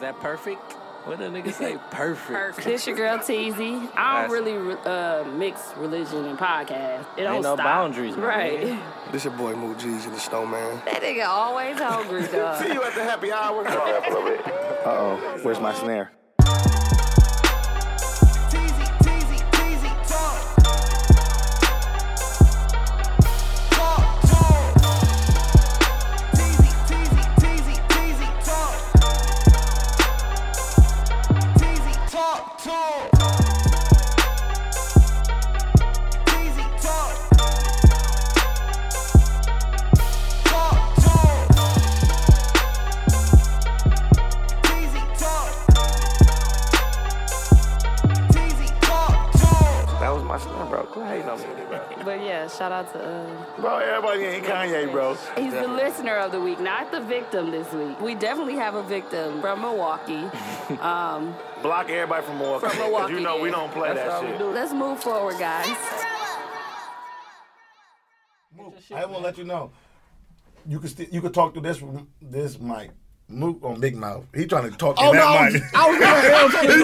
that perfect? What the nigga say? Perfect. Perfect. This your girl Teasy. I That's- don't really uh, mix religion and podcast. It don't Ain't no stop. boundaries, my right? nigga. This your boy Moot G's and the Snowman. That nigga always hungry, dog. you at the happy hour. Uh-oh, where's my snare? Teasy, teasy, teasy, talk. Talk, talk. Teasy, teasy, teasy, teasy, talk. Teasy, talk, talk. Teasy, talk. Talk, talk. Teasy, talk. Teasy, talk, talk. That was my son, bro. Quit hating on me, bro. But yeah, shout out to. Uh, Bro, everybody ain't Kanye, bro. he's the listener of the week, not the victim this week. We definitely have a victim from Milwaukee. Block everybody from Milwaukee. From 'cause Milwaukee, you know we yeah. don't play That's all that we shit. do. Let's move forward, guys. I will let you know. You can still you can talk to this this mic. Moot on Big Mouth. He trying to talk to Oh, that mic. I was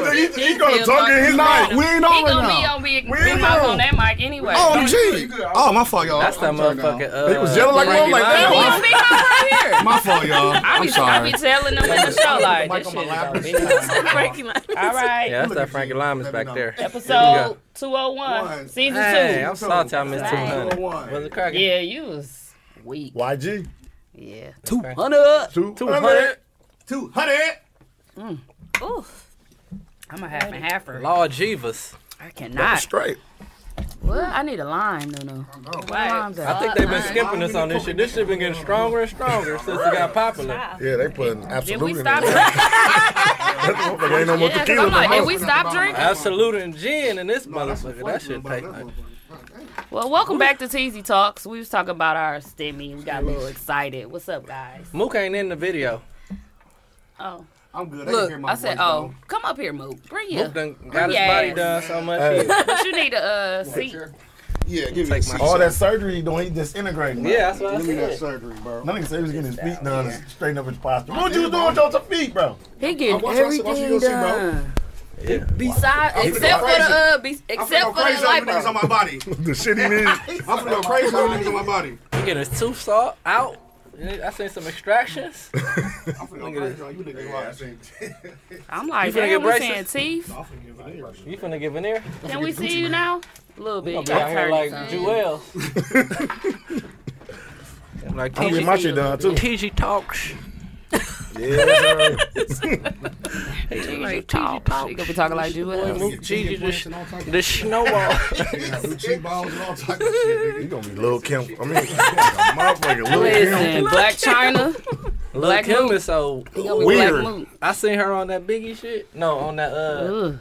gonna He's he's- he's gonna Still talk in his talking. mic. We ain't on he right gonna now. be on big, We ain't big mouth on. on that mic anyway. Oh, gee. Oh, my fault, y'all. That's that I'm sorry, y'all. motherfucking. Uh, He was yelling like Frankie one, like, Lyman. he on big mouth right here. My fault, y'all. I I'm be, sorry. I be telling them in the show like Mic this on my shit. is lap. on big mouth. Frankie Lyman. All Yeah, right. that's Look at that Frankie you. Lyman's Let me back know. there. Episode 201, One. season Hey, two. I'm salty. I missed Right. 200. One. Was it cracking? yeah, you was weak. YG. Yeah. Two. 200. Two hundred. Ooh. I'm a half and halfer. Lord Jeebus. I cannot. Straight. What? I need a line, no, no. Right. I think they've been skimping us on this shit. This shit been getting stronger and stronger since it got popular. Yeah, they putting Did we absolutely. in stop? there. yeah, Motherfucker, ain't no more 'cause tequila. I'm no like, did more. we stop drinking? Absolute and gin in this motherfucker. That shit take. Well, welcome back to Teasy Talks. We was talking about our STEMI. We got a little excited. What's up, guys? Mook ain't in the video. Oh. I'm good. Look, I said, oh, come up here, Mook. Bring your, Mook done got bring his your body ass. done so much. Hey. shit. But you need a uh, seat. Yeah, give me a oh. seat. All that surgery he doing, he disintegrating. Yeah, that's what I Give me that said. surgery, bro. Nothing said he was getting his feet done and straightening up his posture. What you doing with your t- feet, bro? He I getting watch- I watch- I watch everything UFC, bro. done. Yeah. Besides, except for crazy. the uh, be, I'm except finna for go crazy the over niggas on lipo. my body. The shit he needs. I'm finna go crazy over niggas on my body. He getting his tooth saw out. I seen some extractions. I'm finna go crazy on you niggas watch. I'm like, You finna damn, get we seeing braces? teeth. You finna give an ear? Can we see you now? A little bit. I'll be You out here turn like it on. Jewel. I'm like I'm getting my TG, shit done too. TG Talks. Yeah, Like, talk. She gonna be talking like Jewel. Mook TG the, the snowball. Cheekbones and all type of shit, you gonna be Lil Kim. I mean, motherfucker, Lil Listen, Kim. Black China. Black Black Kim Mook. is so. He gonna be Weird. Black Mook. I seen her on that Biggie shit. No, on that uh, Ugh.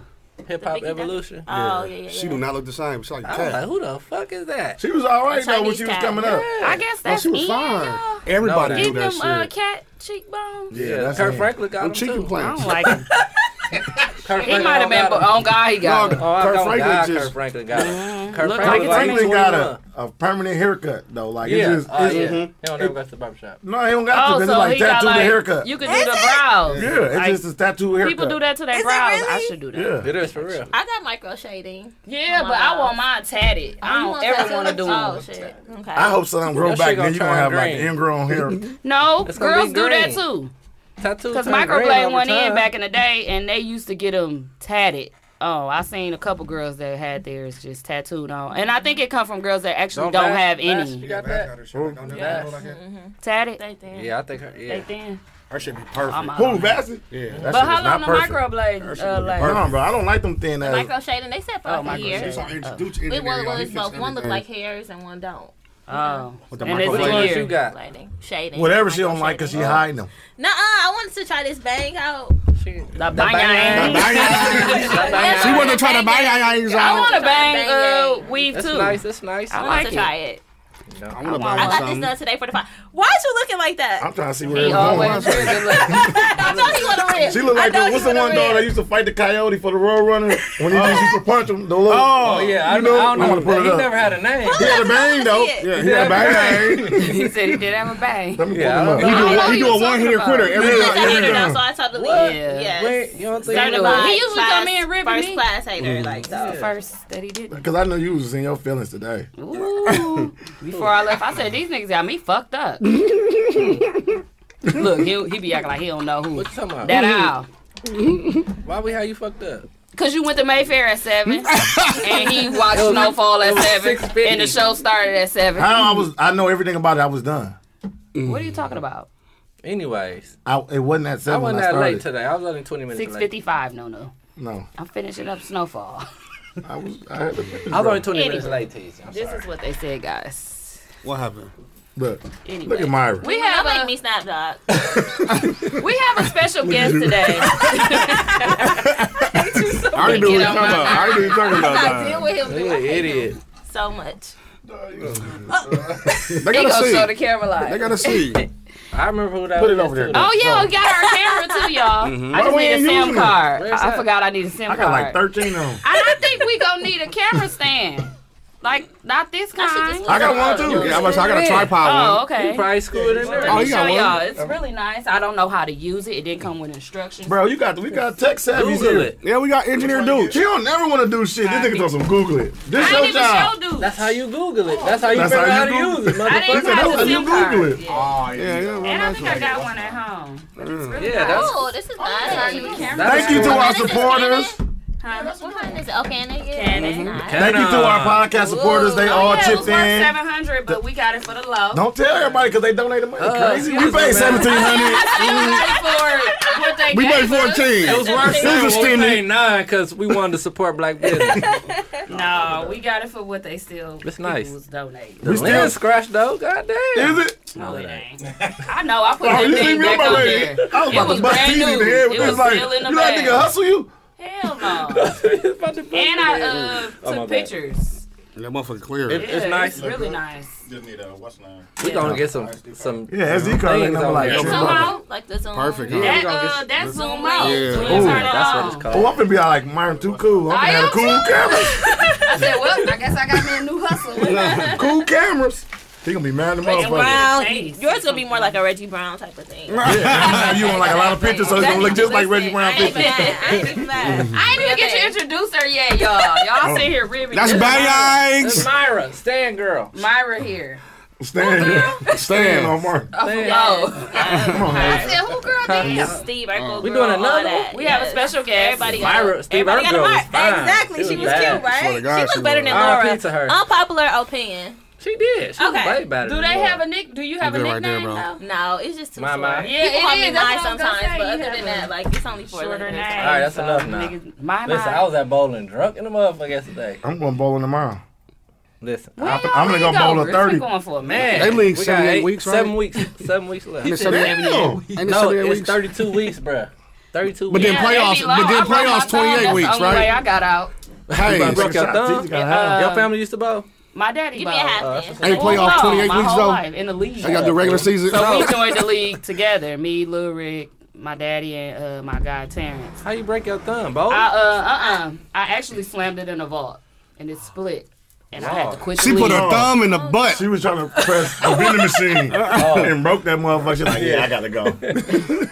Hip Hop Evolution. Oh, yeah, yeah, She do not look the same. She like Oh, a I was like, cat. who the fuck is that? She was all right though when Chinese she was cat. coming up. I guess that's she was in, fine. y'all. Everybody No, do Keep that them uh, shit. cat cheekbones. Yeah, that's Kurt him. Franklin got Them him cheek too. I don't implants. like him. Kurt He Franklin might have been, got Oh. but him. on God, he got him. Oh, I Kurt don't Franklin God, just- Kurt Franklin got him. Kurt Mm-hmm. Look Franklin like like Franklin got 21. a, a permanent haircut though. Like Yeah, it's just, uh, it's, yeah. He don't ever go to the barbershop. Oh, no, he don't got Oh, to. 'cause so it's like he got tattooed like the haircut. you can do the brows. yeah, it's like, just a tattoo haircut. People do that to their it brows. I really? should do that. Yeah, It is for real. I got micro shading. Yeah, My but I brows. want mine tatted. I You don't want ever tattoos? want to do Oh, them. shit. Okay. I hope something grow That back. shit gonna Then you gonna turn have like green. ingrown hair. No, It's gonna girls be do that green. too. Tattoo. Because turn green microblade over went in time. back in the day, and they used to get them tatted. Oh, I seen a couple girls that had theirs just tattooed on, and I think it come from girls that actually don't, Vash- have Vash, any You got that? Yes. tatted. They thin. Yeah, I think her. Yeah. They thin. Her shit be perfect. I'm out. Who Bassett? Yeah, But That shit how was long not the perfect. microblade uh, Hold like? on, bro. I don't like them thin ass. Micro shading, they said for Oh, like a micro year. shading. So I introduced you It was, to nigga, y'all. well, He it's both. fixed One look like everything. hairs and one don't. Oh, With the and it's Which microblade. ones weird. you got? Lighting, shading. Whatever she don't micro like, cause she shading. hiding them. Nuh-uh, I wanted to try this bang out. The bang. That's She what wasn't I'm trying to buy thinking. y'all I out. want to bang Bang uh, weave That's too. nice. That's nice. I I want like to it. try it. I want to I buy got this something. done today for the five. Why is you looking like that? Oh, I'm trying to see where He it's going. always. I thought you were the real. yeah. She looked I like know the, you what's the would've one dog read. that used to fight the coyote for the road runner when he just used to punch him. The little, Oh yeah, I you know, know. I don't I'm know. gonna pull it he up. never had a name. he had a bang though. it. Yeah, he had a bang. he said he did have a bang. Let me Yeah, I pull don't him know. up. He I know do, he you do a was one talking hitter about. quitter every Yes, I hated every it now, time. so I tried to leave. Yeah. Yes. Wait, you don't think? Certified. Certified He usually class- come in ripping first me. class hater, like so. First that he did. Because I know you was in your feelings today. Ooh. Before I left, I said these niggas got me fucked up. Look, he he be acting like he don't know who. What you talking about? That owl. Why we how you fucked up? Cause you went to Mayfair at seven, and he watched Snowfall at seven, 6:50. and the show started at seven. I, I was, I know everything about it. I was done. What are you talking about? Anyways, I, it wasn't I at seven. wasn't when I that started. late today. I was only twenty minutes Six late. fifty-five. No, no. No, I'm finishing up Snowfall. I was. I had to, I was only twenty minutes Anyway. late, Teasy. I'm This sorry. is what they said, guys. What happened? look, Anyway. look at Myra. We Don't have make a me snap dog. we have a special guest today. I already knew what Get you on talking my about. I already knew what you talking I about. deal with him You dude. an idiot. so much. They He gotta gonna show the see. camera They live. gotta see. I remember who that Put was. it over there. Oh yeah, we got our camera too, y'all. I just Why we need a ain't SIM using it? card. Where's I that? forgot I need a SIM I card. got like thirteen on. And I think we gonna need a camera stand. Like not this kind. I got one too. Yeah, I'm about to say, I got a Oh tripod one. You okay. probably screwed in there. Let Oh, me you show got one? y'all. It's really nice. I don't know how to use it. It didn't come with instructions. Bro, you got we got tech savvy Google here. it. Yeah, we got engineer dude. She don't never want to do shit. This nigga throw some Google it. This I your didn't even job. show dude. That's how you Google it. That's how you That's figure how out you how to Google use it, I motherfucker. didn't That's have how a you SIM Google card. it. Oh, Yeah, yeah. And I well, think I got one at home. But it's really Yeah, that's- Oh, this is nice. Thank you to our supporters. What kind is it? Oh, Canon. Yeah. Canon. Nice. Thank you to our podcast supporters. They all Oh, yeah, it was chipped worth Oh, in. seven hundred, but we got it for the low. Don't tell everybody because they donated money. Uh, Crazy. yeah, We paid so bad. seventeen hundred. We We paid made for it. It was 14. worth It was a seven. We stimmy. paid nine because we wanted to support black business. No, we got it for what they still. It's nice. people Was donating. The still- lens scratched though. Goddamn. Is it? No, it ain't. I know. I put Oh, that you see thing me back on up my there. way. I was It about was to bust brand TV in the new. head It with was this. Like, still in the you let bag. nigga hustle you? Hell no. Oh, and I uh, took Oh, my bad. pictures. That motherfucker clear. It- Yeah, it's nice. It's really nice. Just need a what's name? We gonna get some some. Yeah, SD card ain't Things nothing on like there. that. Zoom out. Like the Zoom. Perfect. Yeah, Huh? we That gonna get uh, some- that zoom out. Yeah. When you turn it that's what on. it's Oh, called. I'm gonna be like Myron too cool. I'm I gonna have a cool am camera. I said, well, I guess I got me a new hustle. cool cameras. He gonna be mad at the motherfucker. Brown. Thanks. Yours gonna be more like a Reggie Brown type of thing. you want like a lot of pictures, so it's gonna look just like Reggie Brown I ain't pictures. bad. I ain't bad. I didn't even get to introduce her yet, y'all. Y'all sit here ribbing. Oh. That's This bad It's uh, eggs. Myra, stand girl. is Myra here. Stand here. Stand on Mark. Stand. Oh, I I said, who girl did? Steve Uh, Urkel. We doing another one? We have a special guest. Everybody got Myra, Steve Everybody got a Urkel was mark. fine. Exactly. She was bad. cute, right? Swear to God, she was she better was. than R.I.P. Laura. to her. Unpopular opinion. She did. She was Okay. way better. Do than they Laura. have a nick? Do you have a Good right nickname? there, bro. No, it's just too My, short. my. Yeah, People it call me is. That's mine what I was gonna sometimes, say. You but other than have that, a like it's only four Shorter letters. name. All right, that's enough now. Niggas, my Listen, I was at bowling drunk in the motherfucker yesterday. I'm going bowling tomorrow. Listen, I'm gonna go bowl a 30. Been going for a minute. man, They leave we got 78 eight- weeks, right? Seven weeks. Seven weeks left. Ain't it 78 Damn. weeks? Ain't it no, 78 it's weeks? thirty-two weeks, bruh. Thirty-two. But weeks. then they be playoffs, long. but then I broke my playoffs, thumb. 28 That's weeks, the only way right? I got out. Hey, broke your thumb? Uh, Your family used to bowl. My daddy. Give me a bowled. half then. Hey, playoffs Well, no, 28 my weeks, whole though. life in the league. I got the regular season. so we joined the league together. Me, Lil Rick, my daddy, and uh, my guy Terrence. How you break your thumb, bowl? I uh uh uh. I actually slammed it in a vault, and it split, and I had to quit. She the put league. her thumb in the butt. She was trying to press the vending machine and broke that motherfucker. She's like, yeah, I gotta go.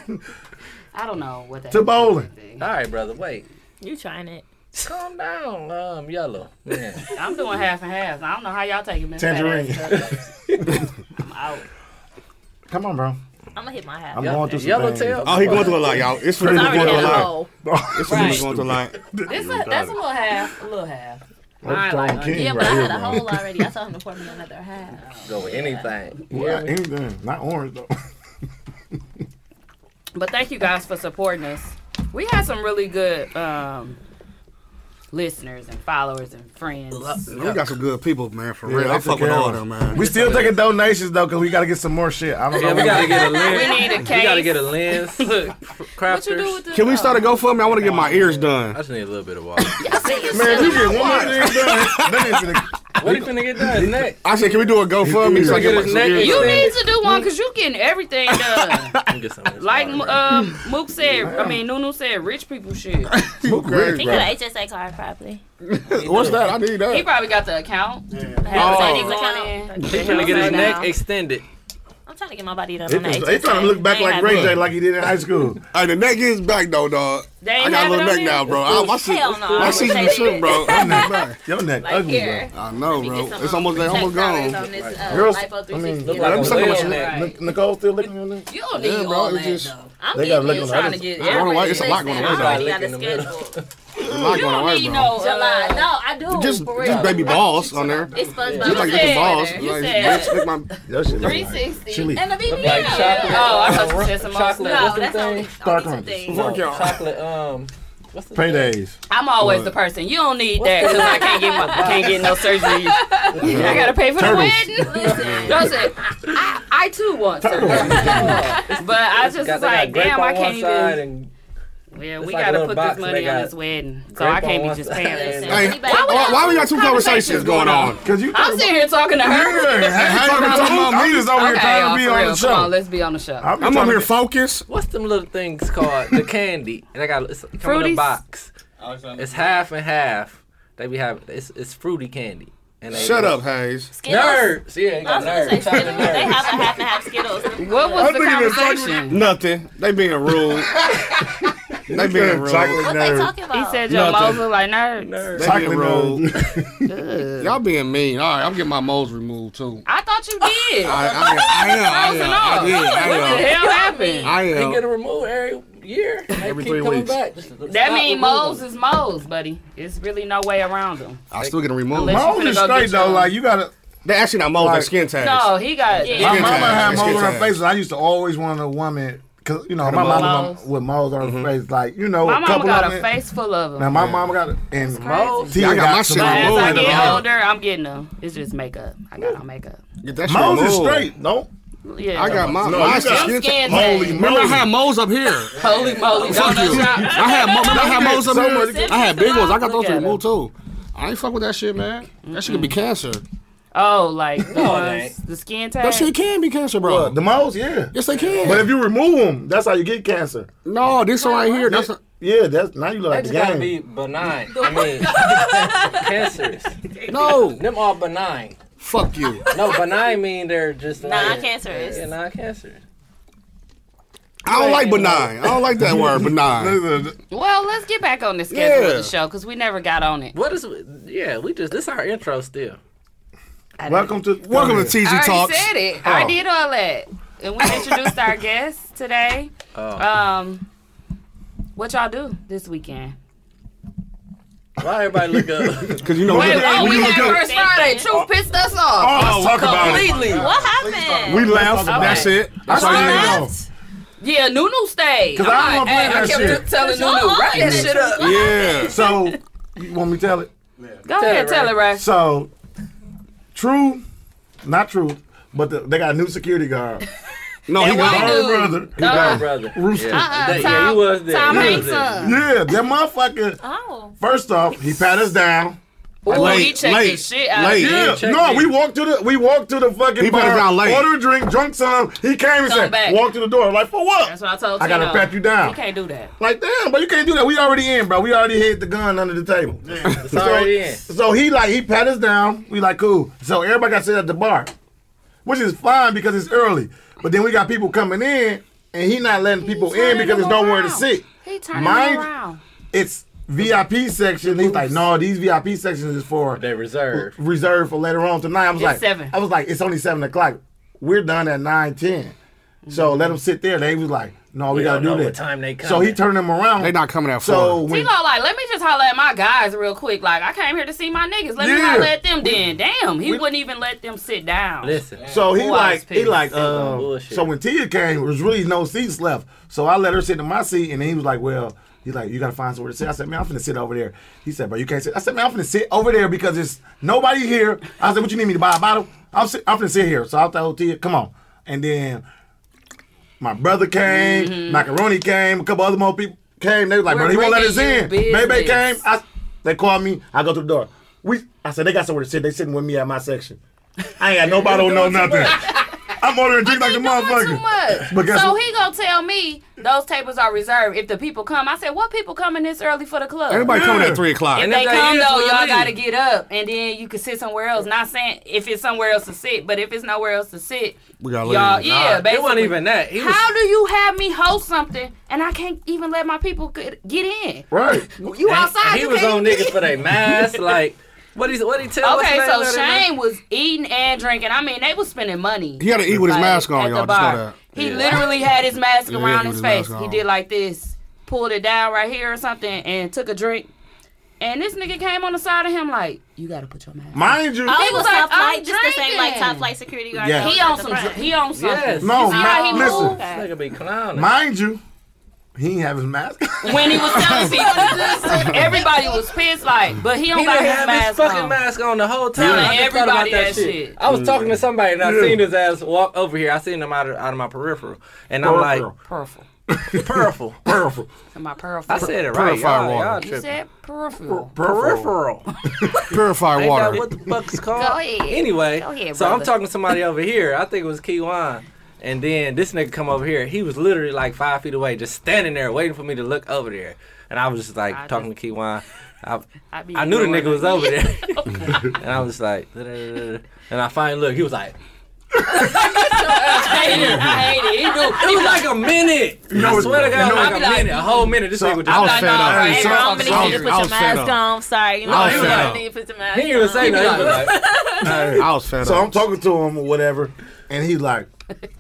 I don't know what that. to bowling. All right, brother. Wait. You trying it? Calm down, um, yellow. Man. I'm doing half and half. I don't know how y'all taking this. Tangerine. fat ass stuff. I'm out. Come on, bro. I'm gonna hit my half. I'm Sorry, going through some Yellow things. tail. Oh, he going through a lot, y'all. It's for him I going already through a had a lot. hole. It's for him going through a lot. This a, that's a little half. A little half. I'm Mine Tom like, King Yeah, but right I here, had a bro. hole already. I told him to pour me another half. Go with anything. Well, anything. Not orange though. But thank you guys for supporting us. We had some really good um, listeners and followers and friends. We got some good people, man, for Yeah, real. I that's fuck the with all of camera. them, man. We still taking donations though, cause we gotta get some more shit. I don't Yeah, know. we gotta get a We lens. need a case. We gotta get a lens. Look, what you do Crafters. with the? Can we start a GoFundMe? I want to get my ears done. I just need a little bit of water. I see you man, if you get one more thing done. That is gonna What he finna get done next? I said, can we do a GoFundMe? so I Get can his neck You extended. need to do one because you getting everything done. Let me get some of this Like water, bro. um, Mook said, I mean Nunu said, rich people shit. Who crazy, Think bro. of the HSA card properly. What's that? I need He that. probably got the account. Have Oh. savings account. He finna get his Right neck now. extended. I'm trying to get my body done They on the trying HSA. to look back They like have Ray it. J, like he did in high school. Hey, the neck is back though, dog. They ain't I got a have little it on neck now, there? bro. I, my shit, Hell no, I my wouldn't shit say be shook, that. bro. Your neck back. Your neck Like ugly, here. I know, Let me bro. get some, It's um, almost there, check almost salaries gone. on this, uh, Girls- lipo I 360 mean, look and like I'm Like a sucking my whale shit. neck. Nic- Nicole still licking your neck. You don't need Yeah, bro, all it that just- though. I'm They gotta getting look it. on the trying other to get I don't know why it's a Listen, lot going on, I already though. got a schedule. I'm not You going don't away, need bro. no July. uh, No, I do. just, for real. just baby balls on there. It's SpongeBob. Just like said- little balls. you Like, said- bitch, lick my- Your shit look like 360. chili. and the BBL. Like chocolate. Oh, I thought you uh, said some other chocolate. stuff. no, What's them that's only, things? Dark only two oranges. things. No, Fuck y'all. Chocolate. Um. What's the Paydays. I'm always the person. You don't need that because I can't get my, I can't get no surgery. I gotta pay for Turtles. the wedding. Listen, Y'all said, I, I too want surgery, but I just was Got, they got like, grape on damn, I one can't side even. and Yeah, it's we like a gotta little put box this and money they on got this wedding, so grape I can't on be one just side. paying for Listen. it. Hey, why, why, why we got two conversations going on? Cause you I'm sitting here talking to her. Hey, I ain't Talking gonna about talk- me. I'm just over here Okay, trying to y'all, be for on real. the Come on, show. let's be on the show. just I'm trying over to here be- focused. what's them little things called? the candy. And I got it's come in Fruities? a box. It's half and half. They be having it's it's fruity candy. And they Shut up, Hayes. Skittles. Nerds. Yeah, you I got was gonna say nerds. Chocolate Skittles. They nerds. have a half and half Skittles. What was the conversation? Nothing. They being rude. they being rude. Chocolate What they nerd. talking He about? said your Nothing. moles look like nerds. Nerds. They being Chocolate rude. Ugh. Y'all being mean. All right, I'm getting my moles removed too. I thought you did. I, I, I, am. I am. I did. What the I am. hell happened? I They get am. it removed every year. They Every keep three coming weeks. Back. That mean moles is moles, buddy. It's really no way around them. I still get removed. Unless- Moles is Go get straight though. your- Like you gotta. They actually not moles. They're Like- skin tags. No, he got Yeah. yeah. My Skin mama tags, had skin moles on her tags. face, and I used to always want a woman. Cause you know my moles. mama with- with moles on Mm-hmm. her face, like you know My a mama couple got of a them. face full of Now them. my mama got it, and moles. Yeah, I got my shit But as removed. I Moles get are- older, I'm getting them. It's just makeup. I got on makeup. Get that shit Moles is removed. straight. No. Yeah, I got my No, my you got- skin skin tags. Holy tags. Remember, I had moles up here. holy moly. Fuck donut you. shop. I had mo- remember I had moles up So here. much- I had big ones. I got those Look at removed too. I ain't fuck with that shit, man. That shit could be cancer. Oh, like the, No, it ones, ain't. the skin That tag. shit can be cancer, bro. What, The moles, yeah. yes, they can. But if you remove them, that's how you get cancer. no, this one right here. That's Yeah, that's now you look They like just the gotta gang. be benign. I mean, cancers. no. Them all benign. Fuck you. No, benign mean they're just like, Non-cancerous. Yeah, non-cancerous. I don't like benign. I don't like that word benign. Well, let's get back on the schedule Yeah. of the show because we never got on it. What is? Yeah, we just this our intro still. Welcome to Welcome I to TZ already Talks. said it. I Oh. did all that, and we introduced our guests today. Um, what y'all do this weekend? Why everybody look up? Cause you know Wait, we- oh, we we look had good. first Friday. Truth pissed us off Oh, talk about it. completely. What happened? We left. Okay. That's it. That's all I you don't need to know. know. Yeah, Nunu stayed. 'Cause I'm I don't like, wanna hey, play I that kept shit. telling Y'all Nunu, wrap that honest. shit up. Yeah. So, you want me to tell it? Go ahead, it, tell it, Rush. So, true, not true, but the, they got a new security guard. No, he That white gone. Her dude. brother. He My gone. brother. Rooster. Yeah, that- yeah, Tom- you was there. Tom You was Hanks' there. son. Yeah, that motherfucker. Oh. First off, he pat us down. Ooh, he Late, checked late, his shit out. late. Yeah, check no, me. we walked to the we walked to the fucking He pat bar, us down late. ordered a drink, drunk some. He came and Come said, back. walked to the door. Like for what? That's what I told I Tino. gotta pat you down. You can't do that. Like, damn, but you can't do that. We already in, bro. We already hid the gun under the table. It's already in. So he like he pat us down. We like cool. So everybody got to sit at the bar, which is fine because it's early. But then we got people coming in, and he not letting people in turning because there's them nowhere to around. sit. He turned Mind- around. It's VIP section. He's like, no, these VIP sections is for They reserved. reserved for later on tonight. I was It's like, seven. I was like, it's only seven o'clock. We're done at nine ten. So let them sit there. They was like, no, we, We gotta don't do know that. what time they so he coming. turned them around. They not coming at four. so when, Tilo, like, let me just holler at my guys real quick. Like, I came here to see my niggas. Let me Yeah. holler at them then. Damn, he wouldn't even let them sit down. Listen. So he Who like eyes he like pissed? um, bullshit. so when Tia came, there was really no seats left. So I let her sit in my seat, and he was like, "Well, he's like, you gotta find somewhere to sit." I said, "Man, I'm finna sit over there." He said, "Bro, you can't sit." I said, "Man, I'm finna sit over there because it's nobody here." I said, "What you need me to buy a bottle?" I'm sit- I'm finna sit here. So I told Tia, "Come on," and then my brother came, Macaroni came, a couple other more people came. They was like, Mm-hmm. We're "Bro, he won't let us bringing you in." Bebe business. came. I, they called me. I go to the door. We, I said, they got somewhere to sit. They sitting with me at my section. I ain't got no bottle, no nothing. I'm ordering drink like a Too motherfucker. much. But guess so what? he gonna tell me those tables are reserved if the people come. I said, what people coming this early for the club? Everybody coming Yeah. at three o'clock. If And they if they come is, though, we'll y'all leave. gotta get up, and then you can sit somewhere else. Not saying if it's somewhere else to sit, but if it's nowhere else to sit, We gotta y'all, leave. yeah, it wasn't basically. even that. He was, How do you have me host something and I can't even let my people get get in? Right. You and- outside? and he you was can't on get niggas for their mask. Like, what he what he tell? Okay, so what's his name? Shane was eating and drinking. I mean, they was spending money. He had to eat with his like, mask at on, the y'all. Just bar. know that. He Yeah. literally had his mask Yeah, around with his his face. mask He on. did like this, pulled it down right here or something, and took a drink. And this nigga came on the side of him like, "You gotta put your mask." on." Mind you. Oh, He he was was like, top I'm flight, just the same like drinking. top flight security guard. Yeah. He that was at on the some. front. He on Yes. something. No, You see how my- he listen. moved? This nigga be clowning. Mind you, he ain't have his mask. When he was telling people this, everybody was pissed. Like, but he don't He got done his had mask his fucking on. mask on the whole time. Yeah. I just thought about Everybody that shit. I was talking to somebody and I seen his ass walk over here. I seen him out of, out of my peripheral, and I'm Peripheral. like, Purple. peripheral. Purple. And my purple. I said it right. Purified Y'all, water. y'all You tripping. said peripheral. Peripheral. Purified Ain't that water. what the fuck's called? Go ahead. Anyway, Go ahead, so I'm brother. talking to somebody over here. I think it was Key Wine. And then this nigga come over here. He was literally like five feet away, just standing there waiting for me to look over there. And I was just like I talking to Key Wine. I, I be I knew the ignoring nigga was them. over there. and I was like, "Da-da-da-da-da." and I finally looked. He was like, I hate it. I hate it. He do. it was like a minute. I what- swear to you God, know like what- a minute, a whole minute. This So, nigga was I just was like, fed no, up. right, Hey, so- bro, I'm so- gonna need you to put I your was fed mask up. on. Sorry, you know, I I was fed need up. you to put your mask he on. didn't even say nothing. He was like, I was fed So I'm up. talking to him or whatever, and he like,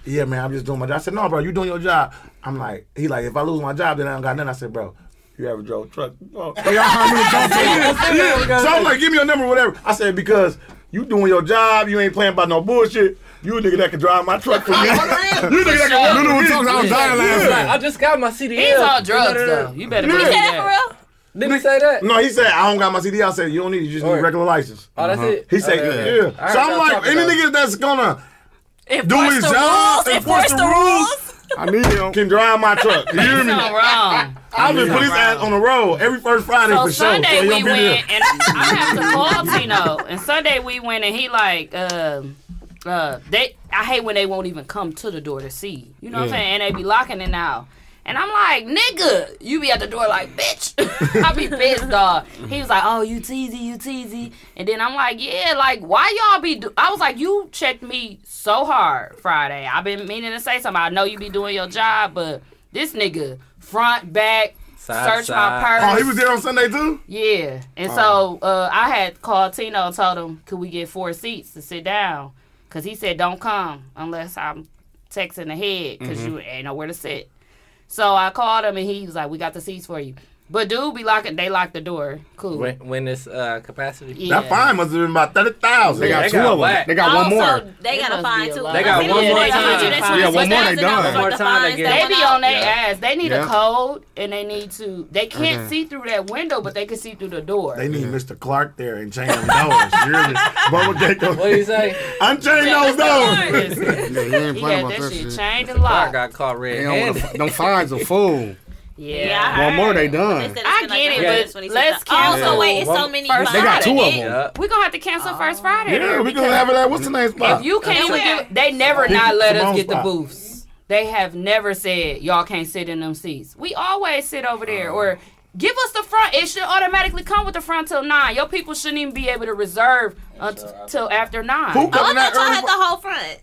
"Yeah, man, I'm just doing my job." I said, "No, bro, you doing your job." I'm like, he like, "If I lose my job, then I don't got nothing." I said, "Bro, you ever drove a truck?" Oh. yeah. So I'm like, "Give me your number, whatever." I said, "Because you doing your job, you ain't playing about no bullshit. You a nigga that can drive my truck for me. you a nigga that can." Literally, we talking. I was dying He was like, laughing. I just got my CDL. He's all drugs Da-da-da-da. though. You better Yeah. believe He said that for that. real? Didn't he say that? No, he said, "I don't got my CD." I said, "You don't need it. You just need Alright. a regular license." Uh-huh. Oh, that's it. He said, Okay. "Yeah." I heard So I'm y'all like, talking any about it. nigga that's gonna do Enforce his the job, rules, enforce the rules. I need him. can drive my truck. You hear me? Something wrong. I've been putting his ass on the road every first Friday So for Sunday sure. So he we don't be there. went, and I have to call Tino. And Sunday we went, and he like, um, uh, they. I hate when they won't even come to the door to see. You know what I'm Yeah. saying? And they be locking it now. And I'm like, nigga, you be at the door like, bitch. I be pissed, dog. He was like, oh, you teasy, you teasy. And then I'm like, yeah, like, why y'all be. Do-? I was like, you checked me so hard Friday. i been meaning to say something. I know you be doing your job, but this nigga, front, back, Side, search side. my purse. Oh, he was there on Sunday too. Yeah, and so Oh. uh, I had called Tino and told him, could we get four seats to sit down? Because he said, don't come unless I'm texting ahead because Mm-hmm. you ain't nowhere to sit. So I called him and he was like, we got the seats for you. But dude be locking, they locked the door. Cool. When, when this uh, capacity. Yeah. That fine must have been about thirty thousand. They got They two got of them. whacked. They got one Also, more. They It got must a be fine a too. lot. They got one more time. Yeah, one more they done. One more time they They done. be on their ass. They need Yeah. a code and they need to, they can't Mhm. see through that window, but they can see through the door. They need Mr. Clark there and chain them doors. You hear me? Bubba What do you Gecko. say? Unchain those doors. Yes. Yeah, you ain't he playing had about that that shit shit. chained and I locked. got caught They don't red-handed. wanna- Them fines a fool. Yeah. One more, they done. I get it, but let's cancel. Also, wait, it's so One- many. First They got two of Friday. them. Yeah. We're gonna have to cancel first Friday. Yeah, then, we gonna have it at what's the name because spot? If you can't, Yeah. get- Uh, they never Pick not let us Simone's get the spot. booths. They have never said y'all can't sit in them seats. We always sit over there Oh. or. Give us the front. It should automatically come with the front till nine. Your people shouldn't even be able to reserve until after nine. Who I coming thought that y'all had the early? whole front.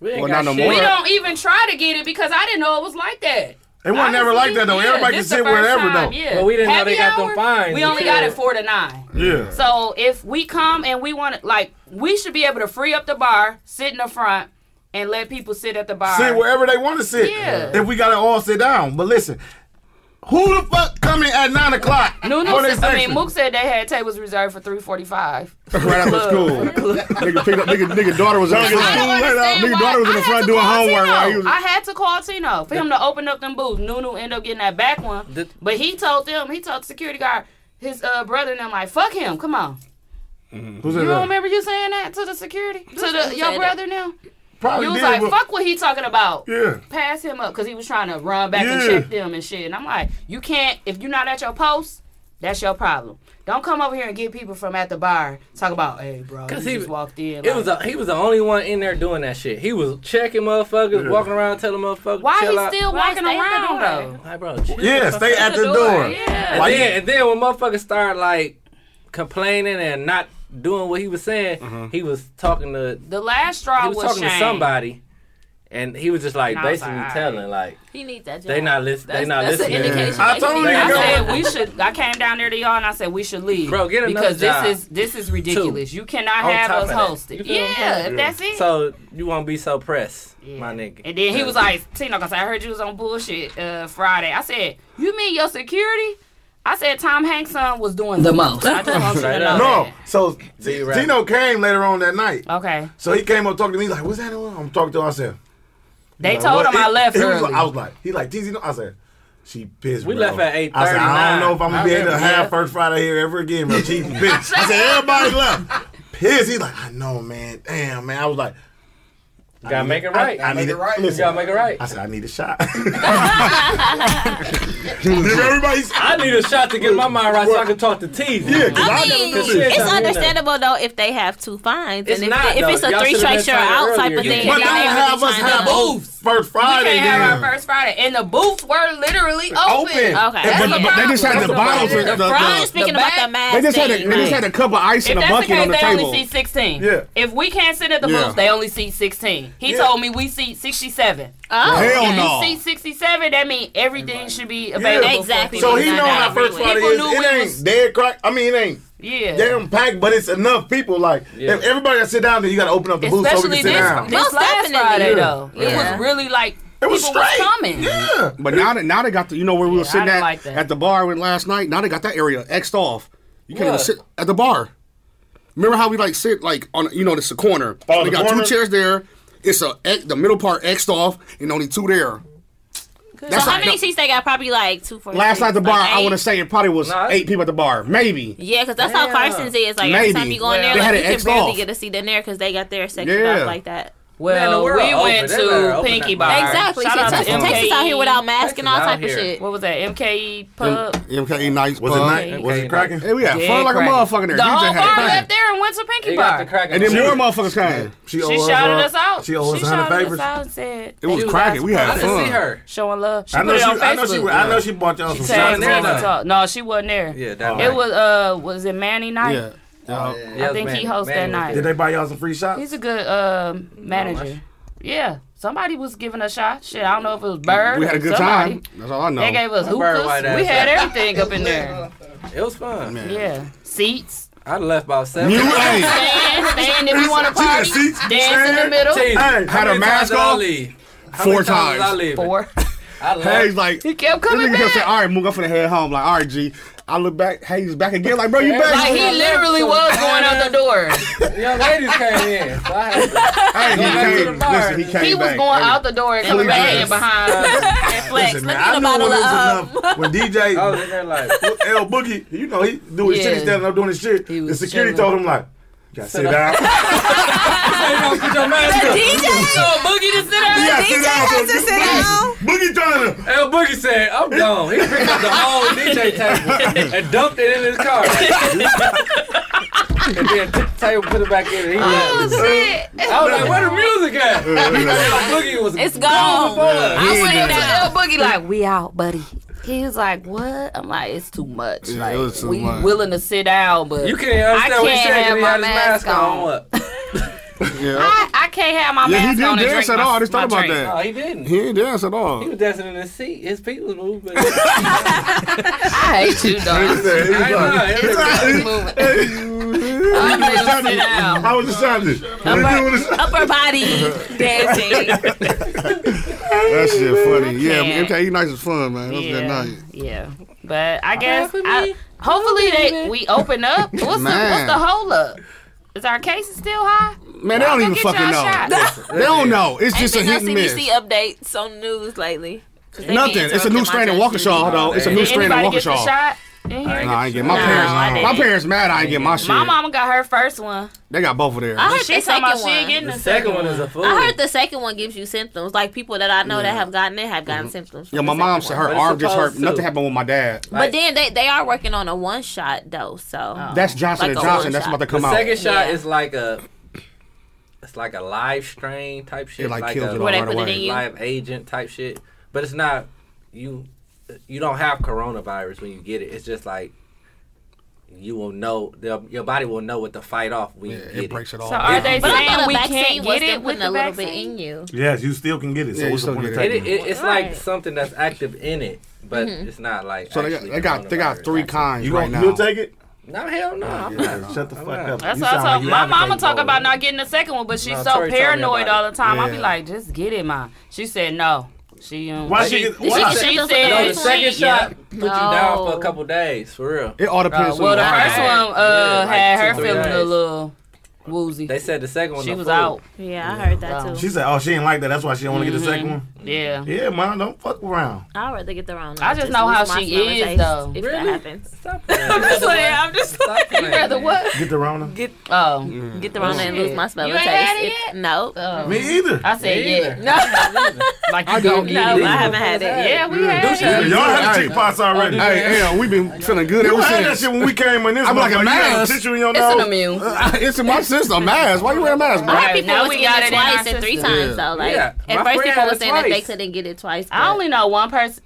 We ain't Well, got not no shit. more. We don't even try to get it because I didn't know it was like that. It wasn't never like that though. Honestly, yeah, Everybody can this the sit first wherever time, though. Yeah. Well, we didn't know Happy they got them hour, fines We only got until- it four to nine. Yeah. So if we come and we want to, like, we should be able to free up the bar, sit in the front, and let people sit at the bar. Sit wherever they want to sit. Yeah. If we gotta all sit down, but listen, who the fuck coming at nine o'clock? Nunu for their said, I mean, section? Mook said they had tables reserved for three forty-five. Right after school. Nigga picked up. Nigga nigga daughter was in the I don't front. understand Nigga daughter was in the front doing homework while he was. I had to call Tino for him to open up them booths. Nunu ended up getting that back one, Did- but he told them, he told the security guard, his uh, brother, and them like, "Fuck him, come on." Who said You don't that? remember you saying that to the security, to said the your that? brother now? Probably You was Oh, did, like, but- "Fuck what he talking about." Yeah. pass him up because he was trying to run back and Yeah. check them and shit. And I'm like, you can't if you're not at your post, That's your problem. Don't come over here and get people from at the bar talk about, hey, bro, you 'Cause he just walked in. It was a, he was the only one in there doing that shit. He was checking motherfuckers, walking around, telling motherfuckers. why chill he out. still Why walking stay at the around door? though? Like, bro, chill Yeah, the stay fuck out. at the the door. door, yeah. And Why then, you, and then when motherfuckers started like complaining and not doing what he was saying, he was talking to The last straw he was, was talking to Shane. somebody, and he was just like And I was basically like, telling like He needs that job. they not listening. They That's- not that's an listening. indication I that he told needs you, that I girl. job. said we should. I came down there to y'all and I said we should leave, Bro, get another because this job. is this is ridiculous. You cannot On have top us of that. hosted. You feel what I'm Yeah, saying? if that's it. So you won't be so pressed, my nigga. And then he was like, Tino, because I heard you was on bullshit uh, Friday. I said, You mean your security? I said, Tom Hanks' son was doing the most. I just want you to Straight know. up. no, so Be right. Tino came later on that night. Okay. So he came up talking to me. He's like, "What's that?" on?" I'm talking to him. I said, They like, told what? him I He- left he was early. like- I was like, "He like TZ." No, I said, "She pissed." We bro." left at I said, "I don't know if I'm gonna be able to 8:39. have first Friday here ever again, bro." She pissed. I said, "Everybody left." Pissed. He like, "I know, man. Damn, man." I was like, gotta make it right. I need it right. You gotta make it right. I said, I need a shot. Everybody's I need a shot to get my mind right so I can talk to Teasy. yeah, because I, I gotta mean, do this. shit. it's understandable though if they have two fines It's and if, not, they, if it's though. a Y'all three should've strikes been you're trying out type earlier. of thing. You- But y'all don't ain't have really us trying have to- booths first we Friday can't have then. our first Friday. And the booths were literally open. Open. Okay. That's but, the but they just had problem. the That's bottles. the The, the, Brian's the, speaking about back- the mask. they just had a, thing, they just like- had a cup of ice If and a that's the bucket case, on the they table. only see 16. Yeah. If we can't sit at the Yeah. booth, they only see 16. He Yeah. told me we seat 67. Oh, Hell okay. no. Seat 67, that means everything should be available. for Exactly. people So to he People know sign how up. first People Friday knew is. we It was- ain't dead crack. I mean, it ain't Yeah. damn packed, but it's enough people. Like Yeah. if everybody got sit down, then you got to open up the booth so Especially we can sit down. this, this Most last definitely. Friday, Yeah. though. It Yeah. was really like It was people was straight. coming. Yeah. But now that now they got the you know where we were I sitting didn't at like that. at the bar with last night. Now they got that area xed off. You can't even What? sit at the bar. Remember how we like sit like on you know this a corner. Oh, we the got corner? two chairs there. It's a X- the middle part xed off and only two there. So how like- many seats they got? Probably like two, four. Last night at the bar, I want to to. say it probably was No, I- eight people at the bar, maybe. Yeah, because that's how Yeah. Carson's is. Like every time Maybe. you go in there, They like, had you it can X'd barely off. get a seat in there because they got their section Yeah. off like that. Man, the Well, world we open. went They let her to open Pinky that Bar. bar. Exactly. Shout so out to Texas, Texas MKE. out here without masks and all Texas out type of here. shit. What was that? MKE Pub. MKE nights. Was it pub. night? Was Okay. it cracking? Hey, we had Dead fun like crack. a motherfucker there. The DJ whole had bar fun. left there and went to Pinky They got the Bar. cracking. And then more motherfuckers came. She, She owes us, shouted uh, us out. She owes us shouted 100 us favors. out and said, It was She was cracking. We I had didn't fun. see her. showing love. She I put know it she, on Facebook. I know she, I know she bought y'all some Tagged shots. She said Rosa that. Talk. No, she wasn't there. Yeah, that It night. was uh, was it Manny night? Yeah. Uh, Yeah, I think man- he hosted that man was night. Did they buy y'all some free shots? He's a good um manager. yeah, somebody was giving us shot. Shit, I don't know if it was Bird. we had a or good somebody. time. That's all I know. They gave us I'm Bird hookahs. White ass We had up. everything up in there. It was fun. Yeah, seats. I left about seven. New hey, Stand, stand if you want to She had party. seats, Dance in the stand, middle. Jeez, Hey, how many had a times mask did I on? leave? How Four many times. did I times. leave? Four. I left. Hayes like He kept This coming nigga kept back. saying, "All right, Mook, I'm finna head home." Like, all right, G. I look back, Hayes back again. Like, bro, you back? Like he literally was going out the door. Young ladies came in. So I had to, hey, he back to came. the bar. Listen, he came He was back. going out the door and coming Every back in dress. behind us. And flex. Listen, man, Look at I the knew when it bottle of. was um, enough. When I was DJ in there like, L Boogie, you know he doing his shit, he's Yeah. standing up doing his shit. He The was security chilling. told him like, you gotta sit down. hey, don't put your mask up. DJ. Oh, Boogie to sit You out. gotta sit down. has to sit down. Boogie trying to. El Boogie said, I'm gone. He picked up the whole DJ table and dumped it in his car. and then took the table, put it back in, and he left. I was like, where the music at? El Boogie was It's gone. gone. I went in that L Boogie like, we out, buddy. He was like, what? I'm like, it's too much. Like, it was too we much. willing to sit down, but You can't understand what he can't said because have he my had his mask mask on. on. What? Yeah, I, I can't have my yeah, mask he on didn't and dance drink at my- all. I just my thought about drink. No, that. he didn't. He didn't dance at He all. was dancing in his seat. His feet was moving. I hate you, dog. I'm gonna sit down. "Oh, I was just trying to. Upper body dancing. That shit funny. Yeah, can't. MKE nights is fun, man. That was a good Yeah, night. yeah. But I guess for I, me. hopefully they we open up. What's the what's Man. the hold up? Is our cases still high? Man, they don't Go even get y'all fucking know. shot. They don't know. It's Ain't just a been no hit and miss. CDC updates on news lately. 'Cause they be Nothing. It's a interrupting new my strain in judgment. Waukesha, though. It's a Did new Did strain in anybody get the Waukesha. shot? in I here? ain't Nah, I ain't get my Nah, parents. I my didn't. parents mad. I ain't get my shit. My mama got her first one. They got both of theirs. But I heard she the talking about second she ain't one. getting The the second one is a fool. I heard the second one gives you symptoms. Like people that I know that have gotten it have gotten symptoms. from Mm-hmm. yeah, my the mom second said one. her But it's arm just hurt. supposed to. Nothing happened with my dad. Like- But then they, they are working on a one shot though, so Oh. That's Johnson Like and a Johnson. one That's shot. about to come the out. second shot Yeah. is like a, it's like a live strain type shit, like, like, kills a it all Where they right put it away. in you. live agent type shit. But it's not you. You don't have coronavirus when you get it. It's just like you will know. the- Your body will know what to fight off when you Yeah, get it breaks it all. So are they But I saying thought we a vaccine can't was get them it with putting the a little bit vaccine? in you. Yes, you still can get it. So Yeah, you what's the still point of get it. It, taking it? it- it's like Right. Mm-hmm. something that's active in it, but it's not like. So they got actually they got, they got coronavirus three vaccine. kinds You right gonna now. you'll take it? No hell no. I'm not. Yeah, shut the fuck not. up. That's You what I told sound like you my advocate mama talk for it. about not getting the second one, but she's No, so Tori told me paranoid about all the time. I be Yeah. like, just get it, ma. She said no. She um, Why she she, get- she, why- she No, the said No, the she- Oh. second shot put you down for No. a couple days, for real. It all depends well, on the the first person. one uh, Yeah, like had two, her three feeling a days. little woozy. They said the second one. she a was fool. out. Yeah, I heard that Wow. too. She said, "Oh, she ain't like that. That's why she don't want to get the second one." Yeah. Yeah, mom, don't fuck around. I'd rather get the wrong. I one, just know lose how my she smell and is, taste, though. If Really? that happens, Stop playing. I'm just Stop playing. you rather man. what? Get the Rona. Get oh, get the wrong and shit. lose my smell You and taste. ain't had it If- yet? no, oh. Me either. I said Me yeah. either. like I you don't don't eat eat no, I either. haven't had it. Yeah, we had Yeah, it. y'all had the Hey. chick pots already. Hey, hell, we've been feeling good You ever had that since. shit when we came in this. I'm like a motherfucker. You had mask. Tissue in your It's an nose. immune. It's in my system. Mask. Why you wearing a mask, bro? I Right, heard people now was we getting got it it in our twice and three system. times. So like, Yeah, my at first friend people had were it saying that they twice. couldn't get it twice. I but- only know one person.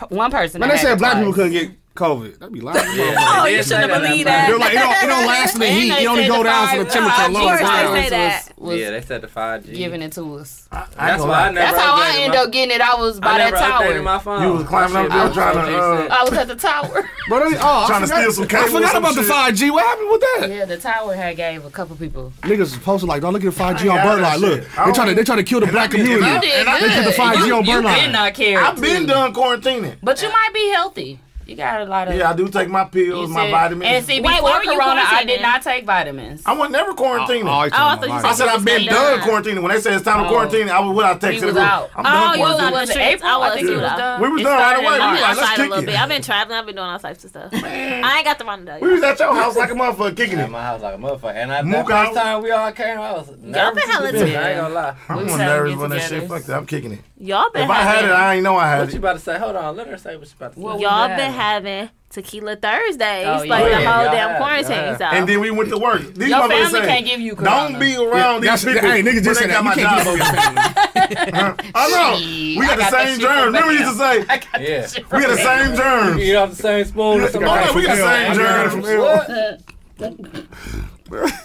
p- One person. Man, that they had said it black twice. people couldn't get COVID. That'd be lying. Yeah, they you did say shouldn't that believe last that. They're like, it don't, it don't last in the And heat. they It only said go the down to five- the temperature five low. course they down. say that. Was, time. was Yeah, they said the five G. giving it to us. That's why I never. That's how I updated end my- up getting it. I was by I that never updated tower. my phone. You was climbing up I there was trying to, so uh, decent. I was at the tower. Bro, they, oh, I Trying to forgot- steal some cable I or forgot some about the shit. 5G. What happened with that? Yeah, the tower had gave a couple people. Niggas was posted like, don't look at 5G on got Bird that Line. Look, shit. I they trying to don't- they trying to kill the black community. I- You did and I- good. They put the 5G you, on you burn line. did not care. I've been done quarantining. But you might be healthy. You got a lot of. Yeah, I do take my you pills, my said- vitamins. And see, Wait, before why were you Corona, I did quarantining? not take vitamins. I was never quarantining. Oh, always talking I about thought you life. said I said I've been He done was quarantining. When they said it's time to Oh. quarantine, I was what I texted. He was the group. out. I'm Oh, done you was quarantining. out the Was it streets. I April? I was think too it was though. done. We was It done right started away. in We I've March. been Like, let's outside a kick little it. bit. I've been traveling. I've been doing all types of stuff. I ain't got the Rona though. We was y'all. at your house like a motherfucker kicking At it. my house like a motherfucker, and I, Mook that first out. time we all came, I was nervous. been hella as a bitch, I together. ain't gonna lie. I'm We more was having nervous when that get-togethers. shit. Fuck that. I'm kicking it. Y'all been If I had having. it, I ain't know I had What you it. about to say? Hold on, let her say what you about to say. What- Y'all we been having tequila Thursdays Oh, yeah. like the Y'all whole damn have, y'all quarantine. have. So And then we went to work. These Your motherfuckers family say, can't give you corona. Don't be around That's, these people. hey, nigga when just they said that. got You my can't job. keep up with that. I know. Shit, We I got the got that same shit from germs. Remember, we Bam. used to say Yeah, we got the same germs. you off the same spoon. with Oh, somebody. no, we got the same germs. What?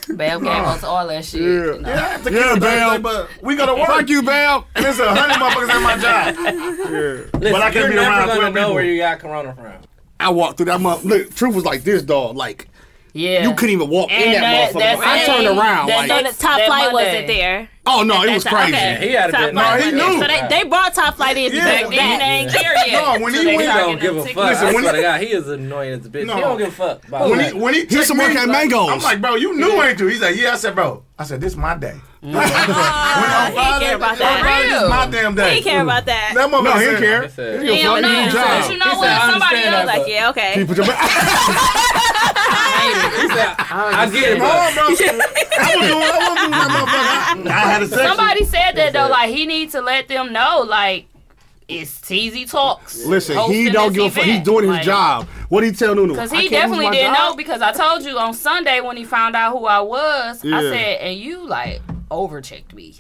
Bam gave us all that shit. you know. Yeah, it's a Yeah, kid Bam. thing, But we gotta work. Fuck you, Bam. There's a hundred motherfuckers at my job. Listen, I can't you're be never around gonna twelve know people. where you got corona from. I walked through that mother. Look, truth was like this, dog. Like Yeah. you couldn't even walk in And that, that- that motherfucker. I same- turned around. that Like, so same- the top That flight Monday. wasn't there. oh no, it was That's- crazy. okay. He had a Top bit. flight No, he wasn't there. knew. So they, they brought top flight in Yeah. back Then they then. ain't care yet. No, when he So they went- He started don't give getting a them fuck. I Listen, when swear he- to God, he is annoying as a bitch. No. He don't give a fuck. About When he that. when he Here's checked some me, more he's cat like, mangoes. I'm like, bro, you knew ain't you. He's like, yeah. I said, bro, I said this my day. when I'm Ah, he didn't care Friday, about For that. real. this my damn He day. didn't care about That that. motherfucker No, he said- didn't care. He said- He was Hell fucking no. your But you job. He know said, what? "I Somebody understand I else. was like, yeah, okay. You put your He said, I get it, bro. No, bro. I was doing, I was doing that motherfucker. I had a section. Somebody said that though. Like he needs to let them know. Like it's TZ talks. Listen, he hosting don't this give a fuck. He's event. doing his Like, job. What he tell Nunu? Cause he definitely didn't know because I told you on Sunday when he found out who I was, Yeah. I said, and you like overchecked me,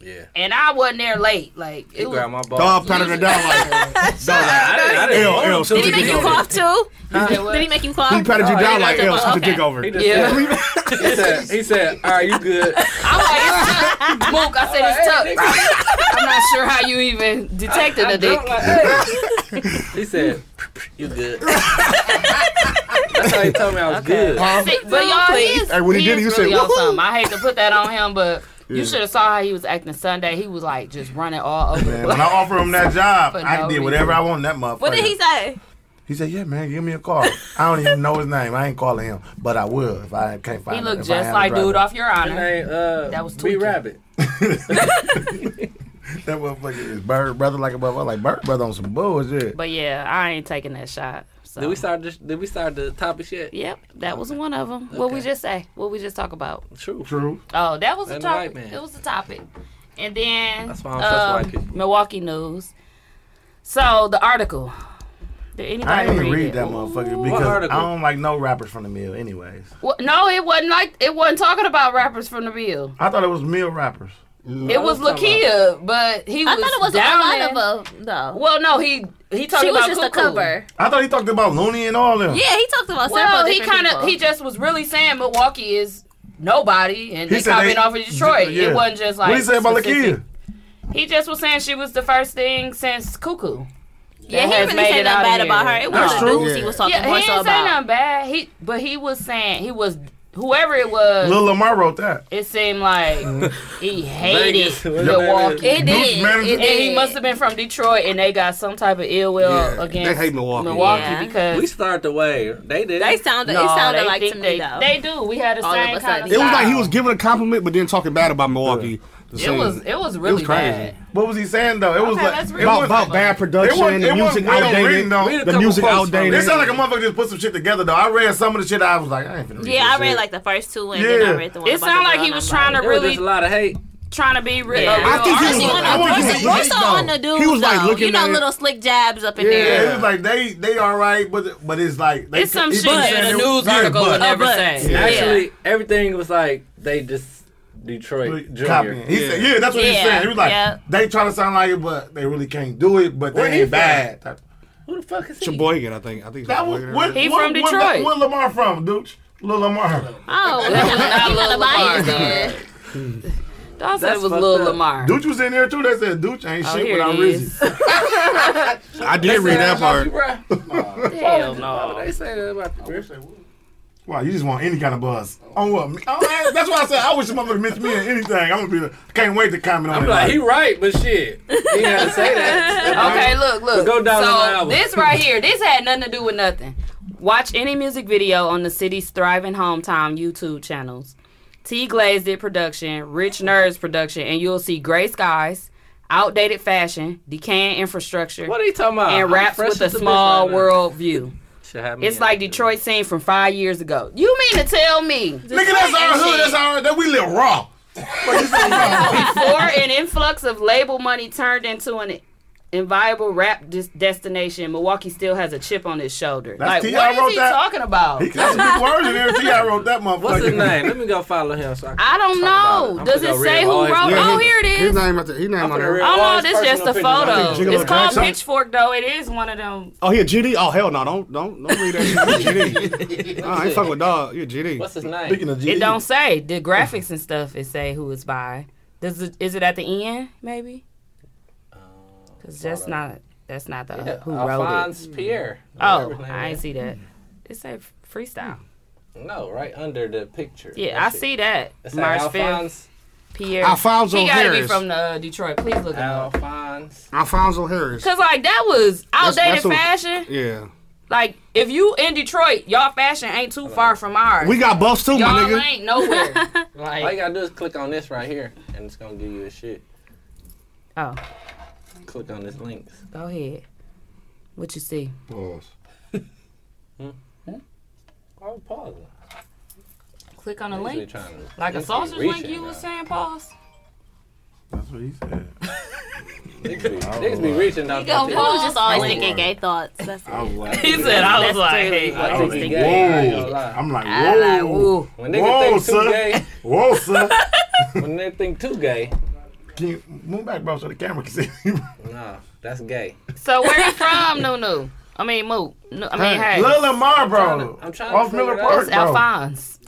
Yeah. and I wasn't there late. Like He it was. grabbed my ball. Dog patted her down like, dog. Oh, I didn't- I L, didn't want L, him so to. Did he make you cough too? Did he make you He cough? patted you Oh, down he like, did. L, scoot your dick Okay. over. He just Yeah. said- he said, he said, all right, you good. I'm like, it's Mook. I said it's Hey, tough. I'm not sure how you even detected the I'm dick. like, hey. he said, you good. That's how he told me I was good. Huh? See, but y'all, he is, Hey, when he did it, is you said, really on "Woohoo." something. I hate to put that on him, but Yeah. you should have saw how he was acting Sunday. He was like just running all over the Man, when I place. offered him that job, For I no did whatever reason. I want that motherfucker. What did he say? He said, "Yeah, man, give me a call. I don't even know his name. I ain't calling him, but I will if I can't find He him. looked if I just have like the dude driver." off your honor. Name, uh, That was B Tweaky. Rabbit. That motherfucker is bird brother like a motherfucker. Like bird brother on some bullshit. But yeah, I ain't taking that shot. So. Oh. Did we start? This, did we start the topic yet? Yep, that was one of them. What we Okay. just say? What we just talk about? True. True. Oh, that was the And the white topic. man. It was the topic. And then That's why I'm such um, white people. Milwaukee news. So the article. Did anybody I didn't even read, read it? that motherfucker because I article? don't like no rappers from the mill. Anyways, Well, no, it wasn't like it wasn't talking about rappers from the bill. I thought it was mill rappers. It was Lakia, but he was. I thought it was a down lot there. of them, though. Well, no, he he talked she was about just a Cuckoo. cover. I thought he talked about Looney and all them. Yeah, he talked about Well, several he different kind of people. he just was really saying Milwaukee is nobody, and He they said copied they- off of Detroit. Yeah. It wasn't just like what he say about specific. Lakia? He just was saying she was the first thing since Cuckoo. that yeah, he has didn't really made say it nothing out bad here. about her. It was That's the true. dudes he Yeah. was talking Yeah, he more ain't so say about. nothing bad. He but he was saying he was whoever it was. Lil Lamar wrote that. it seemed like he hated Vegas, whatever that Milwaukee. is. It Dude's did. manager- It And he did. must have been from Detroit, and they got some type of ill will Yeah, against they hate Milwaukee. Milwaukee Yeah. because We start the wave. They did. They sounded. No, it sounded they like think to me they, though. They do. We had the All of same a kind of. sudden. It was like he style. was giving a compliment, but then talking bad about Milwaukee. the It same. was. It was really crazy. bad. What was he saying though? It was Okay, like let's it read was- it. about, about bad production, It wasn't- it the music wasn't well written, outdated, though. Read a the couple music quotes from it. outdated. It sounded like a motherfucker just put some shit together though. I read some of the shit. I was like, I ain't finna read yeah, this I read shit. like the first two, and Yeah. then I read the one. It about sounded the like girl he and was I'm trying like- There to was really just a lot of hate. trying to be real. Yeah. a real I think he More was- so I on think he the- was- more so on the dudes, He was, like, though. looking you know, at- little slick jabs up in Yeah, there. it was like they they all right, but but it's like they It's some he shit was that saying a it- news yeah, article but- would never but- say. Yeah. Actually, everything was like they just Detroit Copying. Junior. He said, yeah, that's what he Yeah. said. He was like, Yeah. they try to sound like it, but they really can't do it, but Where they he ain't bad. That, Who the fuck is he? Sheboygan, I think. I think that was, Sheboygan. what, He what- from what- Detroit. What, Lamar from, dude? Lil Lamar. Oh, Not well, Lil Lamar. Lil Lamar is there. I said it That's was fucked Lil up. Lamar. Dude was in there too. They said Dooch ain't Oh, shit here without it is. Rizzy. I did read that part. Hell Oh. no. They say that about the Wow, you just want any kind of buzz. On what? me- oh, I- that's why I said I wish a motherfucker missed me in anything. I'm gonna be. like, Can't wait to comment on I'm it. like, he right, but shit. He had to say that. Okay, look, look. Go down on the so album. this right here, this had nothing to do with nothing. Watch any music video on the city's thriving hometown YouTube channels. T Glaze did production, Rich Nerds production, and you'll see gray skies, outdated fashion, decaying infrastructure, What are you talking about? and I'm raps fresh with a as a bitch small right now. world view. Should have me It's in like there. Detroit scene from five years ago. You mean to tell me Nigga, that's our hood. That's our that we live raw. before an influx of label money turned into an inviable rap dis- destination, Milwaukee still has a chip on his shoulder. That's like, T.I. what is wrote he that? talking about? He got some big words in there. T. I wrote that motherfucker. What's his name? Let me go follow him. So I, can I don't talk about know. I'm Does finna it go say read who all his- wrote- Yeah, Oh, he- here it is. His name, out there- his name I'm on finna read there. Oh all no, his this just personal a pictures. I photo. think Gigolo It's called Jackson. Pitchfork, though. It is one of them. Oh, he a GD. Oh hell no! Don't don't don't read that. You're a GD. Nah, I ain't fucking with dog. You a GD. What's his name? Speaking of G, E. Mm. It don't say the graphics and stuff. It say who it's by. Does it? Is it at the end? Maybe. Uh, Because that's not. That's not the who wrote it. Alphonse Pierre. Oh, Whatever his name I ain't is. see that. It say freestyle. No, right under the picture. Yeah, Hmm. That I shit. see that. It's like March fifth, Alphonse. Pierre. Alfonso he gotta be Harris. from the, uh, Detroit. Please look it Uh, up. Alphonse. Alfonso Harris. Cause like that was That's- outdated that's what- fashion. Yeah, Like if you in Detroit, y'all fashion ain't too far from ours. we got buffs too, my y'all nigga. ain't nowhere. All you like gotta do is click on this right here, and it's gonna give you a shit. oh, Click on this link. go ahead. What you see? Pause. Oh, pause. it. Click on the Usually link. trying to- Like a usually sausage link reaching, you was though. saying, pause. That's what he said. Niggas be- Niggas be reaching out He was just always Wait. thinking gay thoughts. That's I Oh, it. was like, He said I was like, I I think was like, he whoa. gay. I ain't gonna lie. I'm like, I like, whoa. ooh. When niggas Whoa, think too son. gay, Whoa, sir. when they think too gay, Can you move back, bro, so the camera can see you? nah, that's gay. So where you from, Nunu? I mean, Moot. No, I mean, hey, Lil Lamar, bro. I'm trying to Off figure Miller it out. Park, it's bro. Alphonse.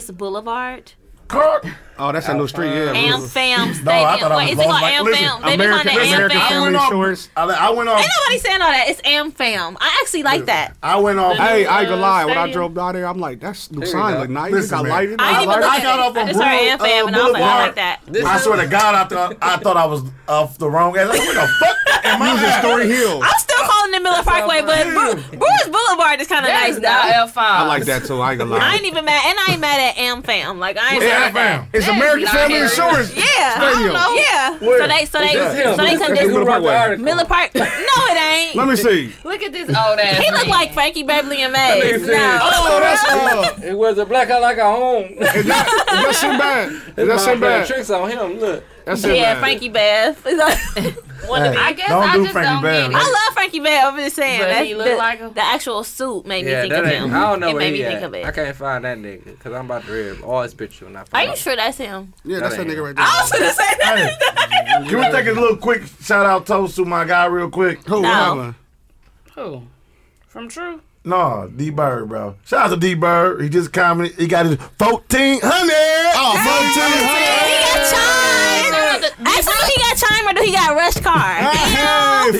Brewers Boulevard, Kirk. Oh, that's a new street. Yeah, Am Listen. Fam Stadium. I thought I Wait, was is it both called like- Am listen, Fam? They just on the American- Am American Fam. family. went Family off- Shorts. I, I went off. Ain't nobody saying all that. It's Am Fam. I actually like that. I went off. I, Hey, I ain't Uh, gonna lie. When I Stadium. drove down there, I'm like, that's new There you sign. go. Look nice. Listen, got man. lighting. I got didn't even lighting. look I got at it. off I on just heard Brewer, Am Fam, uh, and I was like, I Boulevard. like that. This I is- swear to God, I thought I thought I was off the wrong ass. Like, where the fuck am I? Music at? Story Hill. I'm still calling in the Miller Parkway, but Bru- Brewers Boulevard is kind of That's nice though. not L five. I like that too. I ain't gonna lie. I ain't even mad, and I ain't mad at Am Fam. Like I ain't. Yeah, I mad at found. it's That is American not Family him. Insurance. Yeah, I don't Radio. know. Yeah, Where? so they, so they, That's him. so they That's come who this Miller wrote the Parkway. article. Miller Park. No, it ain't. Let me see. Look at this old ass. He looked man. like Frankie Beverly and Maze. nigga said, No. Oh, that's uh, It was a black eye like a home. is that, is that shit bad? Is that That's shit bad? tricks on him. Look. That shit Yeah, bad. Frankie Bev. One of the- I guess Don't I do just Frankie don't Beverly. get it. I love Frankie Bev. I'm just saying. But That's- he look the, like him? the actual suit made me Yeah, think of that him. ain't, I don't know it where made me he think at. of it. I can't find that nigga because I'm about to rib all his picture when I Are find you Oh, out. sure that's him? Yeah, that's that That ain't nigga right there. I was gonna say that. Hey, can we take a little quick shout out toast to my guy real quick? No. Who? What happened? Who? From True. No, D Bird, bro. Shout out to D Bird. He just commented. He got his fourteen hundred. Oh, 1400. He got Chime. Actually, he got Chime or do he got Rush Car? Hey,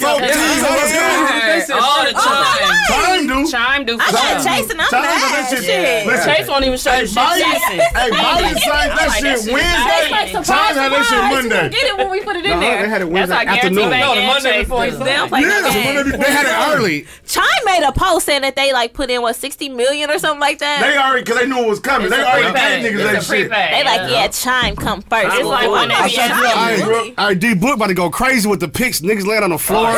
1400. All the time. Time, dude. Chime do I for got sure. Jason. I'm Chime mad. do that shit. Shit. Listen, Chase won't even show you shit. Miley- Jason. Hey, Miley signed that like, shit that shit- Wednesday. That's Time had that shit Monday. Get it when we put it in they had it Wednesday how guaranteed afternoon. back No, end Chase do. They don't play Yeah, no games. they had it early. Chime made a post saying that they like put in what 60 million or something like that. They already, cause they knew it was coming. It's they a already prepaid. paid niggas that It's a shit. prepaid. They like, yeah, Chime come first. It's like one I every shut you up. hour. All right, all right, D Book about to go crazy with the pics. Niggas laying on the floor. Oh,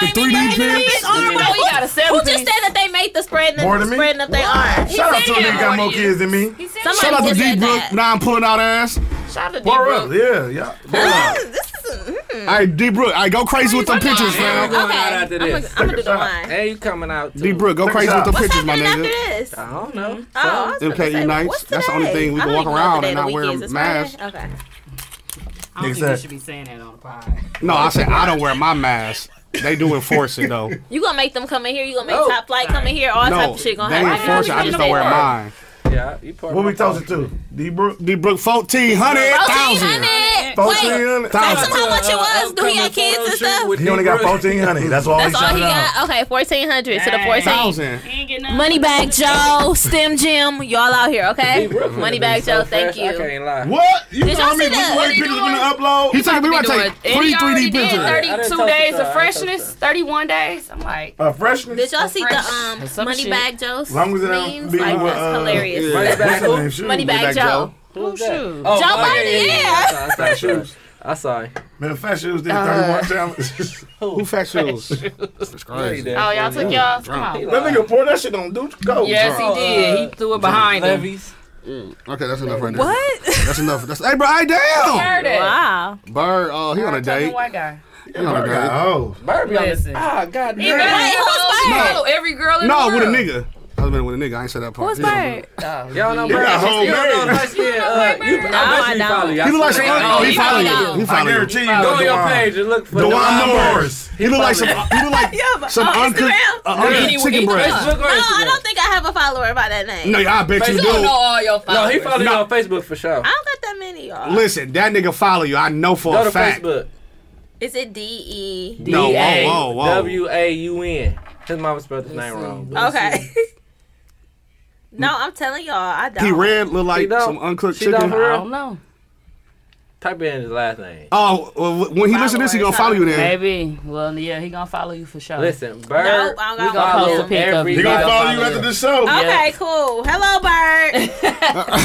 the 3D pics. You know, we got a Who just 17. said that they made the spreading More than me? spreading up their arms? Shout out to a said nigga got it. more kids than me. Somebody Shout out to just D said Book. that. Now I'm pulling out ass. Shout out to Pour D-Book. up. Yeah, yeah. hmm. All right, D Brook. All right, go crazy with them pictures, I'm fam. going Okay, out I'm after gonna, this. I'm gonna do the shot. wine. Hey, you coming out too. D Brook, go Take a crazy with shot. them What's pictures, my happening after nigga. this? I don't know. Oh, I was gonna MK say, Unites, what's that's the only today? thing we I can don't walk even know around today and the not week wear is. It's masks. Friday? I Okay. don't think you Exactly. should be saying that on the pod. No, I said I don't wear my mask. They do enforce it though. You gonna make them come in here? You gonna make No. Top Flight come in here? All type No, of shit they gonna happen. enforce it. I just don't wear mine. Yeah, you part What we of my- toasting to? D Brook. D Brook, fourteen hundred thousand. Wait, Fourteen hundred tell him thousand. how much it was. Do he Upcoming got kids photo and shoot stuff? with He only got Debra. fourteen hundred. That's all he That's all he shouted out. got. Okay, fourteen hundred to the Dang. fourteen. Thousand. He ain't getting nothing. Moneybag Joe, Stem Jim, y'all out here, okay? Brooklyn Moneybag is so Joe, thank fresh, I you. can't lie. What? You Did know y'all how many see white that? What people he gonna upload? He took. We about to doing take and three he already 3D did pictures. I didn't 32 talk to days her. of I freshness, talked 31 days. I'm like, Uh, freshness. Did y'all see the Fresh. um Some shit. Moneybag Joe's long as it don't memes? be Like with, that's uh, hilarious. yeah. Moneybag What's her who? name? Shoot. Moneybag Joe. Who's Joe that? Budden, Oh, Joe oh, yeah, Budden, yeah. I saw it. Shoes. I saw it. Man, fat shoes did thirty-one challenge. Who fat shoes? That's I saw crazy. it. Oh, y'all took y'all. Come on. That nigga poured that shit on Dude, Oh, go. Yes, he drunk. did. He threw it behind him. Levies. Okay, that's enough right now. What? That's enough. That's hey, bro. Hey, damn. Heard it. wow. Bird. Oh, he on a Tell me date. white guy. He on a date. Oh, Barbie on this. Listen. Ah, god He better damn. who's follow- Bird? follow every girl in No, the with a world. nigga. I was been with a nigga. I ain't said that part. What's He was- bird? Y'all know got Barbie. whole Y'all know man. Barbie. Yeah, uh, you, I bet I you don't. follow y'all. He look like some. No, Oh, he he following follow you. He I following you. guarantee you. Go Go on your page Dewan. and look for Dewan Dewan Morris. He look like some. He look like some oh, on uncooked Instagram? uh, uncooked chicken breast. Look No, on I Instagram. don't think I have a follower by that name. No, I bet you You don't know do. all your No, he followers. follow you on Facebook for sure. I don't got that many, y'all. Listen, that nigga follow you. I know for Go a to fact. Facebook. Is it D E? No, D-A- whoa, whoa, whoa. W A U N. His mama spelled his name wrong. but- Okay. no, I'm telling y'all, I don't. He red look She like don't- some uncooked she don't chicken. for I real? don't know. Type in his last name. Oh, well, when he listen to this, he gonna follow you then. Maybe. Well, yeah, he gonna follow you for sure. Listen, Nope, Bird. I don't We gonna got post Follow a pic of He you. everybody. gonna follow you Follow after you. this show. Okay, cool. Hello, Bird.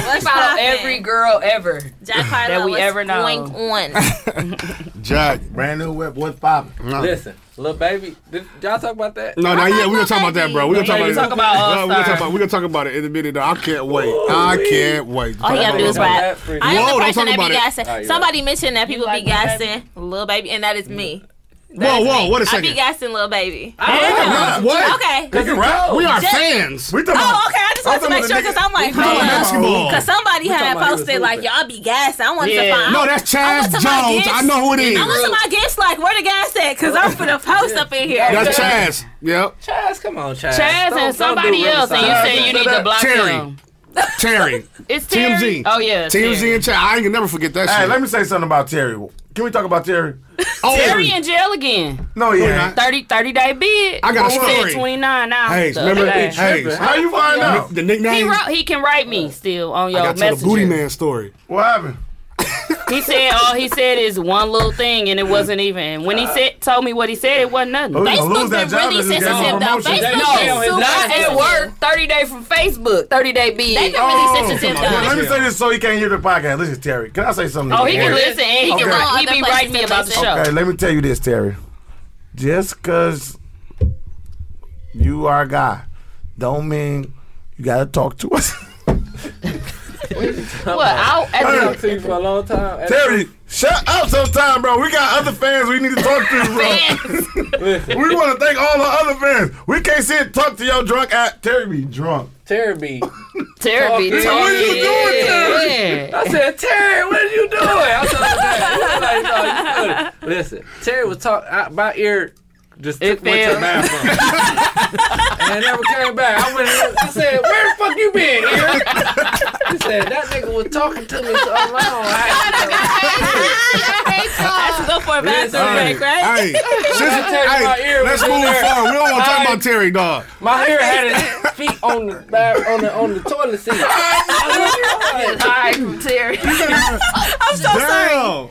What's Follow poppin'? every girl ever. Jack Harlow. we what's ever know. going on? Jack. Brand new whip. What's popping? No, Listen, little baby, did y'all talk about that? no, no, yeah, we gonna talk about that, bro. We gonna talk Yeah, about you it. talk about No, we gonna talk All-Star. about. We gonna talk about it in a minute. Though. I can't wait. I can't wait. All Oh, you gotta do is rap. That freaking- I am Whoa, the don't person talk that about be it. gassing. Alright, you're Somebody mentioned that people like be Lil gassing Lil Baby, and that is me. That Whoa, is whoa, me. wait a I be second. gassing Lil Baby. What? What? Okay. He can rap. We are Jack- fans. We talking Oh, about. okay. I just I'm wanted to talking make sure about the because I'm nigga- like, Talking hold about on. basketball. Because somebody had talking about he posted was like, hooping. y'all be gassing. I wanted Yeah. to find No, out. that's Chaz went to my Jones. gifts. I know who it is. I went to my gifts like, where the gas at? Because I'm finna post up in here. That's Chaz. Yep. Chaz, come on, Chaz. Chaz and somebody else, and you say you need to block Terry. him. Terry. It's Terry. TMZ. Oh yeah, TMZ and Chaz. I ain't gonna never forget that Hey, shit. let me say something about Terry. Can we talk about Terry? oh, Terry in jail again. No, he Who ain't. 30, 30 day bid. I got a He said story. 29 now. Hey, The remember? other day. Hey, tripping. How you find out? the He nickname. wrote. He can write me still on I your got told messages. the booty man story. What happened? He said all he said is one little thing, and it wasn't even. When he said told me what he said, it wasn't nothing. Oh, Not he gonna Facebook's lose that been job really that just gave him a sensitive, though. promotion. Facebook- No, Super at sensitive. Oh, work. Thirty day from Facebook. Thirty day They bid. been really sensitive, Well, though. let me say this so he can't hear the podcast. Listen, Terry, can I say something? to Oh, he you? can listen and he Okay. can write. He be Other writing me places about the to show. Okay, let me tell you this, Terry. Just because you are a guy, don't mean you gotta talk to us. What? I'll, I've at to you for a long time. Terry, shut up sometime, bro. We got other fans we need to talk to, bro. the Listen, we want to thank all our other fans. We can't sit and talk to your drunk ass. Terry be drunk. Terry B. therapy. Talk to you. What you doing, I said, Terry, what are you doing? I said, "Terry, what are "Oh, you doing?" Listen, Terry was talking. My ear just It took went to the failed. bathroom. and it never came back. I went. and looked. I said, "Where the fuck you been, ear?" He said, "That nigga was talking to me so long." I That's go for a bathroom Hey, break, right? hey, since- Terry, my hey, ear let's was move in there. forward. We don't want to talk I- about Terry, dog. my ear had his feet on the bath, on the on the toilet seat. I looked, Hi, from Terry. I'm so sorry.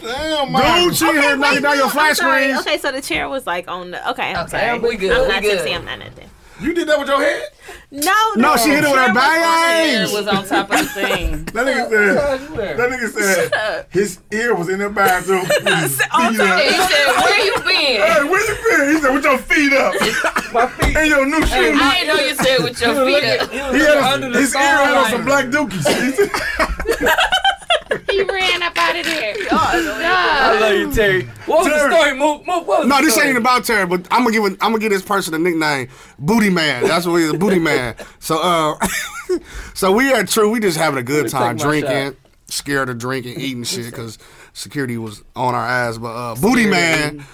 Damn. Damn, Dude, she here Wait, knocking no, down your I'm flash sorry. screens. Okay, so the chair was like on the. Okay, I'm Okay, sorry. we good, I'm we not good. tipsy. I'm not nothing. You did that with your head? No, No, the she hit it with chair her was on bang. the- It was on top of the thing. That nigga "What said. you doing?" That nigga said his ear was in the bathroom. I'm sorry. He said, "Where you been?" Hey, where you been? He said, with your feet up My feet. and your new shoes. I didn't know you said with your Look feet at, up. he He was had under a, the his ear had on starlight. some black dookies. He said- He ran up out of there. I love you, Terry. What was Terry. the story, Mook? Mook, what was No, the this story? ain't about Terry, but I'm gonna give it, I'm gonna give this person a nickname, Booty Man. That's what he is, Booty Man. So, uh, so we at True, we just having a good me time take my drinking, scared of drinking, eating shit because security was on our ass. But uh, Booty Man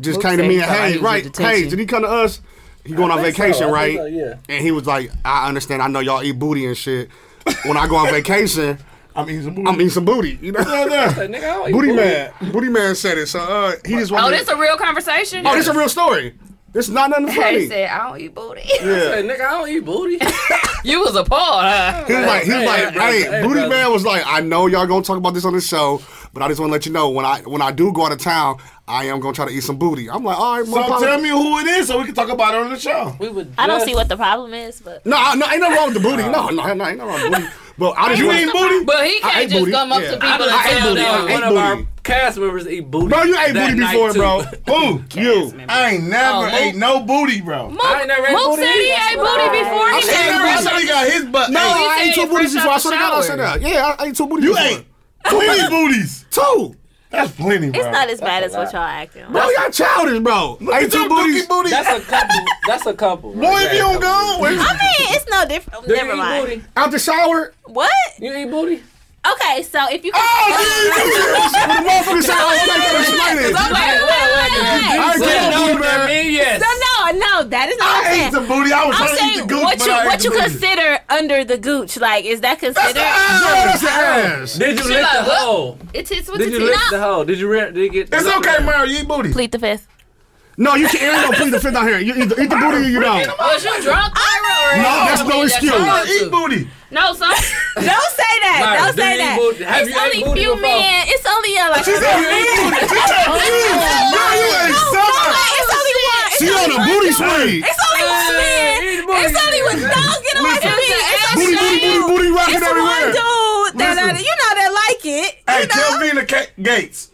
just Mook came to said me he and thought I hey, needed right, hey, detention. did he come to us? He going on think so, vacation, I think right? so, yeah. And he was like, I understand. I know y'all eat booty and shit. When I go on vacation, I'm eating some booty. I'm eating some booty. You know what I'm Hey, saying? nigga, I don't eat Booty man, booty man said it. So uh, he just wanted. Oh, to- this a real conversation. Oh, this a real story. This is not nothing He funny. said, "I don't eat booty." Hey, nigga, I don't eat booty. You was appalled, huh? He was like, he was Hey, like, brother. hey, Hey, Booty brother. Man was like, I know y'all gonna talk about this on the show, but I just want to let you know when I when I do go out of town, I am gonna try to eat some booty. I'm like, all right, So no problem. tell me who it is so we can talk about it on the show. We would I don't just- see what the problem is, but No, I- no, ain't nothing wrong with the booty. No, no, no, ain't nothing wrong with booty. But I just Oh. You wanna- ain't booty? But he I can't ate just booty, come up yeah. to people I done, and I ate ate tell booty. I One ate them. of our booty. cast members eat booty. Bro, you ate that booty night, before, too. bro. Who? You. I ain't never Oh, Mook- ate no booty, bro. I ain't never ate Mook booty said he either. ate booty before. I'm He saying said, that That's how he got his butt. No, ate. I ate said two it booties fresh before. I out the swear to God, I said shower. that. Yeah, I ate two booties. you before. ate plenty booties. two. That's plenty, bro. it's not as bad as what y'all acting. on. Bro, y'all childish, bro. Look ate at two your booties. dookie booty. That's a couple. That's a couple. Boy, if you don't go, Oh, wait. I mean, it's no different. do you Never eat mind. booty? Out the shower. What? You eat booty? Okay, so if you. Oh, yeah, yeah, yeah. When the motherfucker said I was like, explain it. Wait, wait, wait, wait, wait. I Well, can't no, believe that that. mean yes. No, no, no. That is not what I'm I ate saying. the booty. I was I'm trying to eat saying the goose, what but you I ate what the you booty. consider under the gooch. Like, is that considered? That's the ass. Did you lick like, the what? hole? It hits with Did the you lick teeth. the hole? Did you re- did you get? It's okay, Mario. You eat booty. Plead the fifth. No, you can't. Ain't no please the fifth out here. You either eat the booty or you don't. Was you drunk, Tyra? Or No, that's I no mean, excuse. your I Mario, eat attitude. booty. No, son. Don't say that. Myra, do you Don't say eat that. booty? Have it's you ate only booty few before? men. It's only uh, like. She said you no, eat booty. She said you. Girl, you ate no, something. it's only one. It's She on only a one booty dude. swing. It's only one man. eat booty. It's only one. Don't get away from me. It's only Booty, booty, booty, booty rocking It's one everywhere. dude that uh, Listen. you know that like it. Hey, You know? tell me the ca- Gates.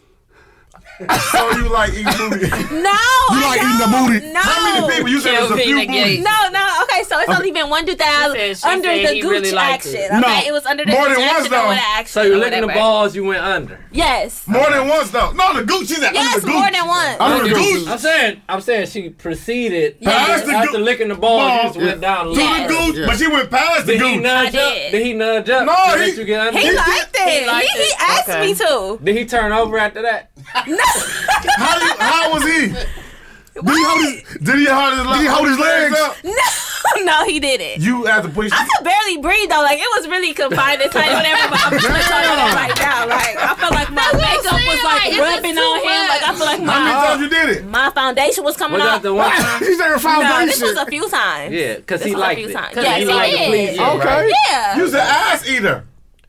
I saw you like eating booty. No, You I like don't. eating the booty. No. How many people? You said there's a Kelvin few the booties. Gates. No, no. Okay, so it's only been one dude that She said- she I under said the he Gucci really liked action. it. Okay, No, it was under the more than Gucci once, action or though. what action. So you're or licking the whatever. balls. You went under. Yes. More than once though. No, the Gucci. That Yes, the Gucci. more than once. I'm the Under Gucci. I'm saying. I'm saying she proceeded Past after, the after goo- licking the balls. Ball. you just went down. To low. Yes. the Gucci, Yeah. but she went past the Did he Gucci. nudge I up? did. Did he nudge up? No, to he- let you get under? He liked it. He, liked he, it. asked Okay. me to. Did he turn over after that? How, you, how was he? Did he hold his? Did he hold his, Did he hold his legs? up? No, no, he didn't. You had to push. I could barely breathe though. Like it was really confined and tight. Whatever. But I'm just gonna tell you that right now. Like I felt like my That's what makeup I'm was saying, like like, it's rubbing just on too him. much. Like I feel like How many Uh, my times you did it? my foundation was coming Oh. Was off. that the one time? He's there No, this foundation. was a few times. Yeah, cause This he was a liked few it. times. 'Cause Yes, he he liked to did. please you, Okay. right? Yeah. You was an ass eater.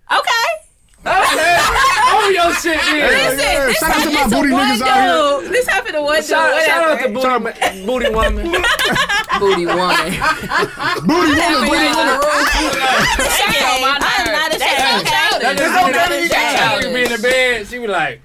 Okay. Oh, your shit is. Listen, this Shout out to my happened to booty one niggas out dude. This happened to one dude. Shout, shout out to Whatever. Booty, Ma- booty Woman. Booty woman. Booty woman, booty Yeah. woman. That's Shame. I'm shame. I'm not not ashamed. That's just I'm okay. not She ashamed. would be in the bed. She be like,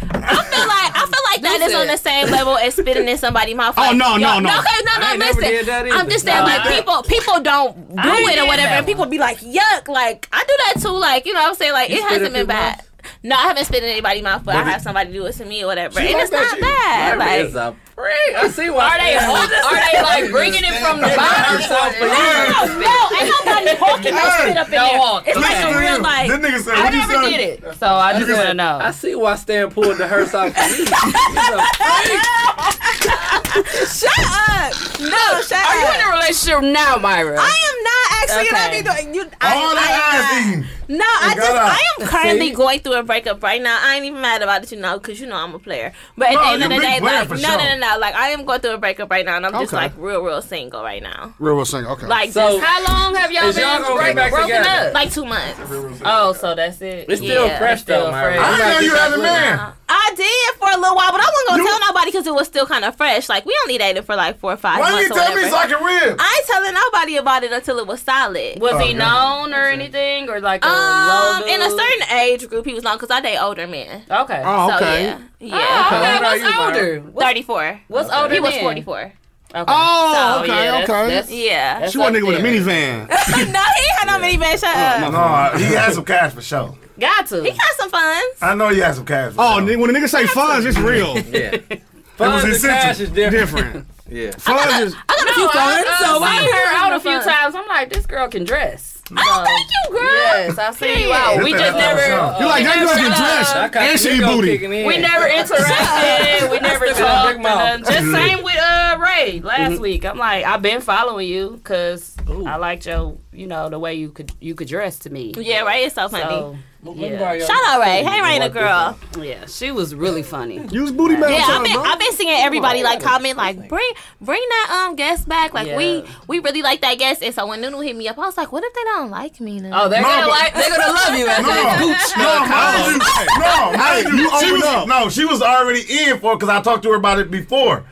I feel like I feel like that is Listen. on the same level as spitting in somebody's mouth. Oh, Like, no, no, y'all- no. Okay, no, no. I ain't never listen, did that either. I'm just saying, No, like I- people, people don't do ain't it or did whatever, that and people be like, "Yuck!" Like I do that too. Like you know, what I'm saying, like You it spit in hasn't been people's bad. mouth? No, I haven't spit in anybody's mouth, but, I have somebody do it to me or whatever, and it's not bad. Larry Like is a freak. I see why. Are they are they like bringing it from the bottom? Yourself for no, years. no, ain't nobody hawking no spit up in No there. hawk. It's like Okay. a real like. That nigga said, I what you never said? did it, so I just want to I know. see why Stan pulled the hearse off. for you. He's a Shut up! uh-uh, No, shut Are you in up. a relationship now, Myra? I am not actually Okay. gonna be doing you. I, All I, that ass eating. No, I just got out. I am currently See? going through a breakup right now. I ain't even mad about it, you know, because you know I'm a player. But at No, the end you of the big day, player like for no, sure. no, no, no, like I am going through a breakup right now, and I'm just Okay. like real, real single right now. Real, real single. Okay. Like So- just How long have y'all Is y'all been gonna get break, back broken together? up? like two months. Oh, so that's it. It's still Yeah, fresh it's though, still Myra. fresh. I didn't know you had a man. I did for a little while, but I wasn't gonna tell nobody because it was still kind of fresh. Like we only dated for like four or five Why months. you or tell me whatever. so I can rib? I ain't telling nobody about it until it was solid. Was he Oh, God. known or anything, or like a low Um, dude? in a certain age group, he was long because I date older men. Okay. oh, So okay. Oh, Ah, yeah, yeah. What okay. about you, What's Myra? older? What's, Thirty-four. what's older? He was than? forty-four. Okay. Oh, So, okay, yeah, that's- okay. that's- Yeah. that's she wasn't up nigga with a there. minivan. no, he ain't had no minivan. Shut up. No, he had some cash for sure. Got to. He got some funds. I know he had some cash for Oh, sure. nigga, when a nigga say funds, it's real. Yeah. Funds and essential. cash is different. Different. Yeah. Funds is. I got a few No, funds. I, so so why I you her out a few times? times. I'm like, this girl can dress. Oh, thank you, girl. Yes, I see you Period. out. We This just thing is never. Oh, awesome. You like that girl Shut can That up. dress kind and of she ego booty. kicking in. We never interacted. we never Stick out big talked. mouth. and, uh, Just same with uh, Ray last Mm-hmm. week. I'm like, I've been following you because Ooh. I liked your, you know, the way you could you could dress to me. Yeah, Ray is so funny. So, yeah. Shout out Ray. Hey, Ray, the girl. yeah, she was really funny. Use booty man. Yeah, I'm I've talking been about. I've been seeing everybody like comment like bring bring that um guest back. Like we Yeah. we really like that guest. And so when Nunu hit me up, I was like, what if they don't like me? Now? Oh, they're No, gonna but- like, they're gonna love you. after that. No, no, mind you, no, mind you, she was, no, she was already in for it because I talked to her about it before,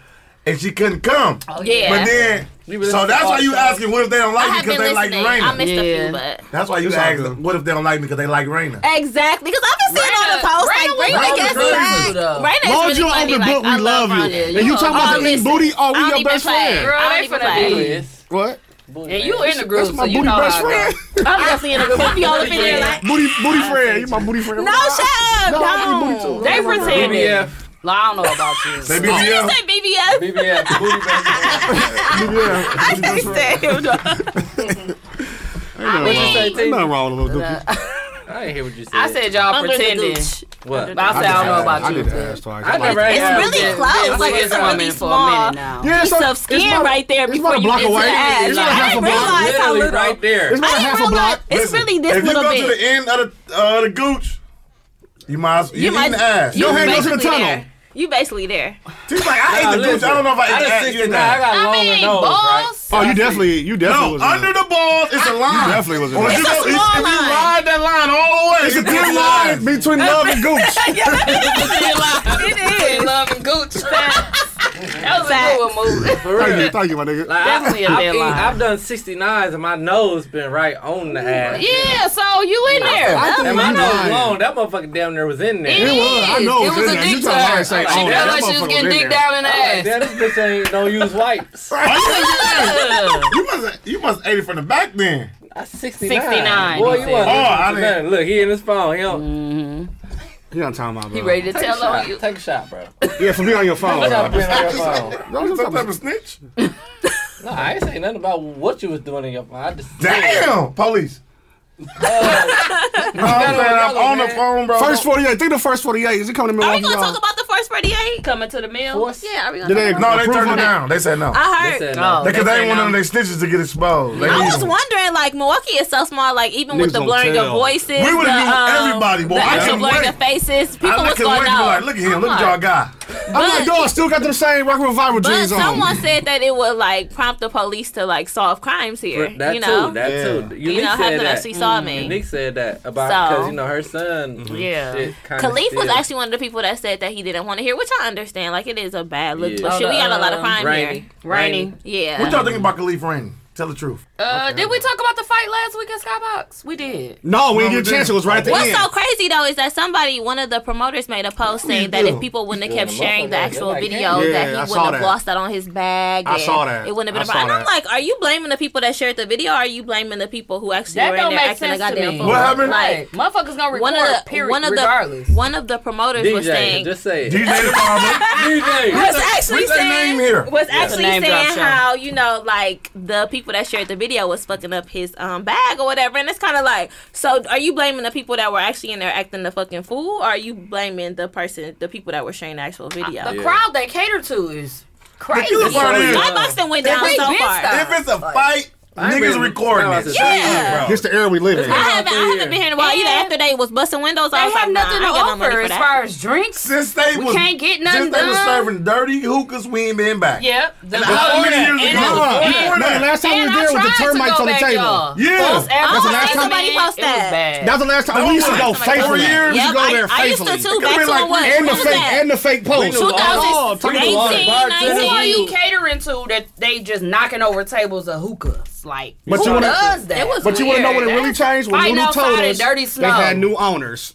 and she couldn't come. Oh, yeah. But then, You were so that's why listening you to asking what if they don't I like me have because been they like listening. I Raina. missed a Yeah. few, but That's why you It's all asked good. what if they don't like me because they like Raina. exactly because I've been seeing all the Raina- posts Raina like bring was the really guest good, back. though. Raina's Long as really you an funny. open Like, book, I we love you. Raina. And you talking about the eating listen, booty? Oh, I we don't your even best play. friend. Girl, I they don't even finna play. be- Yes. What? And you in the group, That's so my you booty know best how I friend. go. I'm definitely in a group. We all up in there like, Booty, booty friend. You my booty friend. no, shut up. No, I need booty No. too. They pretending. BBF. Like, I don't know about you. They be yeah. Say BBF. BBF. Booty best friend. Yeah. I can't stand him. though. What'd you say, T? Ain't nothing wrong with a little dookie. I didn't hear what you said. I said y'all Under the pretending. gooch. what? But I said I don't know about I you. did the ass twice. I never It's had really that. close. Been like with it's this a woman really for small. a minute now. Yeah, Piece it's a- of skin it's about- right there it's about before a you block get to away. the ass. It's about Like, I half a didn't block. realize how Literally little. right there. It's about I half didn't a realize block. it's really if this you little go bit. to the end of the uh, the gooch, you might as you, might- eating ass. Your hand goes to the basically tunnel. there. You basically there. She's like, I Nah, ate the gooch. listen. I don't know if I ate the done ass. You 69. ate the I ass. got I longer mean, nose, right? balls. Oh, you definitely, you definitely No, was under the balls is a line. definitely was in Or there. if you a It's go- if- small if you line. ride that line all the way, It's a thin line between love and gooch. It is. Love and Gooch. that was a good one, move. For Thank real. you, thank you, my nigga. Like, Definitely a I, dead I've, eat- line. I've done 69s and my nose been right on the ass. Yeah, so you in there. I think And my you nose lying. long. That motherfucker damn near was in there. It It was. I know It it's was in a there. You dick trying to hard turn. say, She oh, felt that like she motherfucker was getting was in dick there. down in the Like, ass. damn, this bitch ain't don't use wipes. You must you must ate it from the back then. I 69. 69, Boy, he you said. wasn't Oh, I listening to didn't- nothing. Look, he in his phone. He don't. You know what I'm talking You about, ready to bro. Take, a tell on shot. Mm. you? Take a shot, bro. Yeah, for me on your phone. Stop bro. being on your phone. Don't you some type of snitch? No, I ain't saying nothing about what you was doing in your phone. I just said, Damn, police. no, I'm Yellow, saying I'm yellow, on the man. phone, bro. First 48. Think the first 48. Is it coming Are to we Milwaukee? gonna y'all? talk about the first forty-eight? Coming to the mill? Yeah, are we gonna? Talk Did they about no, they approve turned on it that? down. They said no. I they heard. said no. Oh. Because they They ain't want said none of no. their snitches to get exposed. They I need was them. wondering, like Milwaukee is so small. Like even with Niggas the gonna blurring of tell. voices, We would've the, knew um, everybody, boy. the I actual couldn't blurring wait. of faces. I People was couldn't going wait to be out. like, look at him, I'm look at like, y'all guy. I'm like, dog, still got them same rock revival But jeans someone on. said that it would like prompt the police to like solve crimes here. that you know, too. That Yeah. too. you Unique know, said that. Mm. having Mm-hmm. actually saw me. Unique said that about So- because you know her son. Yeah. shit kinda Khalif was still- actually one of the people that said that he didn't want to hear, which I understand. Like it is a bad look, Yeah. but shit, we got a lot of crime rainy. Rainy. here. Yeah. What y'all think about Khalif Rain? Tell the truth. Uh, did we talk about the fight last week at Skybox? We did. No, we No, we didn't get a chance. It didn't. was right at the What's end. so crazy though is that somebody, one of the promoters, made a post saying that if do? people wouldn't have Yeah, kept the sharing the motherfucker, actual they're like, video, yeah, that I he wouldn't saw have that. lost that on his bag. I and saw that. It wouldn't have been I a saw problem. And I'm that. like, are you blaming the people that shared the video? Or are you blaming the people who actually That were in don't there make acting a sense to goddamn me. fool? What happened? Like, Like, motherfuckers gonna record. one of the period, one of the regardless. one of the promoters was DJ, saying just say it. DJ the Barber. was DJ. actually What's that saying name here? was actually The name drop saying show. how you know like the people that shared the video was fucking up his um bag or whatever, and it's kind of like so are you blaming the people that were actually in there acting the fucking fool, or are you blaming the person the people that were sharing the actual video? the crowd they cater to is crazy. killer part is- My Buxton went down They so been far. stopped. If it's a fight, I ain't niggas been- recording No, I it. said- Shut up, Yeah. bro. It's the era we live in. I haven't, I Yeah. haven't been here in a while either. And- After they was busting windows, I They was like, have nothing nah, I ain't got no to money offer for as that. far as drinks. Since they We was, can't get nothing Since they was done. serving dirty hookahs, we ain't been back. Yep. The and How many years and ago? I- Before and- that. Man, last time we and were I there was the tried to go termites on the back, table. y'all. Yeah. Post after That's the post, last time- Somebody post It was that. bad. That's the last time. we used to go Somebody posted faithfully. that. We used to Yep, go I, there I used to faithfully. too. could've Back been to like- like, what? And the When was fake that? and the fake post. knew all- Oh, 2018, all- 19. Who are you catering to that they just knocking over tables of hookahs? Like, But who you wanna- does that? It was But you want to know weird. what it really changed? When Fighting Lulu outside told in us dirty they snow. had new owners.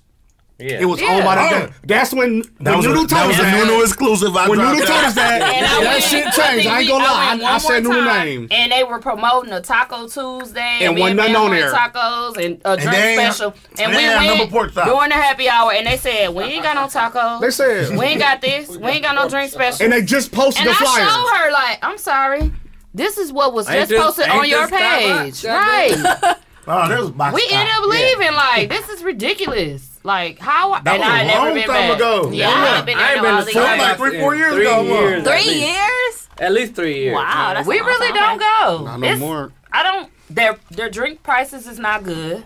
Yeah. It was owned by Yeah. Oh. the. That's when That when was, Nunu a, that told us was a Nunu that. exclusive. I When dropped Nunu it. told us that, And I that went- I shit changed. think I ain't we- gonna lie. went I, I one said more Nunu time, name. And they were promoting a Taco Tuesday And wasn't Ben nothing on Ben there. tacos and a drink they ain't- special. And they we ain't had went number pork chop. during the happy hour, and they said we ain't got no tacos. They said. we ain't got this. We ain't got no drink special. And they just posted And the I flyer. showed her like, I'm sorry. This is what was Ain't just this- posted ain't on your this Starbucks? page, right? Oh, there was a box We of ended pop. up leaving. Like this is ridiculous. Like how? I, That and I was a never long been time back. ago. Yeah, I haven't been I there ain't in been all to these Starbucks years. Starbucks three, in four years three ago, huh? years, at Three least. years? At least three years. Wow, that's We a long really time. don't go. Not no It's- more. I don't. Their their drink prices is not good.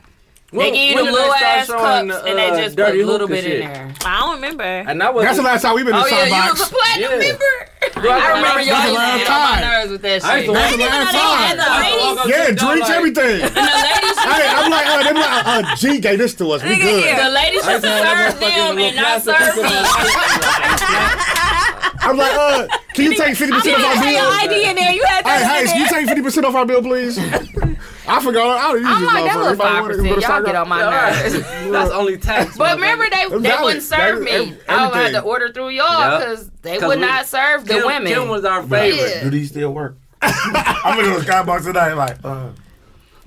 When- They give you when the did they little start ass showing cups the, and they uh, just put a dirty little hookah bit shit? in there. I don't remember. And I was. That's the last time we've Oh, been to Starbucks. Yeah. platinum I remember y'all That's used the to last get on my time. nerves with I that used shit. to walk That's the up- last They had the time. I used to ladies- walk up to Yeah, the door drinks like- everything. And the ladies, Hey, I'm like, uh, they be like, uh, uh, G gave this to us. We Nigga, good. yeah. the ladies I should used to have serve that motherfucker in them the and not little serve me. plastic- I'm like, uh, can you take 50% of You our had bill? your ID in there. You had Hey, that hey, in can you there. take fifty percent off our bill, please? I forgot. I don't use I'm this like, that motherfucker. little If I five wanted to percent. go to Y'all Starbucks- get on my nerves. That's only tax. But motherfucker. remember, they, they valid. wouldn't serve That is me. ev- I would have to everything. order through y'all Yep. because they 'Cause would we- not serve the Kim, women. Kim was our favorite. Yeah. Do these still work? I'm gonna go to Skybox tonight. Like, uh,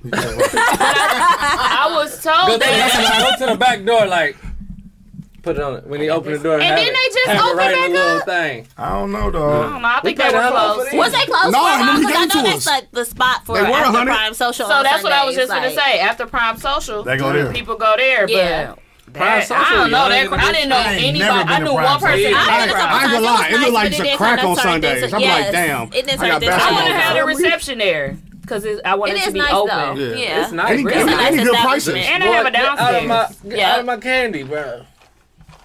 these still work. I was told They that. have to go to the back door, like put it on it when he opened the door. And have then it- they just have it open right in back the little up. Thing. I don't know, I don't dog. know, I think We they paid were a hundred close. for Was this. they closed for a No, and while? then 'Cause he gave I it to know that's us. like the spot for They were after 100. prime social. So on that's what I was Sundays, just gonna like- say. After prime social, They go there. people go there. Yeah. But Prime that- I Social, don't know. y'all That, ain't I didn't know I ain't anybody. never been I to knew Prime one person. Social. Yeah. I, I, didn't I ain't know. gonna Sometimes it lie, it was nice, looked like but some it crack didn't on turn into- Sundays. I'm yes, like, damn, it didn't I turn I into- I got want basketball. to Yeah. have tomorrow. a reception there because I want It it to is be nice open. though. Yeah. Yeah. It's nice. Any- bro. any- It's a nice any good prices. establishment. And they have a Get out of my, downstairs. get Yeah. out of my candy, bro.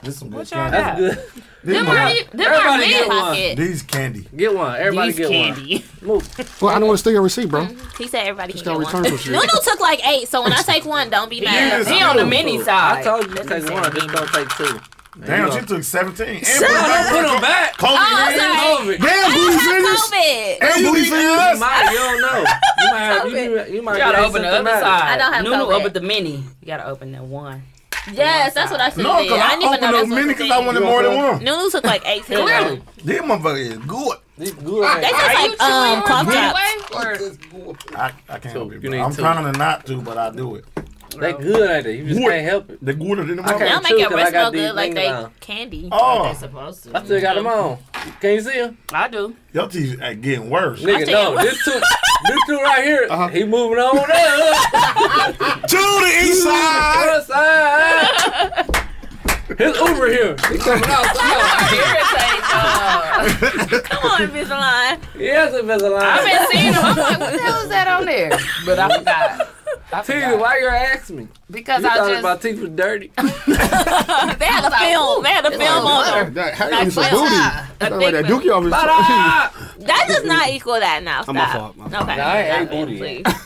This some good What y'all candy. That's good. This Them my- already, them Everybody already get one. Pocket. These candy. Get one. Everybody These get candy. one. Move. Well, I know it's still your receipt, bro. He said everybody can Got get return one. some shit. Nunu took like eight, so when I take one, don't be mad. is- He on the mini I side. told you to take one. Just don't take two. Damn, she took 17. And put Bro, don't back. put them back. COVID. I'm sorry. COVID. Damn, booty fingers. COVID. And booty You You fingers. might, you don't know. You might have, you, you might You gotta get open the other asymptomatic. side. I don't have Nunu COVID. open the mini. You gotta open that one. Yes, that's what I said. No, because I didn't I even know opened that's up what many it because I was. wanted You more than want one. Nunu took like eight. too. Clearly. These motherfuckers is good. These good. They just like um cough drops. drops. I, I can't help it. you bro. need I'm two. trying to not to, but I do it. They good at it. You just What? can't help it. The good in the Okay. They'll motherfucker. make True, your 'cause I got breath smell these good like things they now. candy. They Oh, supposed to. I still got them on. Can you see them? I do. your teeth are getting worse. Nigga, tell you no. what. This two, this two right here. Uh-huh. He moving on up. To the east side. Other side. His Uber here. He coming out. Irritate, dog. Come on, Invisalign. Yes, Invisalign. I've been seeing them. I'm like, what the hell is that on there? But I forgot. I Tina, forgot. why you ask me? Because you I thought just my teeth were dirty. They had a film. They had a film on her. That, how you getting some Like, booty? ah, That's not like that addictive. dookie off his Ta-da! That does not equal that now. my Stop. fault, my fault. uh, Okay. Nah, I ain't Stop it, booty.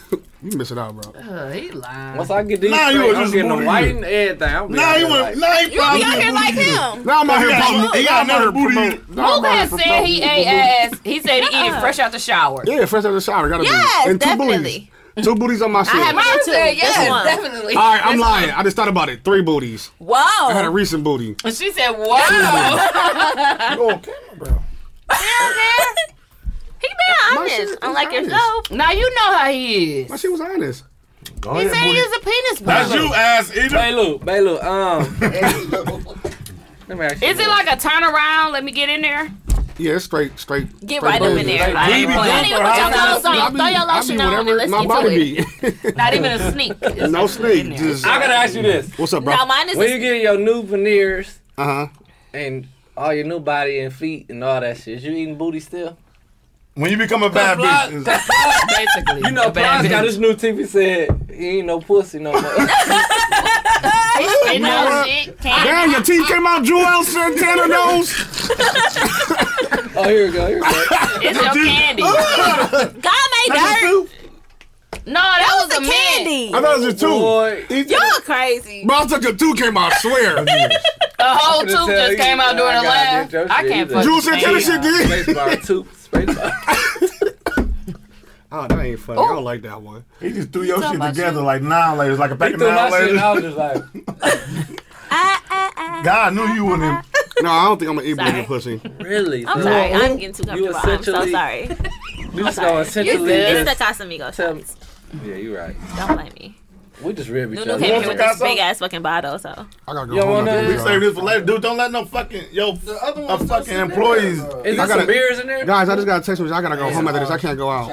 please. You missing out, bro. Uh, he lying. Once I get these, Nah, you straight, was I'm just getting them booty white eating. and everything. I'm being Nah, you like- want nah, You be out here like him. Now I'm out here promoting. He got another booty. promoting. Luke has said he ate ass. He said he ate it Uh-uh. fresh out the shower. Yeah, fresh out of the shower. Gotta Yes, be. And two definitely. booties. Two booties on my shit. I have I mine too. said yes, this one. definitely. All right, I'm lying. I just thought about it. Three booties. I had a Whoa. recent booty. And she said, "Wow." You on camera, bro. he been My shit honest, is unlike honest. yourself. now you know how he is. But she was honest. Go He ahead, said he booty. was a penis That's button. you, ass eater. Hey, look, hey, look. Um, let me ask you Is it this. like a turnaround? Let me get in there. Yeah, it's straight, straight. Get straight right up in booty. there. Like, I ain't baby playing. Don't even bumper, put your I be- clothes I on. be- Throw your I be lotion on and whatever let's my get to it. body be. Not even a sneak. no snake. there. Just, I gotta ask you this. what's up, bro? Now mine is When you get your new veneers uh huh. and all your new body and feet and all that shit, you eating booty still? When you become a bad Fly- bitch, it's- Basically, You know, a bad Plaz got bitch. his new TV said he ain't no pussy no more. Ain't You know no what? shit. Damn, your teeth came out, Joel Santana nose. oh, here we go. Here we go. It's your candy. God made dirt. Two? No, that, That was a man. candy. I thought it was your Boy, two. He- Y'all crazy. Bro, I thought your two came out. I swear. A whole I'm gonna tell tooth just you, came out I during the gotta laugh. get your I shit can't either. fucking Joel Santana stand. shit did. spacebar two, spacebar. Oh, that ain't funny. I don't like that one. he just threw your shit about together like nine layers, like a He pack of threw my nine shit, and I layers. was just like, I, I, I. God knew you wouldn't. No, I don't think I'm gonna eat booty Sorry. pussy. really? I'm So sorry. I'm getting too comfortable. I'm so essentially- sorry. You just gonna essentially It's the just Casamigos. tell me. shots. Yeah, you're right. Don't blame me. We just rib each Nunu other. came want here some with this Casa? big ass fucking bottle, so. I gotta go You don't home. want after none of this, Save y'all. this for later, dude. Don't let no fucking yo a fucking employees. Is I there gotta- some beers in there? Guys, I just got a text message. I gotta go home after this. I can't go out.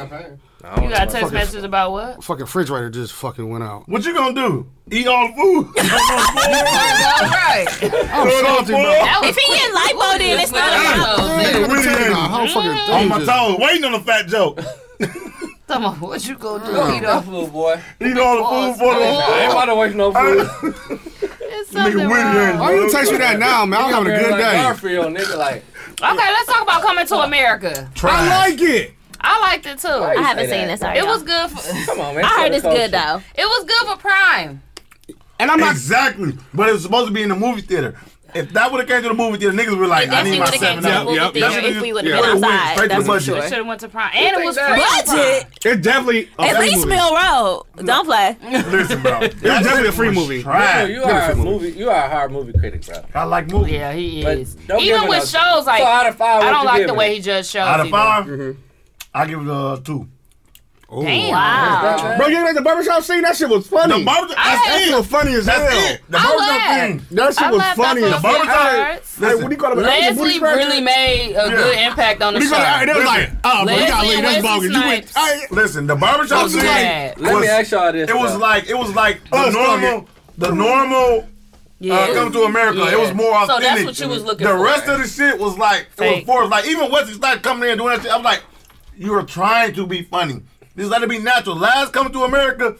You got a text message about what? Fucking refrigerator just fucking went out. What you gonna do? Eat all the food? All right. I'm salty, bro. If he in lipo, then it's not a problem. Man, I'm telling you, how on my fucking things toes, waiting on a fat joke. Come on, what you gonna do? Eat No up. food, boy. Eat all the food for I ain't the about to waste no food. It's nigga something Whitney wrong. ain't Why you text me that now, man? I'm having a Compared good like day. Garfield, nigga, like Okay, let's talk about coming to America. I like it. I liked it too. I you haven't say seen that? this. Sorry. It was y'all. good. For, come on, man. I heard it's Culture. good though. it was good for Prime. And I'm not. Exactly. But it was supposed to be in the movie theater. If that would have came to the movie theater, niggas were like, It I need definitely my would have came seven to the out. movie yep, theater that's if what we you- would have yeah. been Would've went outside. straight to That's the for budget. sure. It should have went to Prime, and it was think free. that- Budget. It's definitely a At free least movie. Mill Road. Don't play. Listen, bro. It was definitely a free movie. Bro, you Right. are a movie. You are a hard movie critic, bro. I like movies. Yeah, he But is. don't give Even it up. with shows like so out of five, I what don't you like the giving way it? he judges shows. Out of either. 5 Mm-hmm. I give it a two. Ooh. Damn. Wow. Bro, you ain't at the barbershop scene? That shit was funny. The barber, That that's shit it. was funny as That's hell. it. The I barbershop laughed. thing. That shit I was laughed at funny. those The barber- big barbershop- words. Hey, what do you call it? Leslie really made a good impact on the What do show. you call it? They was like, oh, bro, you gotta Leslie leave. That's bogus. Wesley You went. Snipes. I- Listen, the barbershop Was scene. mad. Let was- me ask y'all this. It was though. like it was like the Us, fuck normal, the normal. Uh, come to America. Yeah. It was more So authentic. that's what you was looking The for. rest of the shit was like it was Fake. forced. Like even Wesley Snipes coming in and doing that shit. I'm like, you are trying to be funny. Just let it be natural. Last coming to America,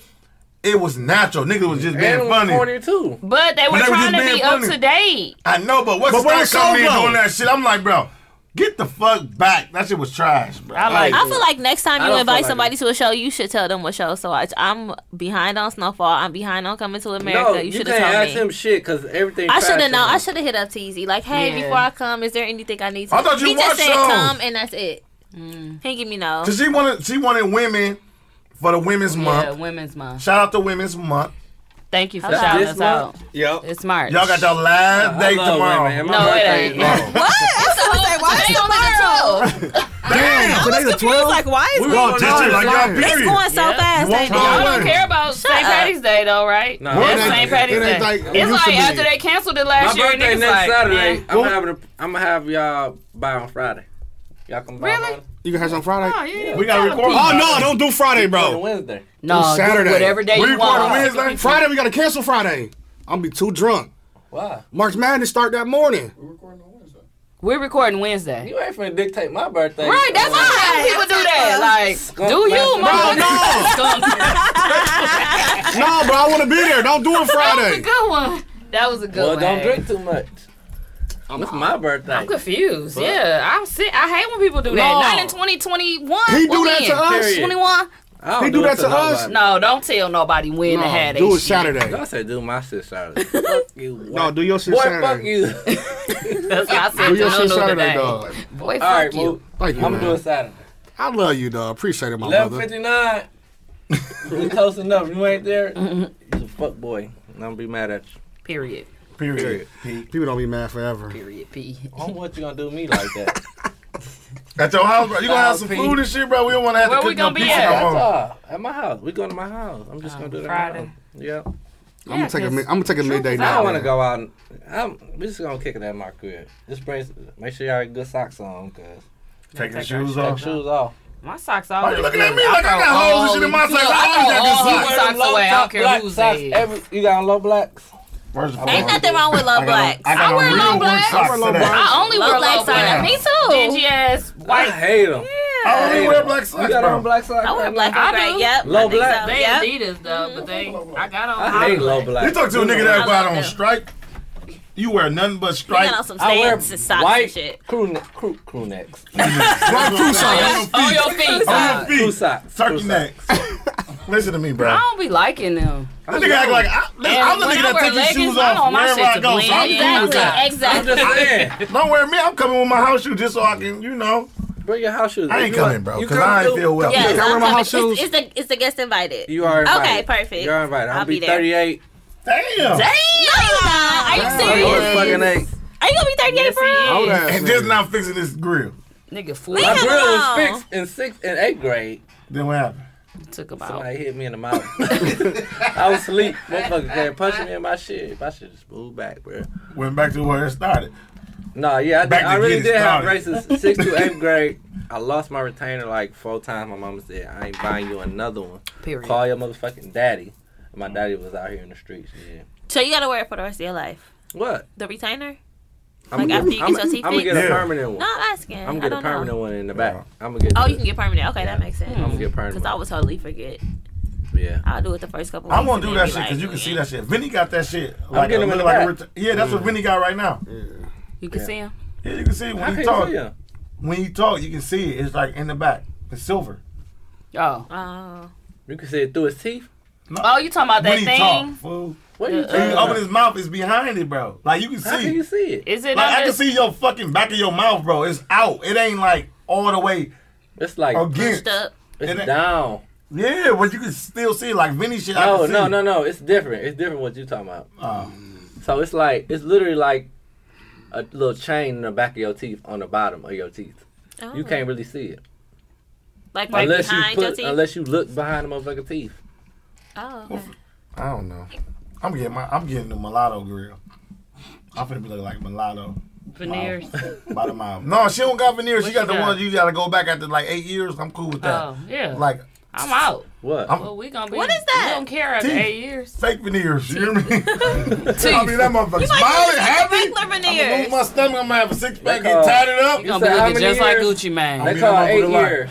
it was natural. Nigga was just being and it was funny. corny too. But they were they were trying just to be being up funny. to date. I know, but Wesley But where Snipes the coming in soul and doing go? that shit. I'm like, bro, get the fuck back. That shit was trash, bro. I like I feel like next time I you don't feel invite like somebody to a show, you should tell them what shows to watch. I'm behind on Snowfall. I'm behind on Coming to America. No, you you, should can't have ask told me. him shit because everything. I should trash have known. in I it. should have hit up TZ like, "Hey, Yeah. before I come, is there anything I need?" to I thought you He just watched said shows. come, and that's it. He ain't give me no. Cause she wanted she wanted women for the women's Yeah, month. Women's Month. Shout out to Women's Month. Thank you for That's shouting this us out. Yep. It's March. Y'all got your last I day love tomorrow. women, and my No, it birthday ain't. is tomorrow. What? I'm supposed to say, why Today is only the tomorrow? 12th. Damn. Today's the 12th. why is We it- won't Just know it. like y'all It's period. going so Yeah. fast. You ain't it? won't know. Y'all don't care about St. up. Patrick's Day though, right? No. It ain't- That's St. it Patrick's Day. ain't like it it's used to like be. after they canceled it last My year, birthday niggas next like, Saturday. eh. I'm gonna have it- I'm gonna have y'all by on Friday. Y'all come by Really? on- You can have some Friday? Oh, yeah. We got recording. Oh, no, don't do Friday, on bro. Wednesday. No, It's do Saturday. whatever day We you recording want. Wednesday. Friday, we gotta cancel Friday. I'm gonna be too drunk. Why? March Madness start that morning. We're recording Wednesday. You ain't finna dictate my birthday. Right, that's Uh, why people do that. Like, do you, Bro, mama? no. Skunk. bro. I want to be there. Don't do it That was a Friday. good one. That was a good Well, one. don't drink too much. it's my birthday. I'm confused. Yeah, I'm sick. I hate when people do that. No. Not in 2021. He What do that when? to us? Period. 21. I don't He do it that to to us? nobody. No, don't tell nobody when to have that. do it shit. Saturday. I said do my shit Saturday. fuck you. No, white- do your shit Boy, Saturday. fuck you. That's what I said Do to your shit Nunu Saturday, today. dog. Boy, fuck All right, you. well, Thank you, I'm man. doing Saturday. I love you, dog. Appreciate it, my Eleven brother. fifty nine. We close enough. You ain't there. Mm-hmm. You fuck boy. I'm gonna be mad at you. Period. Period. People don't be mad forever. Period. P. I don't what you gonna do me like that. At your house, bro. You gonna have some Pete. food and shit, bro. We don't want to have Where to we cook no gonna be pizza at? no That's more. all. At my house. We going to my house. I'm just Um, gonna do that. Friday. Yeah. I'm gonna take a. mi- I'm gonna take a midday I nap. don't want to man. go out. and- I'm. We just gonna kick it at my crib. Just bring. Make sure y'all got good socks on, cause Take your Take our shoes take off. shoes off. My socks Why always. you looking at good. me like I got throw holes and shit in my all these- socks? Look, I always got throw good all these socks. socks away. I don't care black who's socks. in. Every, you got on low blacks. First of all, Ain't nothing wrong with I low got on- blacks. I got I on wear real low work blacks. socks I wear low today. blacks. I only wear Low low blacks on. blacks. Me too. Dingy ass I white. hate them. I only wear black You socks, got on bro. black socks. I wear right black now? and I do. gray. Yep. Low I think black. So. They Yep. Adidas though, but they I got Mm-hmm. on. I hate low blacks. You talk to a nigga I that love ride on them. strike. You wear nothing but I strike. got on some I wear stance and socks white and shit. crew ne- crew crew necks. Black crew socks. On your feet. On your Crew Oh, feet. socks. Turkey crew necks. Listen to me, bro. I don't be liking them. That nigga act like I, listen, I'm the when nigga I that wear take leggings, your shoes I don't off want my wherever shit I to go. So I'm blend cool with in. that. Exactly. I'm Exactly. just saying. Don't wear me. I'm coming with my house shoes just so I can, you know. Bring your house shoes. I ain't You coming, bro, because I ain't too? feel well. Yeah, Can I so wear I'm my coming. house It's, shoes? it's the it's the guest invited. You are invited. Okay, perfect. You're invited. I'll, I'll be, be there. 38. Damn. Damn. No, you not. Are you Damn. I serious? was fucking eight. Are you gonna be 38 Yes, for he real? is. Old ass And just nigga. now fixing this grill. Nigga, My fool Leave him grill was alone. fixed in sixth and eighth grade. Then what happened? took Oh. about. Somebody hit me in the mouth. I was asleep. Motherfucker came punching me in my shit. My shit just moved back, bro. Went back to where it started. No, yeah, I, did, Back to I really get it did have started. braces. Sixth to eighth grade, I lost my retainer like four times. My mama said, I ain't buying you another one. Period. Call your motherfucking daddy. And my daddy was out here in the streets. Yeah. So you gotta wear it for the rest of your life. What? The retainer? I'm Like, after you get your teeth I'm gonna get a fixed? permanent one. No, I'm asking. I'm I gonna get a don't know. permanent one in the back. I'm gonna get. Oh, the- you can get permanent. Okay, that makes sense. I'm gonna get permanent. Cause I would totally forget. yeah. I'll do it the first couple. I'm weeks gonna and do then that be shit like, mm, because you can see "Yeah." that shit. Vinny got that shit. Like, getting him a in little- the like a back. reti- yeah, that's what Vinny got right now. You can see him. Yeah, you can see it I when you can't talk. see him. When you talk, you can see it. It's like in the back. It's silver. Oh. Oh. You can see it through his teeth. Oh, you talking about that When he thing? talk, fool. What are you Yeah. When talking he about? Uh, open his mouth, it's behind it, bro. Like you can How can see. you see it? Is it? Like I under- can see your fucking back of your mouth, bro. It's out. It ain't like all the way It's like against. Pushed up. it's Oh, and it- down. Yeah, but you can still see like Vinny shit. I No, can see. no, no, no. It's different. It's different what you talking about. Oh. So it's like it's literally like a little chain in the back of your teeth on the bottom of your teeth. Oh. You can't really see it like right unless you behind your put teeth. unless you look behind the motherfucking teeth. oh, okay. I don't know. I'm getting my. I'm getting the mulatto grill. I'm finna be looking like mulatto. veneers. by the mile. No, she don't got veneers. What She got she the got? one you gotta go back after like eight years. I'm cool with that. Oh, yeah. Like Like I'm out. What? I'm- Well, we gonna be. What is that? We don't care after Teeth. eight years. fake veneers. You hear me? I mean Teeth. that motherfucker smiling, happy. Regular I'm gonna move veneers. my stomach. I'm gonna have a six pack. Get call- tatted You up. You gonna said be how looking many just like years? Gucci man. they mean, call I'm it eight over the line. years.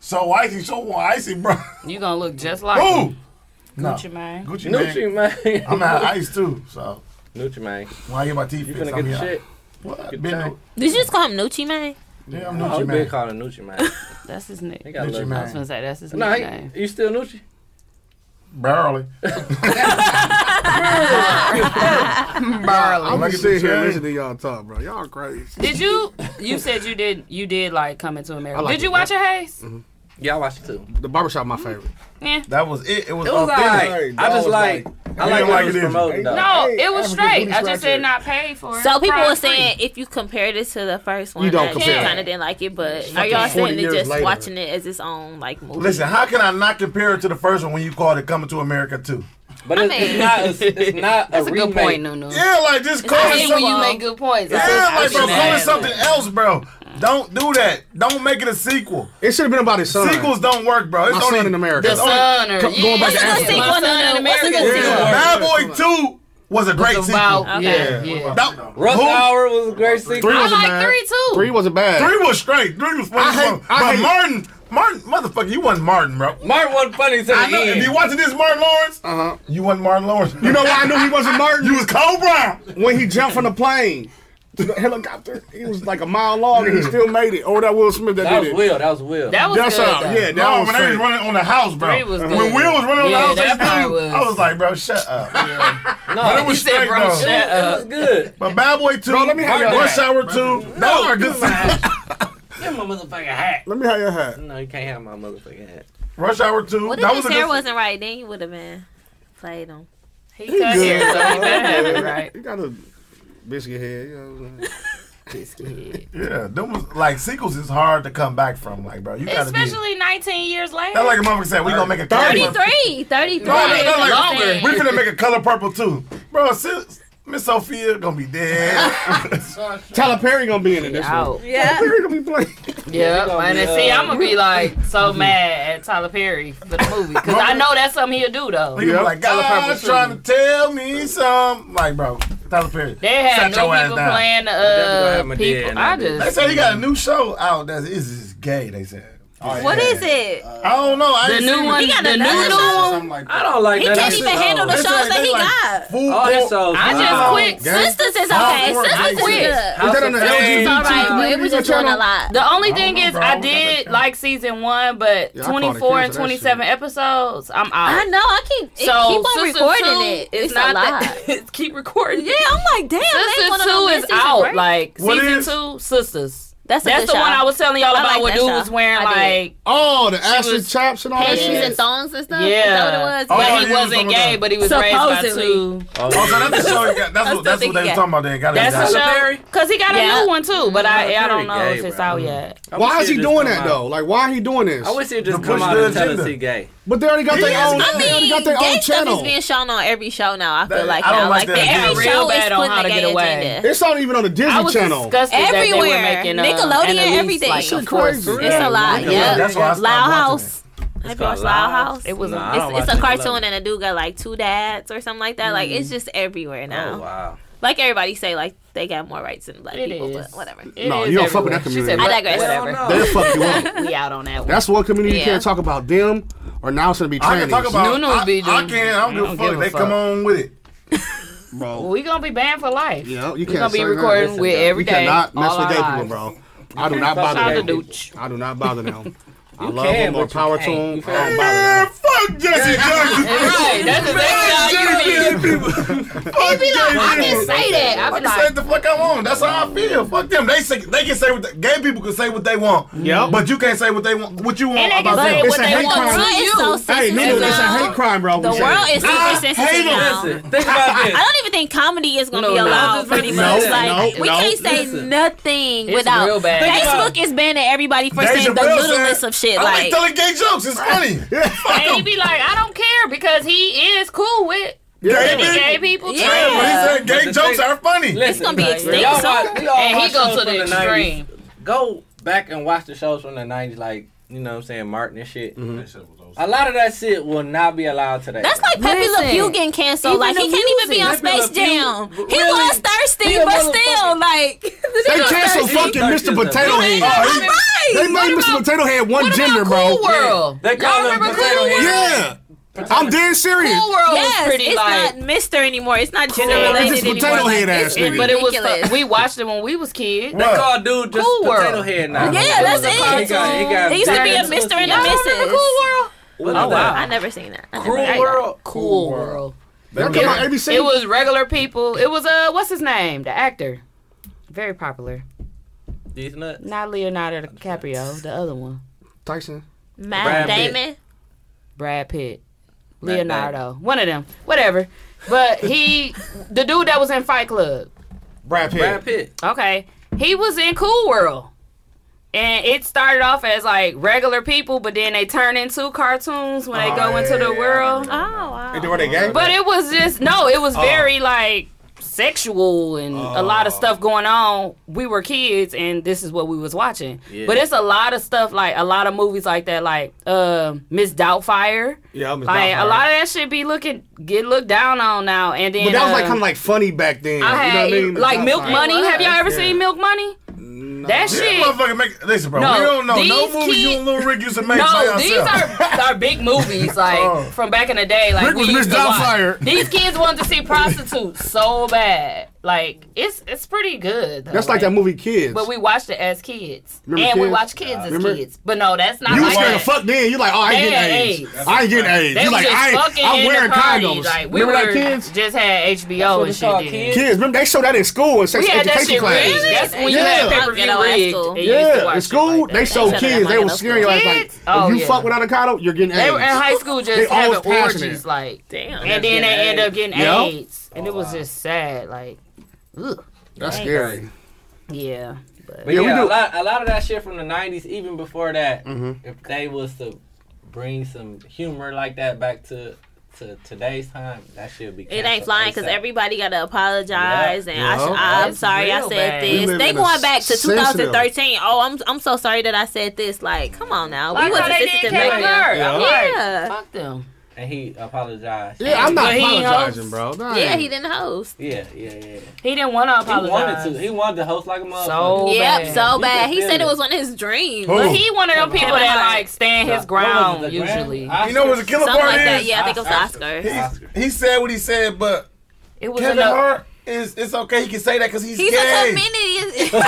So icy, so icy, bro. You gonna look just like Ooh. No. Gucci man. Gucci man. Nutri man. I'm gonna have ice too. So Nutri man. when I get my teeth You fixed, finna I'm get the here. shit. What? Get Been tight. no- Did you just call him Nucci man? Yeah, I'm Oh, Gucci you been man. calling Nutri man. That's his He name. got a Nutri little. man. I was gonna say that's his No, he- name. you still Nutri? Barely. I'm Look gonna at sit the here and chain. listen to y'all talk, bro. Y'all crazy. Did you? You said you did. You did like coming to America. like did you it. watch your Hayes? Yeah, I watched it too. The barbershop my favorite. Yeah. That was it. It was It was authentic. alright. I That just was like, I You like didn't what like he was it, did you? promoting though. No, Hey, it was African straight. I booty just scratcher. said not paid for it. So people Pride were free. saying if you compared it to the first one, You don't that compare you it. kind of didn't like it. But are Fucking y'all 40 saying that years just later. watching it as its own like movie? Listen, how can I not compare it to the first one when you called it Coming to America too? But it's, it's mean- not. It's, it's not that's a a remake. good point, Nunu. Yeah, like just call I hate it when something. you make good points. Yeah, like I'm bro, call it mad. something else, bro. Don't do that. Don't make it a sequel. It should have been about his son. Sequels don't work, bro. It's My only son in America. The it's only- son or Co- yeah. going back to What's a good Africa. sequel, My son Nunu? in What's a America. good Yeah, sequel? Bad Boy Two was a great It's sequel. about yeah, Okay. yeah. That- Rush who- Hour was a great sequel. Three I wasn't like bad. three too. Three wasn't bad. Three was straight. Three was funny. I as hate- fuck. I but hate- Martin Martin, motherfucker, you wasn't Martin, bro. Martin wasn't funny to the I know. If end. you watching this, Martin Lawrence, Uh-huh. you wasn't Martin Lawrence. Oh, You know why I knew he wasn't Martin? you was Cole Brown. when he jumped from the plane to the helicopter, he was like a mile long and he still made it. Or that Will Smith that, that did was it. Will. That was Will. That was That's good. how, though. yeah, that No, when was they was fake. running on the house, bro. Three was when good. Will was running on Yeah, the house, that they- part was- I was like, bro, shut up. no, But it was You said, straight, bro, though. shut it was good. But Bad Boy 2, let me have your Rush hat. Hour 2, those are good scenes. Give my motherfucking hat. Let me have your hat. No, you can't have my motherfucking hat. Rush Hour 2, What that if was a his hair good wasn't right? Then you would have been played him. He cut here, so he better have it right. You got a biscuit head. You know what I'm saying? Yeah, them was, like, sequels is hard to come back from. Like, bro, you gotta be... Especially 19 years later. That's like a motherfucker said, we gonna make a color 33. 33. No, no, no, like, Longer. We finna make a color purple, too. Bro, sis- Miss Sophia gonna be dead. Tyler Perry gonna be in it this Out. one. Yeah. Perry gonna be playing. Yeah, gonna and be, then see, uh, I'm gonna be like so mad at Tyler Perry for the movie because I know that's something he'll do though. He gonna be like, Color Purple God's trying to tell me some. Like, bro, Tyler Perry. They shut had new your ass people down. playing definitely uh, have my dad people. in I that bitch. They just said he got a new show out that is is gay. They said. What is it? I don't know. I the ain't new seen one, It. got the new another new show? one. Something like I that. don't like He that. can't shit. even handle the They shows said that they he like got. Full Oh, his court- shows. I just wow. quit. Gang- Sisters is House okay. Court Sisters is Gangsters. good. Is that on the House of LG? It's all right. Well, it was just doing a lot. The only I thing don't know, is, bro. I did like season one, but Yeah, I called 24 it and cancer, that 27 episodes, I'm out. I know. I keep it, keep on season recording two it. is It's a lot. That, keep recording. yeah, I'm like, damn. they one Sisters of two them is missing out. break. Like What season is? two, sisters. that's a That's good the show. one I was telling y'all I about. like What that dude show. was wearing I did. like Oh, the acid was- chops and all that Panties Yes. and shit. thongs and stuff. Is that yeah, what it was? Oh, but yeah, he you wasn't was gay, talking but he was raised by Supposedly. two. Oh, Oh, so that's the show. He got, that's I what still that's what think they he was got- talking about. They got That's him the down. Perry? show. Cause he got Yeah. a new one too, but I, I don't know Perry gay, if it's bro. out yet. I Why wish is he he'd just come doing that out. though? Like, why he doing this? I wish he'd just To come push out the and tell us agenda. he gay. but they already got their Yes, own. I they already got their Gay stuff own is channel. being shown on every show now. I feel That- like I don't now, like like, that every agenda. show Real is bad on putting how a to gay get away. agenda. It's not even on the I Disney was Channel. disgusted Everywhere, that they were making uh, Nickelodeon, Annalise, everything. Like, Shit a force. crazy. It's a lot. Nickelodeon. Yeah, That's why I stopped Loud watching House. Have you watched Loud House? It was. Nah. I don't It's, it's a watch cartoon Nickelodeon. and a dude got like two dads or something like that. Like it's just everywhere now. Oh wow. Like everybody say, like they got more rights than black It people, is. but whatever. it No, is you don't fuck with everywhere. that She said, community. I digress. Well, no. They'll fuck you up. We out on that one. That's one community you Yeah. can't talk about them, or now it's gonna be I can trannies. talk about. Nunu I, be I doing- can't. I don't give a fuck. They fuck. come on with it. bro. we gonna be banned for life. Yeah, you we can't gonna be say that. recording Listen, with dog, every You day. cannot mess all with our gay people, lives. bro. I do You not can't fuck bother with them. gay Dooch. I do not bother them. I love can, them. More but you power to can't. them. You I can't. don't bother Man, them. fuck Jesse Jackson. Right, that's exactly how you feel. Fuck I Jesse. didn't say that. I I be can say like, what the fuck I want. That's how I feel. Fuck them. They say, they can say what they, gay people can say what they want. Yep. But you can't say what they want. What you want And they can about say them. It's what a they hate want crime. to It's so you. Hey, sensitive Nunu, it's a now. hate crime, bro. uh, The We world said it. is super I hate sensitive now. Listen, think about I this. don't even think comedy is going to No, be no. allowed. No, pretty no, much, no, like we no. can't say Listen. nothing It's without real bad. Think about Facebook is banning everybody for Deja saying the Bell littlest said, of shit. I like Like, telling gay jokes. It's funny. And he be like, I don't care because he is cool with Gay the people. gay people. too. Yeah. But he said But gay the jokes thing- are funny. Listen, gonna be like, extinct y'all soon. watch- we all And he watch goes shows to the from 90s. extreme. Go back and watch the shows from the nineties, like you know what I'm saying, Martin and shit. Mm. A lot of that shit will not be allowed today. that's like Pepe Le Listen, Pew getting canceled. even Like the he can't even be on music. Pepe Space Le Pew, Jam. He really, was thirsty, he a but motherfucker. still, like They canceled fucking Dark is Mr. a- Potato Head. Oh, he- They Right. made Mr. Potato Head one gender, bro. Cool World. They call Y'all them remember potato Cool World? heads. Yeah, I'm dead serious. Cool World was Yes, pretty it's like. not Mister anymore. It's not gender It's related just anymore. potato Like, head it's ass nigga. but it was ridiculous. we watched it when we was kids. They call dude just Cool potato World. head now. Yeah, that's was a it. He got, he got It used to be a turned Mister and a into- Mrs. World? What is Oh, that? I never seen that. I never- Cruel World. Cool World. That come on ABC. It was regular people. It was uh, what's his name? The actor, very popular. These nuts. Not Leonardo DiCaprio. The other one, Tyson. Matt Brad Damon. Brad Pitt, Matt Leonardo, one of them, whatever. But he, the dude that was in Fight Club. Brad Pitt. Brad Pitt. Okay, he was in Cool World. And it started off as like regular people, but then they turn into cartoons when they Oh, go into yeah, the yeah, I world. Oh wow. Were they gay? But it was just no, it Oh. was very like sexual and a lot of stuff going on. We were kids and this is what we was watching. Yeah. But it's a lot of stuff like a lot of movies like that, like uh, Miss Doubtfire. Yeah, Miss like Doubtfire. a lot of that shit be looking get looked down on now. And then But that was like uh, kind of like funny back then. I had you know what I mean? like Milk Money. Have y'all ever Yeah. seen Milk Money? No, That That shit. motherfucker make listen, bil No, we don't know no these movie you kids- and Lil Rick used to make by No, yourself. these are, are big movies like Oh. from back in the day. Like Rick we was used Miss to watch. Doubtfire. These kids wanted to see prostitutes so bad. Like it's it's pretty good. Though. That's like that movie Kids. But we watched it as kids, Remember and we Kids? watched kids as Remember? kids. But no, that's not you like was scared that. of fuck then. You like, oh, I ain't They getting had AIDS. AIDS. I ain't getting AIDS. They You was like, just I ain't, fucking I'm in wearing the party. condoms. Like, we remember were, that kids? just had HBO and it's called, shit. then. kids. Kids, remember they showed that in school in sex We had that education shit class. rigged. That's when you Yeah. had pay per Fuck it, I view was rigged. cool. and you used to Yeah, watch in shit school like they that. showed Shut kids. up, They I'm were not scaring you like, like, Kids? if Oh, you yeah. fuck without a condom, you're getting They were in AIDS. high school They just always having passionate. orgies, like, Damn. and then they end up getting Yeah. AIDS, and it was just sad, like, ugh, That's scary. yeah. But But Yeah, yeah, we a do. Mm-hmm. lot, a lot of that shit from the '90s, even before that, if they was to bring some humor like that back to to today's time, that should be. It ain't canceled flying because ASAP. everybody got to apologize and I Yeah. sh- I'm That's sorry I real said bad. We this. live They in a going back to sensitive- 2013. Oh, I'm I'm so sorry that I said this. Like, come on now, we was sensitive back then. I'm Yeah, fuck them. and he apologized. Yeah, I'm not But he ain't apologizing, hoes. bro. Nah, yeah, he didn't host. Yeah, yeah, yeah. He didn't want to He apologize. wanted to. He wanted to host like a motherfucker. So- Oh, yep, man. so You bad. can He feel said it it. was one of his dreams. Who? But he one of them people that like stand his What was it, ground the Grammy? usually. you know what's the killer Something part like that. is? Yeah, I think it was Oscar. Oscar. Oscar. He said what he said, but It was Kevin enough. Hart is it's okay. He can say that because he's, He's a gay. community.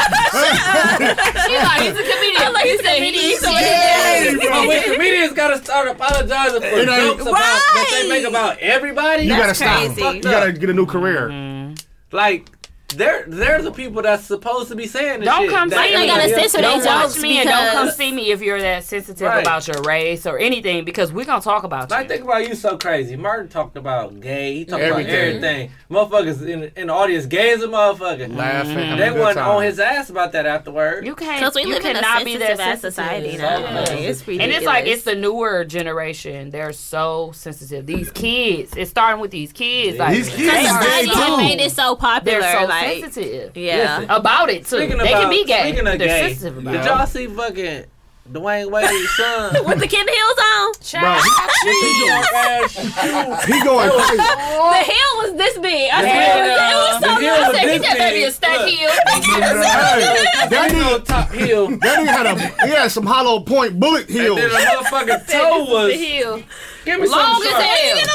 She like he's a comedian. like he he's a said comedian. he- He's so Hey, But bro. when comedians gotta start apologizing for jokes about that they make about everybody. you gotta That's stop. crazy. You gotta get a new career. Mm-hmm. Like they're they're the people that's supposed to be saying this Don't shit. come That see ain't me. gotta nobody censor else. they Don't jokes watch me and don't come because- see me if you're that sensitive Right. about your race or anything because we're gonna talk about Like you. think about you so crazy. Martin talked about gay. He talked Everything. about everything. Motherfuckers in, in the audience, gay as a motherfucker. Laughing, having They a good wasn't time. on his ass about that afterward. You can't. Because we you live in a cannot be that sensitive ass society sensitive. now. Yeah. Like, it's ridiculous. And it's like it's the newer generation. They're so sensitive. These kids. It's starting with these kids. Like These kids they is are gay Society so- has too. made it so popular. They're so like, sensitive yeah. Listen. about it too. Speaking they about, can be gay. Speaking of They're gay, sensitive did about it. y'all see fucking Dwayne Wade's son? With the kid heels on, Bro, He got ass shoes. he going crazy. Oh. the heel was this big. I Yeah. swear, it was so The long. heel I was said, he this just big. gotta be a stack Look. heel. Hey, That nigga top heel. And that nigga had a he had some hollow point bullet then heels. the motherfucking toe The was. heel. Give me Long some as sharp. hell.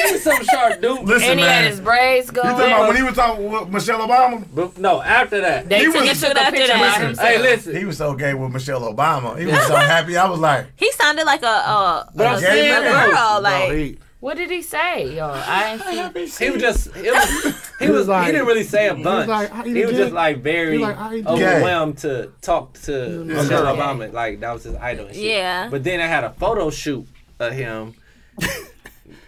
Give me some sharp, dude. Listen, And he had man. his braids you going. talking about when he was talking with Michelle Obama? But no, after that. They He took, was- he took a After picture that. by himself. Hey, listen. He was so gay with Michelle Obama. He was so happy. I was like, He sounded like a uh, But I'm a, saying, a though, girl. Bro, Like, he- What did he say? Yo, I ain't seen. He was just it was, he was like- he didn't really say a bunch. like, I he, eat was dick. just like very He like, I eat dick. overwhelmed to talk to Michelle Yeah. Obama. Like that was his idol. And shit. Yeah. But then I had a photo shoot of him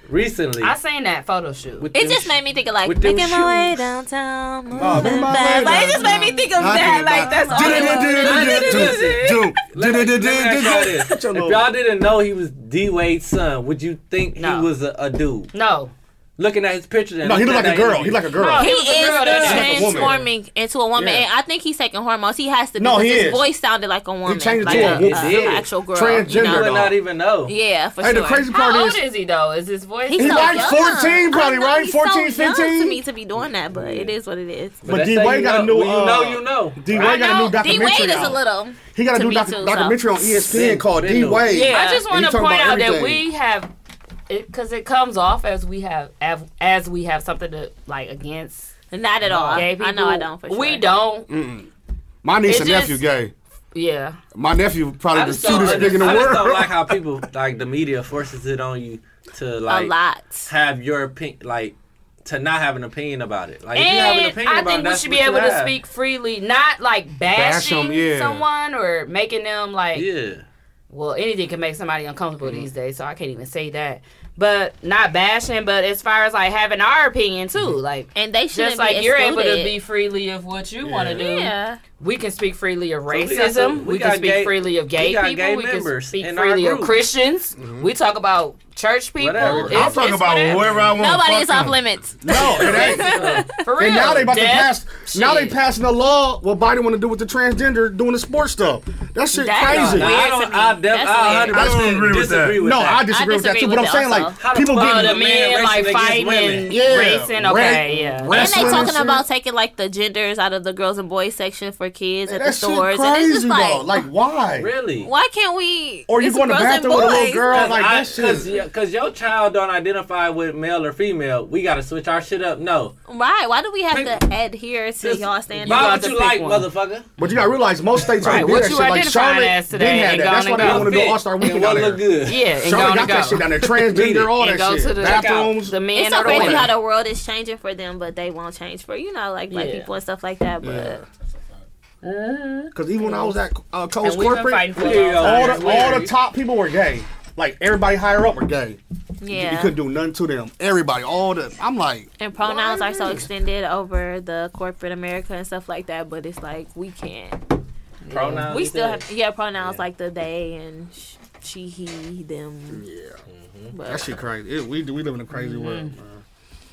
recently. I seen that photo shoot. with it them just sh- made me think of like With them making my way shoes. downtown, moving Oh, making my way fast. Like, it just made me think of I that. did Like, that's all. it was. Let me- let me ask y'all this. Put your If little- y'all didn't know he was D Wade's son, would you think No. he was a, a dude? No, Looking at his picture, and No, he looking looked at like a that girl. He interview. like a girl. No, He He was a girl that is day. transforming into a woman, Yeah. and I think he's taking hormones. He has to No, because he his is. voice sounded like a woman, changed it like to a woman. uh, He did. actual girl. Transgender. You You know? would not even know. Yeah, for Hey, sure. the crazy how part old is is he though? Is his voice? He's He's so like young. 14 probably, I know right? he's 14, so young to 15? me to be doing that, but it is what it is. But But that's D how Wade you got a know. new. When uh, you know, you know. I D Wade got a know new documentary. D Wade is out. a little. He got a to new me doc- too, so. documentary on E ESPN called Been D new. Wade. Yeah. I just want He to talking point about out that everything. we have, because it comes off as we have as, as we have something to like against Not at all. gay people. Oh, I know I don't. For sure. We don't. Mm. My niece It and just- nephew gay. Yeah. My nephew probably I the just, don't, cutest I nigga just, in the I just don't world. like how people like the media forces it on you to a like lot. have your opinion like to not have an opinion about it. Like if you have an And opinion about I it, think we that's should be what you able to have. speak freely, not like Bash 'em, bashing yeah. someone or making them like Yeah. Mm-hmm. well, anything can make somebody uncomfortable these days, so I can't even say that. But not bashing, but as far as like having our opinion too, Mm-hmm. like And they shouldn't just like be you're able to excluded. be freely of what you want to do. Yeah. We can speak freely of we racism. got we, some- we can got speak gay- freely of gay we got people. gay we can members speak in our freely of group. Mm-hmm. Christians. We talk about church people. Whatever. It's, I'm talking it's about whatever. wherever I want. Nobody Fuck is off them. limits. No, it ain't. For real. And now they about to Death. pass. Now they Shit. passing a law. What Biden want to do with the transgender doing the sports stuff? That shit That's not- crazy. Nah, Weird I to don't. me. I, def- That's I weird. 100 I don't agree with that. disagree with no, that. I disagree with that disagree too. with But I'm that saying also. like How the people fuck Oh, getting the a man men like racing against fighting, women? Yeah, racing. Okay, right. yeah. Right. And they Wrestling and talking about shit. taking like the genders out of the girls and boys section for kids at the that shit stores. and it's just crazy like, though. Like why? Really? why can't we? Or you it's go in the girls and bathroom with a little boys. girl like that Because shit. your child don't identify with male or female, we got to switch our shit up. No. Right? Why do we have Pick- to adhere to Just- y'all standards? Why got would to you pick like, one. motherfucker? But you gotta realize most states Right, right. what did that you shit. Like identifying Charlotte as today didn't have ain't that. That's why gonna they go. didn't want to Fit. do All Star And Weekend what down there. look good? Yeah, and Charlotte go got and that go. shit down there. Beat it. Transgender, all And that go shit. to the- Bathrooms. The men It's so or the crazy women. how the world is changing for them, but they won't change for you know, like black Yeah. people and stuff like that. But Because even when I was at uh, Coast And we've been Corporate, fighting for Yeah, a long all time. the It's all weird. the top people were gay. Like everybody higher up were gay. yeah, You couldn't do nothing to them. Everybody, all the I'm like, and pronouns are so extended over the corporate America and stuff like that. But it's like we can't. Oh, Pronouns. We still yeah. have yeah pronouns like the they and sh- she, he, them. yeah, Mm-hmm. But that shit crazy. It- we we live in a crazy Mm-hmm. world. Man.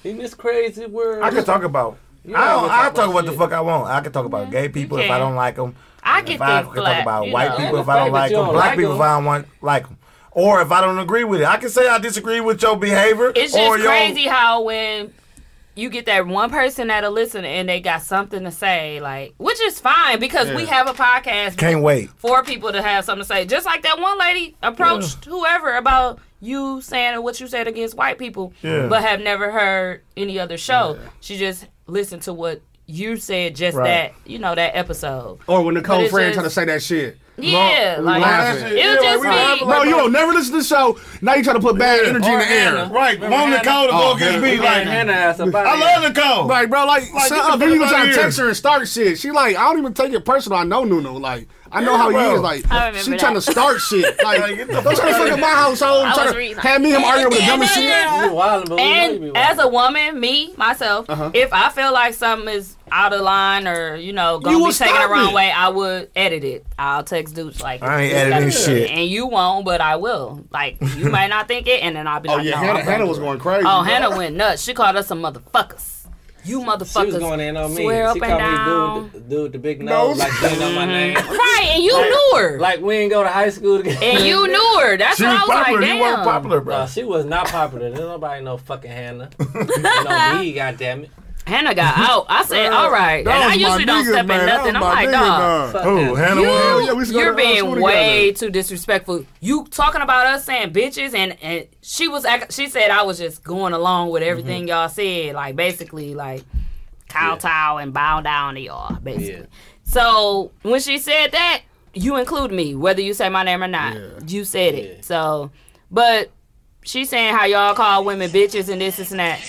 In this crazy world. I can talk about. I gotta don't, talk I'll talk about what the shit. fuck I want. I can talk about gay people if I can. don't like them. I get If I that can flat, talk about you white know. people if The I fact don't that like you them, don't black like people if 'em. I don't want, like them, or if I don't agree with it. I can say I disagree with your behavior. It's or just your, crazy how when you get that one person that'll listen and they got something to say, like, which is fine because we Yeah. have a podcast Can't wait. for people to have something to say. Just like that one lady approached whoever about you saying what you said against white people, Yeah. but have never heard any other show. She just listened to what you said, just Right. that you know that episode. Or when the cold it's friend just- try to say that shit. Yeah, we like laughing. it Yeah, was just we laughing me. Bro, you don't never listen to the show. Now you try to put bad energy in the air. Right, Remember want Hannah? Nicole to Oh, go against Hannah. me. Like, Like, Hannah ass about I love Nicole. Like, bro, like, Like, shut get the up. Then you fuck outta gonna try to here. text her and start shit. She like, I don't even take it personal. I know Nuno. Like, I know how bro. he is. Like, I remember she that. trying to start shit. Like, Like, get the don't try to fuck fuck outta up my household. was Try reading. to have me and him arguing with the dumbest shit. You wildin', but we know you be And wildin'. as a woman, me myself, Uh-huh. if I feel like something is out of line or you know gonna You be will taken the stop wrong it. way, I would edit it. I'll text dudes like I ain't "This gotta editing be shit." edited." and you won't, but I will. Like you might not think it, and then I'll be Oh like, yeah, no, Hannah, I'm gonna Hannah do was it." going crazy. Oh, Hannah went nuts. She called us some motherfuckers. You motherfuckers She was going in on me. swear up she and called down. me dude, with the- dude with the big nose, Nose. like they know my name. Right, and you knew her, Like we ain't go to high school together. and you knew her. That's She why was I was popular. like, you weren't damn. popular, bro. No, she was not popular. Didn't nobody know fucking Hannah. no me, goddammit. Hannah got out. I said, all right. And That I was my usually don't nigga, step in man. That nothing. was I'm my like, nigga, dog. dog. Fuck Who? that. Hannah You, Wells? yeah, we used to go you're to the being school way too disrespectful. You talking about us saying bitches, and, and she was act- she said I was just going along with everything Mm-hmm. y'all said, like basically like kowtow and bow down to y'all, basically. Yeah. So when she said that, you include me, whether you say my name or not. Yeah. You said Yeah. it. So, but she saying how y'all call women bitches and this this, and that,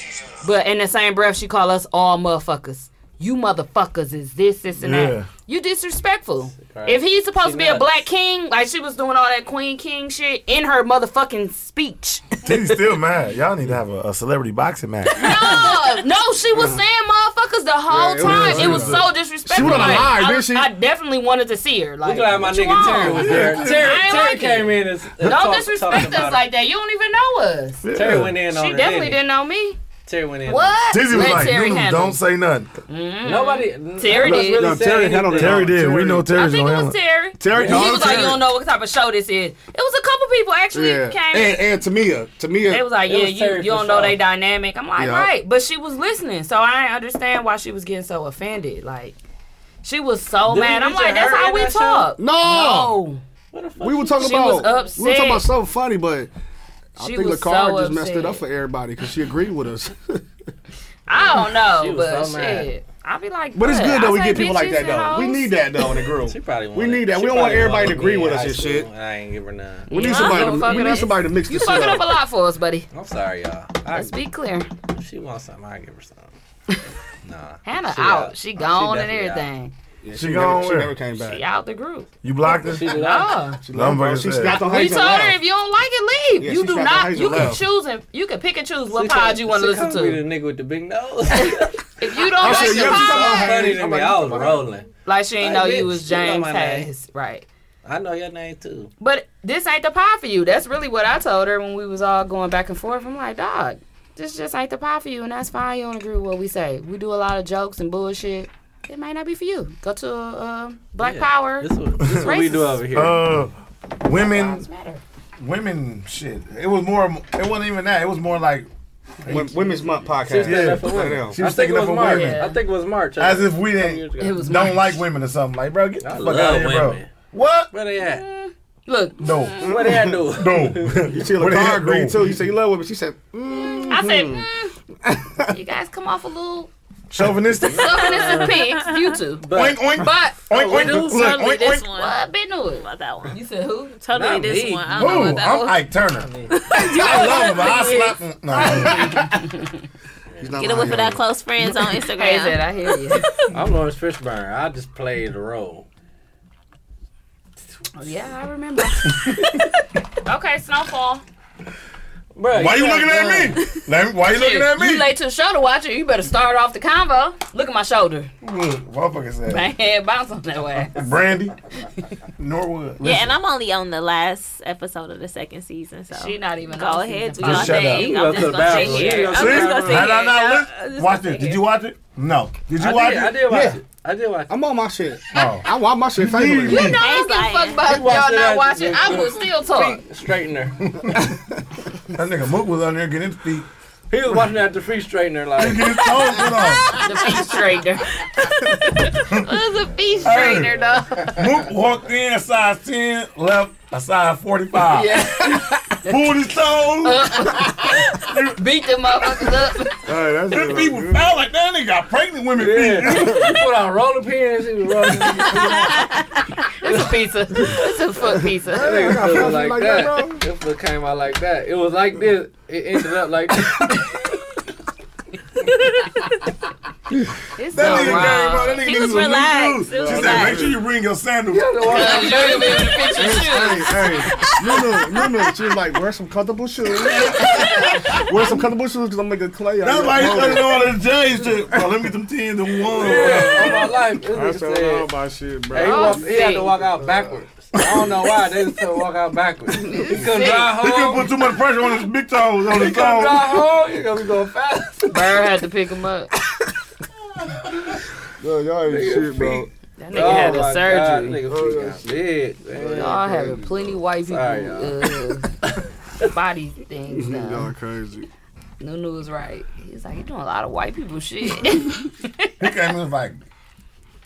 but in the same breath she call us all motherfuckers. You motherfuckers is this this and Yeah. that. You disrespectful. Right. If he's supposed She to be a nuts. black king, like she was doing all that queen king shit in her motherfucking speech. Titty's still mad. Y'all need to have a, a celebrity boxing match. no, no, she was saying motherfuckers the whole Yeah, it time. was- It was, she so disrespectful. she would've Like, lied, I, didn't she? I definitely wanted to see her. We Like, glad my what you nigga Terry was want? there. Terry, I ain't Terry like it. came in and s- and Don't talked- talked disrespect about us it. like that. You don't even know us. Terry went in on She her, definitely didn't. didn't know me. he? Terry went in. What? Tizzy was Let like, Terry "Noodles, handle don't it." say nothing. on her. Nobody. Terry nobody did. really No, said Terry anything. handled it. Terry did. We Terry. know I Terry's think gonna it handle was Terry. Terry, He no, was like, Terry. you don't know what type of show this is. It was a couple people actually Yeah, came. and and Tamia, Tamia, They was like, It yeah, was you, Terry you don't for know sure. they dynamic. I'm like, Yeah. right. But she was listening, so I didn't understand why she was getting so offended. Like, she was so Didn't mad. you I'm get like, that's hurt how in we that show? Oh. talk. no. No. What the fuck? We were talking She about was we were upset. talking about something funny, but I She think was Lakar so just messed upset. it up for everybody because she agreed with us. I don't She know, was but so mad. shit. I'll be like, But it's what? good I though we say get people like bitches and that though. We hoes. need that though in the group. She probably. We wanted- need that. she We don't want probably everybody to wanted agree me with in us high and school. shit. I ain't giving none. We need Yeah, somebody. I don't To, fucking we need know. somebody to mix You this shit fucking up up. a lot for us, buddy. I'm sorry, y'all. I, Let's be clear. if she wants something, I give her something. Nah. Hannah She out. out. She She gone and definitely out. everything. Yeah, She she, never, gone she where? never came back. She out the group. You blocked her. She did out. Oh. She left, bro. She Lumberjack. snapped on We Hazel. told her Lab. if you don't like it, leave. Yeah, you she do tried to not. hazel You can laugh. choose and you can pick and choose She what called- pod you want she to listen called me to. the nigga with the big nose. If you don't I like said, the yeah, we talking about pod, Hayes. Funny to I'm me, like, I was what the fuck? rolling. like she ain't know Like, you bitch, was you know James my name. Hayes, right? I know your name too. But this ain't the pie for you. That's really what I told her when we was all going back and forth. I'm like, dog, this just ain't the pie for you, and that's fine. You don't agree with what we say. We do a lot of jokes and bullshit. It might not be for you. Go to uh, Black Yeah. Power. This what, this what we do Racist. over here. Uh, women, Lives matter. women, shit. It was more. It wasn't even that. It was more like Wom- Women's Month podcast. Seriously, yeah, that's for women. yeah. she was I think taking it up was for March. women. I think it was March. As if we Some years didn't ago. don't like women or something. Like, bro, get the I fuck love out of here, bro. women. What? Where they at? Look, No, Where they at do? no. You see What the LaCar heck, agreed bro? too. You say you love women. She said, I said, Mm-hmm. mm, you guys come off a little Chauvinistic. chauvinistic pics, you two. Oink But oink. But Oink oink. Totally Look, oink this oink. one. what been doing? About that one. You said who? Totally Not this me. one. I don't know Ooh, about that I'm one. Ike Turner. I love him, but I slap him. No, He's not Get away lying, with y'all. our close friends on Hey, Zed, Instagram. I hear you. I'm Lawrence Fishburne. I just played the role. yeah, I remember. okay, Snowfall. Bro, Why you looking at me? Let me- Why you looking at You me? late to the show to watch it. You better start off the convo. Look at my shoulder. Look, Mm, motherfucker said. My head bounce on that way. Brandy, Norwood. Yeah, and I'm only on the last episode of the second season, so She not even go on ahead. Do season your Just shut up. thing. You I'm go to the just gonna sit bathroom. You here. go I'm sit just down. gonna sit No, here. no, I'm no. just Listen. gonna Watch sit it. here. Did you watch it? No. Did you I watch did, it? I did watch yeah. it. I did watch it. I'm on my shit. Oh. I want my shit You favorite. know, I don't He's give a fuck lying. about You watch y'all it not after this. watching. I will still talk. Straightener. That nigga Mook was on there getting his feet. He was watching at the free straightener like Get his toes put on. The feet straightener. Who's a feet straightener, dog? Mook walked in a size 10, left a size 45. Pulled his Uh-huh. toes. Beat them motherfuckers up. Hey, that's Them people felt like that nigga got pregnant women Yeah. feet. he put on roller pins, he was rolling It's a pizza. It's a foot pizza. That nigga fluffy stood like, like that, that. It foot came out like that. It was like this. It ended up like this. It's so That nigga came out. wild. That nigga He did was some new relaxed. shoes. It was She said, relaxed. make sure you bring your sandals. You don't even be able to fit your shoe. Hey, hey, Lulu, Lulu, she was like, wear some comfortable shoes. wear some comfortable shoes because I'm making clay. out That's of why he your started mold. all this J's shit. Bro, let me get them 10s and 1. All my life. This nigga I fell in said, love my shit, Hey, he, bro. Oh, walked, he had sick. to walk out backwards. I don't know why they just had to walk out backwards. He couldn't drive He couldn't home. put too much pressure on his big toes, on He his couldn't toes. drive home. He gonna be going fast. Bird had to pick him up. Yo, y'all ain't shit, bro. That Oh nigga had a surgery. Oh God, nigga feet got big, man. Y'all having plenty white people Sorry, uh, body things now. Y'all crazy. Nunu was right. He's like, you doing a lot of white people shit. He came in like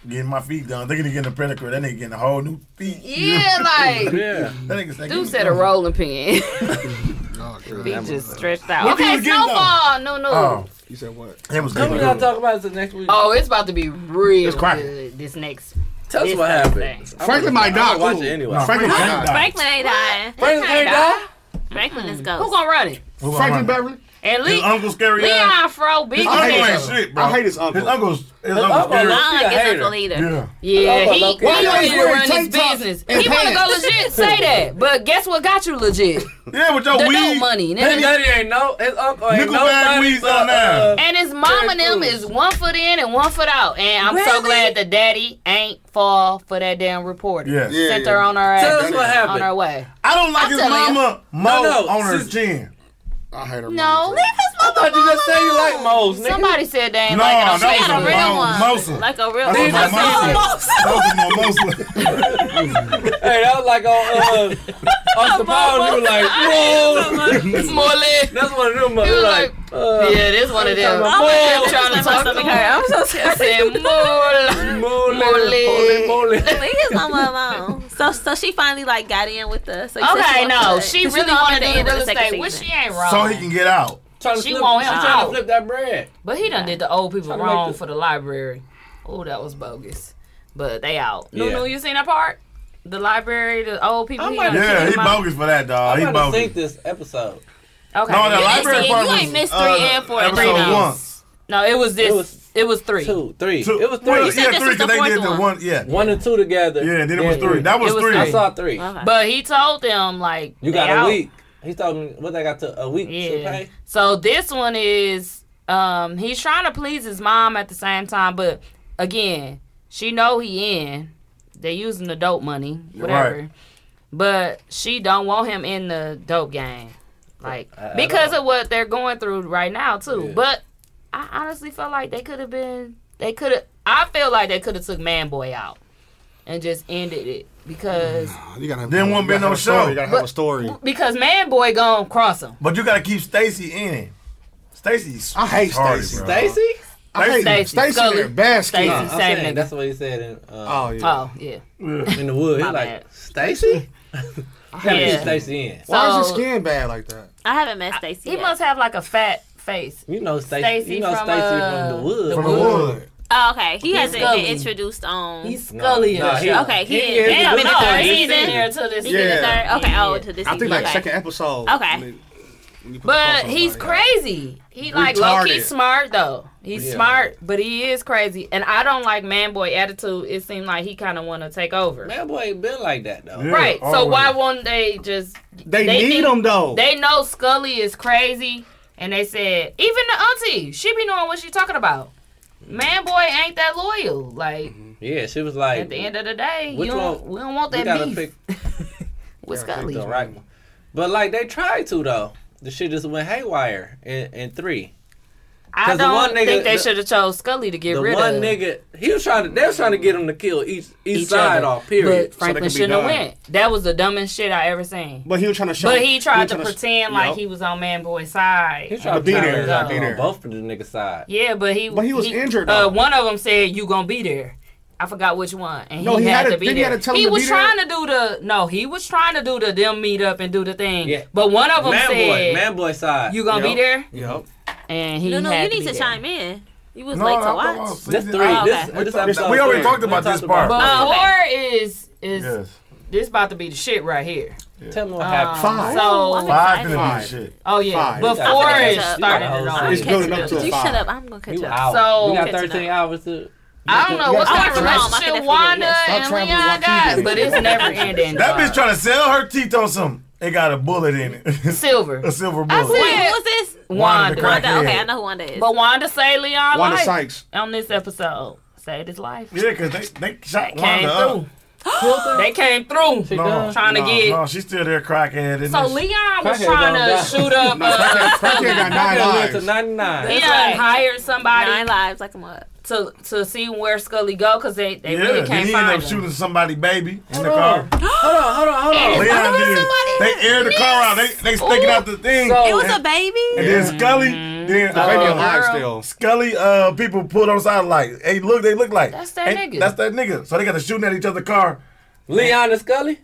getting my feet done. Thinking he getting a pedicure. That nigga getting a whole new feet. yeah, like Yeah. That nigga said, dude said a rolling pin. Y'all he crazy. just stretched out. What okay, you getting, snowball. No, no. Oh, Oh. You said what? it was Come good. we gotta talk about this next week. it's about to be real cracking. good. This next. Tell us this what happened. next thing. I'm Franklin gonna- might I'm die, gonna Watch too. it anyway. No, Franklin Franklin died. Franklin ain't dying. Franklin Hey, can't dog. die. Franklin is Who ghost. gonna run it? Who gonna run? Franklin Beverly? And His Le- uncle scary ass. Leon Fro big. His uncle as ain't hell. shit, bro. I hate his His uncle. uncle's his uncle's uncle- scary. Nah. I He a don't like his hater. uncle either. Yeah. Yeah, Love he, my he local- Why wanted y'all to wearing run his tank tops business. and He wanna go pants? legit, say that. But guess what got you legit? Yeah, with your The weed. dope money, His nigga. daddy ain't no. His uncle ain't Nickel bag nobody weeds but on now. uh, And his mom and them Cruz. is one foot in and one foot out. And I'm so Really? glad the daddy ain't fall for that damn reporter. Yes. Yeah, Sent yeah. her on her Tell ass us what on her happened. way. I don't like I'm his telling you. mama No, mo no, on her sis- chin. I hate No. her. mama, I thought you just said you like Mo's, nigga. Somebody said they ain't No, like it. I'm that saying was a a real mom. one. mimosa. Like a real That's That's what all my mom said. That was my mimosa. Hey, that was like on uh, Austin Powers. You were like, whoa. It's more lit. That's one of them. uh, He was like, like, uh, Yeah, this one of them. I'm I'm like, trying to talk to stomach him. hurt. I'm I'm so scared. said more lit. Mole, Mole. mole, mole. Leave his mama alone. So, so she finally like got in with the. So you said Okay, wanted no, to- she because really you know wanted to the do end of real the second estate, which season. she ain't wrong. So he can get out. Trying to She flip- want she him trying out. to flip that bread. But he done did the old people to make wrong the- for the library. Oh, that was bogus. But they out. Yeah. No, no, you seen that part? The library, the old people. I'm he like- done Yeah, took he them out. bogus for that, dog. Oh, He I'm about to bogus. think this episode. Okay. No, the Yeah, library see, part you was, ain't missed uh, three and four and episode three now. one. No, it was this. It It was, was- three. Two, three. Two- It was well, three. said yeah, this three was the because they fourth did the one. one. Yeah, One and two together. yeah. Then it was three. That was It was three. I saw three. Okay. But he told them like You they got out. a week. He told me what I got to a week to Yeah. pay. So this one is um he's trying to please his mom at the same time, but again, she know he in. They using the dope money, whatever. right. But she don't want him in the dope game, like I- I because don't- of what they're going through right now too. Yeah. But I honestly felt like they could have been. They could have. I feel like they could have took Man Boy out and just ended it because You gotta have, Then you won't be gotta no have a story. show. You gotta have a story. because Man Boy gonna cross him. But you gotta keep Stacy in it. Stacy's I hate Sorry, Stacy. bro. Stacy? I hate Stacy. Stacy. Scully. there, Baskin. Stacy. No, I'm Same saying, nigga. that's what he said in, uh, Oh yeah. Oh yeah, in the wood. My He's like, bad. Stacy? Gotta Yeah. get Stacy in. Why is So- your skin bad like that? I haven't met Stacy. he must have like a fat face. You know Stacy. Stacy You know from, Stacy uh, from the wood. From the wood. Oh, okay. He hasn't been Scully. introduced on. He's No, scully. no, as he- shit. okay. He, He he is they haven't been the the good third one. He's season. been He till this been the Yeah. third. Okay. Yeah. Oh, to this. I think season. like okay. second episode. Okay. when they- when you put the But cross on he's somebody. crazy. He like low key Retarded. smart though. He's Yeah. smart, but he is crazy. And I don't like man boy attitude. It seemed like he kind of want to take over. Man, boy, ain't been like that though. Yeah. right. So always. why won't they just? They, They need think- him though. They know Scully is crazy, and they said even the auntie, she be knowing what she talking about. Man boy ain't that loyal. Like Mm-hmm. Yeah, she was like, at the end of the day, you Which don't, one- we don't want we that gotta beef pick with Scully. the right one. But like they tried to though. The shit just went haywire in, in three. I 'Cause the don't one nigga- think they the- should have chose Scully to get The rid one of. nigga, he was trying to, they was trying to get him to kill each each, side other. off. Period. But So they Franklin could be shouldn't have done. went. That was the dumbest shit I ever seen. But, But he was trying to show. he tried to was tryna- pretend Yup. like he was on Man Boy's side. he tried to be be there, there, gotta be there. on both of the niggas side. yeah, but he But he was injured, Uh, though. one of them said you gonna be there. I forgot which one, and No, he, he had, had to to- be there. didn't he had to tell him to was be there? trying to do the no. He was trying to do the them meet up and do the thing. Yeah. But one of them Man said boy, man boy side. you gonna Yup. be there, Yup. and he No, no. had You need be to there. chime in. You was No, late to I'm- I'm- watch. I'm- This three. Oh, This, okay. this We episode already three. talked about We this part. But Okay. four is is Yes. this about to be the shit right here. Tell me what Um, happened. Five. So Ooh, I'm Five excited. gonna be the shit. Oh yeah, Five. but You gotta four catch is starting up. You it gotta off. It's building up Catch to up. a You shut five. up. I'm gonna catch You up. out. So- we got Catching 13 up. hours to. I don't know Yeah, what stop kind of traveling. Stop relationship traveling. Wanda Stop and traveling. Leon Keep got, it. but it's never ending. That bitch dog. trying to sell her teeth on something. It got a bullet in it. silver. a silver I bullet. Wait, said- who was this? Wanda Wanda. the crackhead. Wanda. Okay, I know who Wanda is. But Wanda say Leon Wanda life Sykes. on this episode. Saved his life. Yeah, cause they they shot Came Wanda up. through. they came through No. trying to No, get. No, she's still there, crackhead. isn't So she? Leon was Crackhead trying don't die. to shoot up. Uh, Crackhead got nine I to lives. 99. Leon Right. hired somebody Nine lives, like I'm up. to to see where Scully go because they, they yeah, really then can't he ended up find him. shooting somebody baby in the car. Hold on, hold on, hold on. Leon Other than did. somebody- They aired the car out. They they sticking out the thing. So- It was a and, baby. Mm-hmm. and then Scully, then The baby uh, alive girl. still. Scully, uh, people pulled on side like, hey, look, they look like That's that hey, nigga. That's that nigga. So they got to shooting at each other's car. Leon and Scully?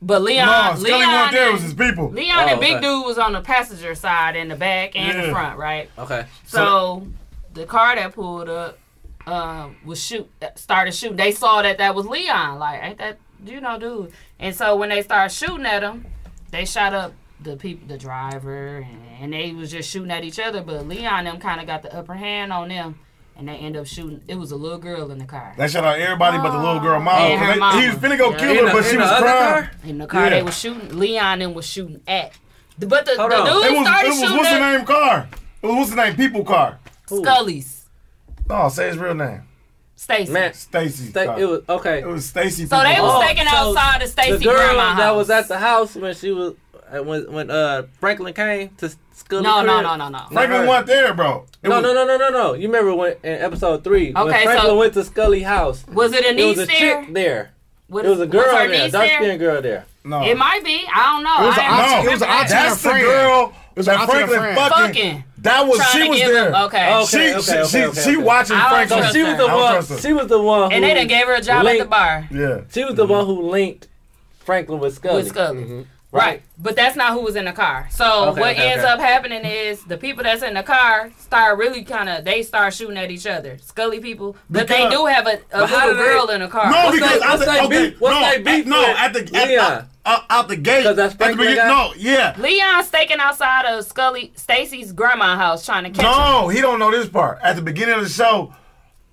But Leon, No, Scully Leon, wasn't there. It was and- his people. Leon and Oh, Big okay. Dude was on the passenger side in the back and the Yeah. front, right? Okay. So the car that pulled up um, was shoot started shooting. They saw that that was Leon. Like, ain't that you know, dude? And so when they started shooting at him, they shot up the people, the driver, and, and they was just shooting at each other. But Leon and them kind of got the upper hand on them, and they end up shooting. It was a little girl in the car. They shot out everybody but the little girl mama. And her 'Cause they- He was mama. finna go Yeah. kill her, but she was other crying. In the car, Yeah. they was shooting. Leon and was shooting at. But the, Hold the on. dude It was, started it was shooting what's the at name car? It was what's the name people car? Scully's. No, say his real name. Stacy. Man, Stacy. th- it was okay. It was Stacy. So they was Oh, taking so outside of the Stacy girl grandma. that house. was at the house when she was uh, when when uh Franklin came to Scully. no, no, crib. no, no, no. Franklin went there, bro. It No, was- no, no, no, no, no. You remember when in episode three when Okay, Franklin so- went to Scully house? Was it a It was niece a there? chick there. What- It was a girl there, her niece dark there? skinned girl there. No. It might be. I don't know. It was I a ain't auntie- No, it was a remember auntie that. and that's a the friend. girl was an that auntie and a Franklin friend. fucking. Fucking. That was Trying she to was give there. Him, okay. Oh, She Okay, okay, she she, okay, okay, okay. she watching I don't Franklin. So trust she was the I don't one. trust her. She was the one. Who and they done gave her a job at linked- the bar Yeah. She was the one who linked Franklin with Scully. with Scully. Mm-hmm. Right. But that's not who was in the car. So Okay, what okay, ends okay. up happening is the people that's in the car start really kind of they start shooting at each other, Scully people. But they Because- do have a, a But how little do they- girl in the car. No, What's because they- I what's think they okay, beat- what's no, they beat at- no, for? at the at, Yeah. out- out- out the gate. 'Cause that's At the Franklin beginning- got- no, yeah. Leon's staking outside of Scully Stacy's grandma house trying to catch him. No, he don't know this part. At the beginning of the show,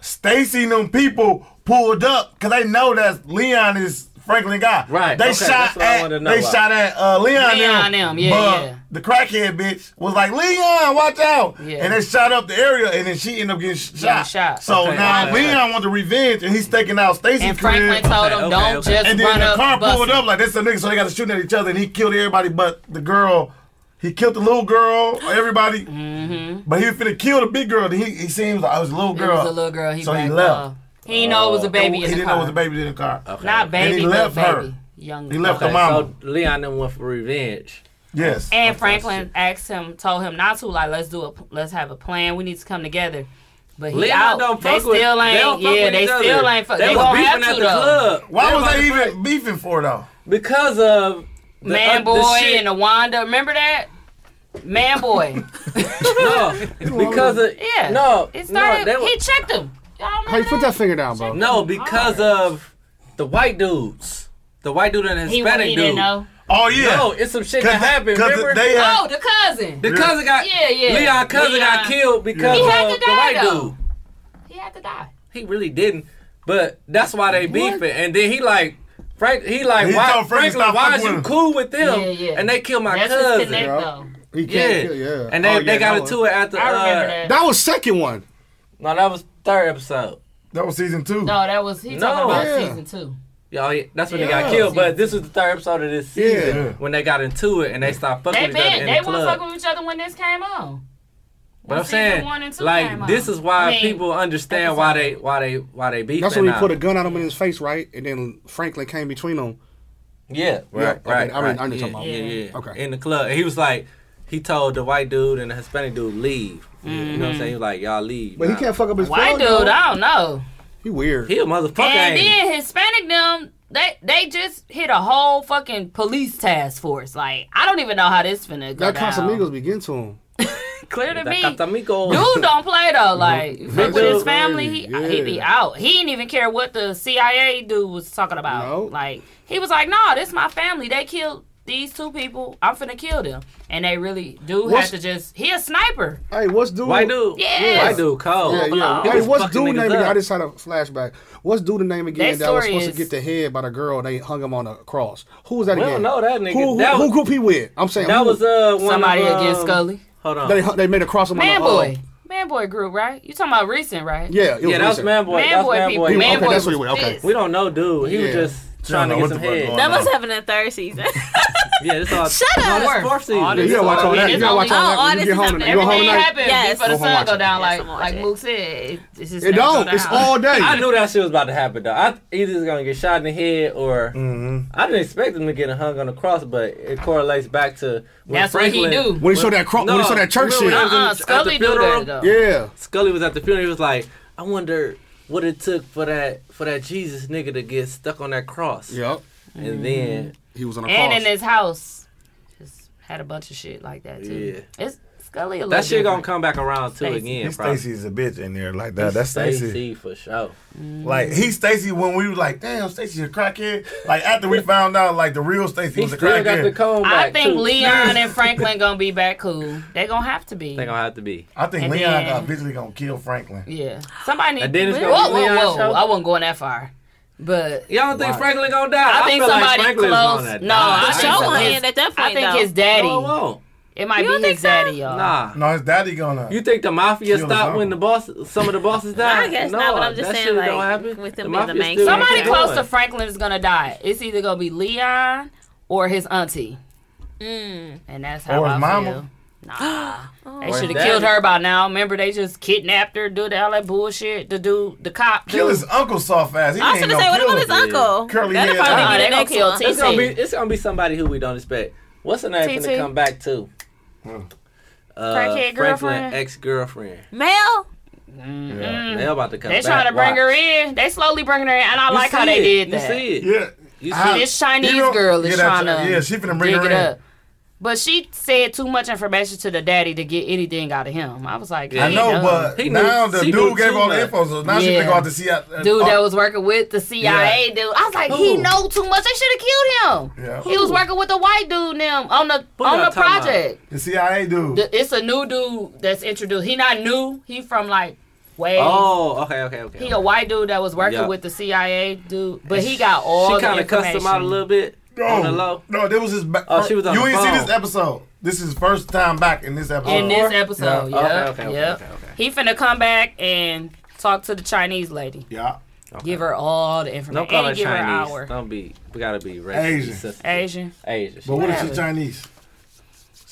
Stacy and them people pulled up because they know that Leon is Franklin guy. Right, They okay, shot that's what I at wanted to know they about. shot at uh, Leon. Leon them, yeah, but yeah. The crackhead bitch was like Leon, watch out, Yeah. and they shot up the area, and then she ended up getting sh- Getting shot. shot. So Okay, now okay, Leon wants revenge, and he's taking out Stacy's And Franklin crib. told Okay, him, okay, don't okay. just And run then the up. car bust pulled him." up like that's a nigga, so they got to shooting at each other, and he killed everybody but the girl. He killed the little girl, everybody. But he was finna kill the big girl. and He he seems like I was a little Mm-hmm. It girl. was a little girl. He so he backed left. Oh, up. He didn't know it was a baby He in the didn't car. know it was a baby in the car. Okay. Not okay. baby, And he but left her. baby. Young He left Okay, the mama. So Leon then went for revenge. Yes. And Fantastic. Franklin asked him, told him not to. Like, let's do a, let's have a plan. We need to come together. But he Leon out. don't they fuck with. still ain't. they don't fuck yeah, with they each still other. ain't. Fuck. They, They, was gonna beefing have at to the though. club. Why was about they to even fight. beefing for though? Because of the, Man uh, boy the shit- and the Wanda. Remember that? Man boy. no, because of Yeah. no, It no, started. they were, he checked him. Y'all Hey, remember put that finger down, bro. no because of the white dudes, the white dude and the He, he Hispanic dude. didn't know. Oh yeah. No, it's some shit Cause that happened. Cause Remember? they had, Oh, the cousin. the cousin got Yeah, yeah. Leon cousin got Leon. killed because He had of to the die, white though. dude. he had to die. He really didn't, but that's why they beefing. And then he like. Frank, he like, He why, told Frank to Franklin, stop why is fucking you with him. cool with them? Yeah, yeah. And they killed my That's his cousin. connect though. He Yeah. can't kill, yeah. And they, Oh, yeah, they got that into was- it after. I remember uh, that. That was second one. No, that was third episode. that was season two. No, that was he No. talking about Yeah. season two. Y'all, that's when they Yeah. got killed. But this was the third episode of this season Yeah. when they got into it and they stopped fucking They with each other been they in the weren't club. fucking with each other when this came on. But I'm season saying, one and two came like, out. this is why I mean, people understand why they why they why they beefing. That's when he now. put a gun on him in his face, right? And then Franklin came between them. Yeah, right, okay, right. I mean, right, I know yeah, you're talking yeah, about. yeah, Okay. In the club, and he was like, he told the white dude and the Hispanic dude leave. You Mm-hmm. know what I'm saying? He was like, y'all leave. But he Nah. can't fuck up his White phone, dude, though. I don't know. He weird. He a motherfucker. and Ain't he? then Hispanic them, they they just hit a whole fucking police task force. Like I don't even know how this finna go that down. Casamigos be getting to him. Clear to me. That Catamico. Dude don't play though. Like if That it with his dude family, he, crazy. he be Yeah. out. He didn't even care what the CIA dude was talking about. No. Like he was like, "No, this my family. They killed these two people. I'm finna kill them." And they really do What's- have to just. He a sniper. Hey, what's dude? White dude. Yes. White dude cold. Yeah, yeah. He Hey, was what's fucking dude niggas name again? up. I just had a flashback. What's dude name again That that, was story supposed is- to get the head by the girl and they hung him on a cross? Who was that We don't again? know that nigga. Who, who, That who was- group he with? I'm saying That who- was uh one Somebody of, um, against Scully. Hold on. They, they made a cross him on Man the, uh, boy. Man boy group, right? You talking about recent, right? yeah, it was yeah, that was recent. man boy. Man that boy was man people. boy. He- Man okay, boy that's what was he was. Okay. pissed. We don't know, dude. He Yeah. was just don't trying know to get what some the fuck head. going That No. must have been in third season. Yeah, this all. Shut No, up. this fourth season. All Yeah, you gotta watch all that. You It's gotta watch only- all oh, that. all When you this get home is tonight. You go Everything home Everything tonight. happened Yes. before the Go home sun watch go it. down, Yes, like I'm gonna like watch Mook said. It, it's just It never go don't. It's down. all day. I knew that shit was about to happen though. I either was gonna get shot in the head or I didn't expect him to get hung on the cross, but it correlates back to when That's Franklin. what he do. When he saw that cro- when he saw that church remember shit. when I Uh-uh, was in- at Scully the do funeral? that though. Yeah. Scully was at the funeral. He was like, I wonder what it took for that for that Jesus nigga to get stuck on that cross. Yep. And then He was on a And cross. in his house, just had a bunch of shit like that too. It's Scully. A that little shit gonna different. come back around too Stacey. again. He's Probably. Stacy's a bitch in there like that. That's Stacy. Stacy for sure. Like he Stacy when we was like, damn, Stacy's a crackhead. Like after we found out like the real Stacy He was a still got the crackhead. comb back. I think too. Leon and Franklin gonna be back cool. They gonna have to be. They gonna have to be. I think And Leon then- got eventually gonna kill Franklin. yeah. Somebody And needs. then to it's Whoa, gonna be whoa, Leon's whoa! show. I wouldn't going that far, but Y'all don't think Franklin gonna die? I, think feel like somebody Franklin's close. gonna die. No, I The think show so. will His- end at that I point, think though. his daddy. No, it won't. It might You be don't think his daddy, so? y'all. Nah. No, his daddy gonna. You think the mafia Kill stopped them. when the boss, some of the bosses died? I guess not, but I'm just that saying, shit like, don't happen. with The them being mafia the main still character. Somebody keep close going. to Franklin is gonna die. It's either gonna be Leon or his auntie, Mm. and that's how Or his I mama. feel. Nah, they Or should have his killed daddy. her by now. Remember, they just kidnapped her, did all that bullshit. The dude, the cop, kill dude. his uncle soft ass. He I was ain't gonna say, no what about killer. his uncle? Curly That'll head. probably Nah, be they the gonna next kill one. T. It's gonna be, TT. it's gonna be somebody who we don't expect. What's the name TT? gonna come back to? Uh, Crackhead girlfriend? Mm. Franklin ex girlfriend. Mel. They about to come They back. trying to bring Watch. her in. They slowly bringing her in, and I You like see how they it. did that. You see it. Yeah. You I- see it. This Chinese You know- girl is Yeah, that trying to Chi- yeah, she finna bring dig her it in. up. But she said too much information to the daddy to get anything out of him. I was like, Yeah. I he know, knows. but He knew- now the she dude knew gave too all the much. info, so now she Yeah. finna go out to see. uh, uh, dude that uh, was working with the CIA dude. I was like, he Who? know too much. They should have killed him. Yeah. He was working with the white dude them on the Who on y'all the talking about? project. the CIA dude. The- it's a new dude that's introduced. He not new. He from like Way. Oh, okay, okay, okay. He a white dude that was working Yeah. with the CIA dude, but he got all She the kind of cussed him out a information. little bit on the No, low. no, that was his. Ba- Oh, she was on you the ain't see phone. this episode. This is first time back in this episode. in this episode. Yeah. Oh, Okay, Yeah, okay, okay, yeah. okay, okay. He finna come back and talk to the Chinese lady. yeah. Give her all the information. Don't call her and give Chinese. her our Don't be. We gotta be Asian. racist. Asian. Asian. Asian. She, But what if Yeah. she's Chinese?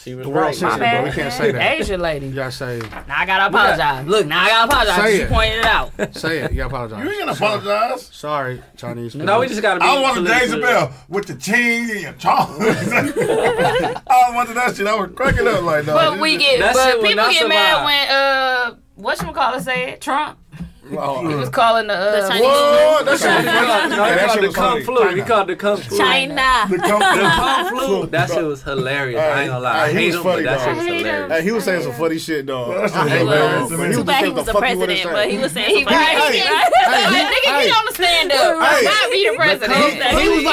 she was The world right. says My Yeah, bro, bad. we can't say that. Asian lady. You gotta say Now I gotta apologize. Look, now I gotta apologize. Say She it. pointed it out. say it. You gotta apologize. You ain't gonna apologize. Sorry, Chinese. No, we just gotta be. I wanted politically- Daisy Bell with the chains and your chocolates. I wanted that shit. I was cracking up like that. But we get, That shit but will people not get survive. mad when uh, whatchamacallit said Trump. He was calling the, uh, The Chinese What? That shit was No, he funny. Yeah, that called shit the was funny. kung flu. He called the kung flu. China. The kung The kung flu. flu. That shit was hilarious. I ain't gonna lie. I Hey, he hate was him, but funny, that dog. shit was I hate him. hilarious. Hey, he was saying some funny shit, dog. That's just I hate hilarious that. to man. me. He Too was bad he saying was the the fuck he wanna president, but say. he was saying he Hey, was hey, hey, nigga, hey. get on the stand up. Hey. Not be the president. He was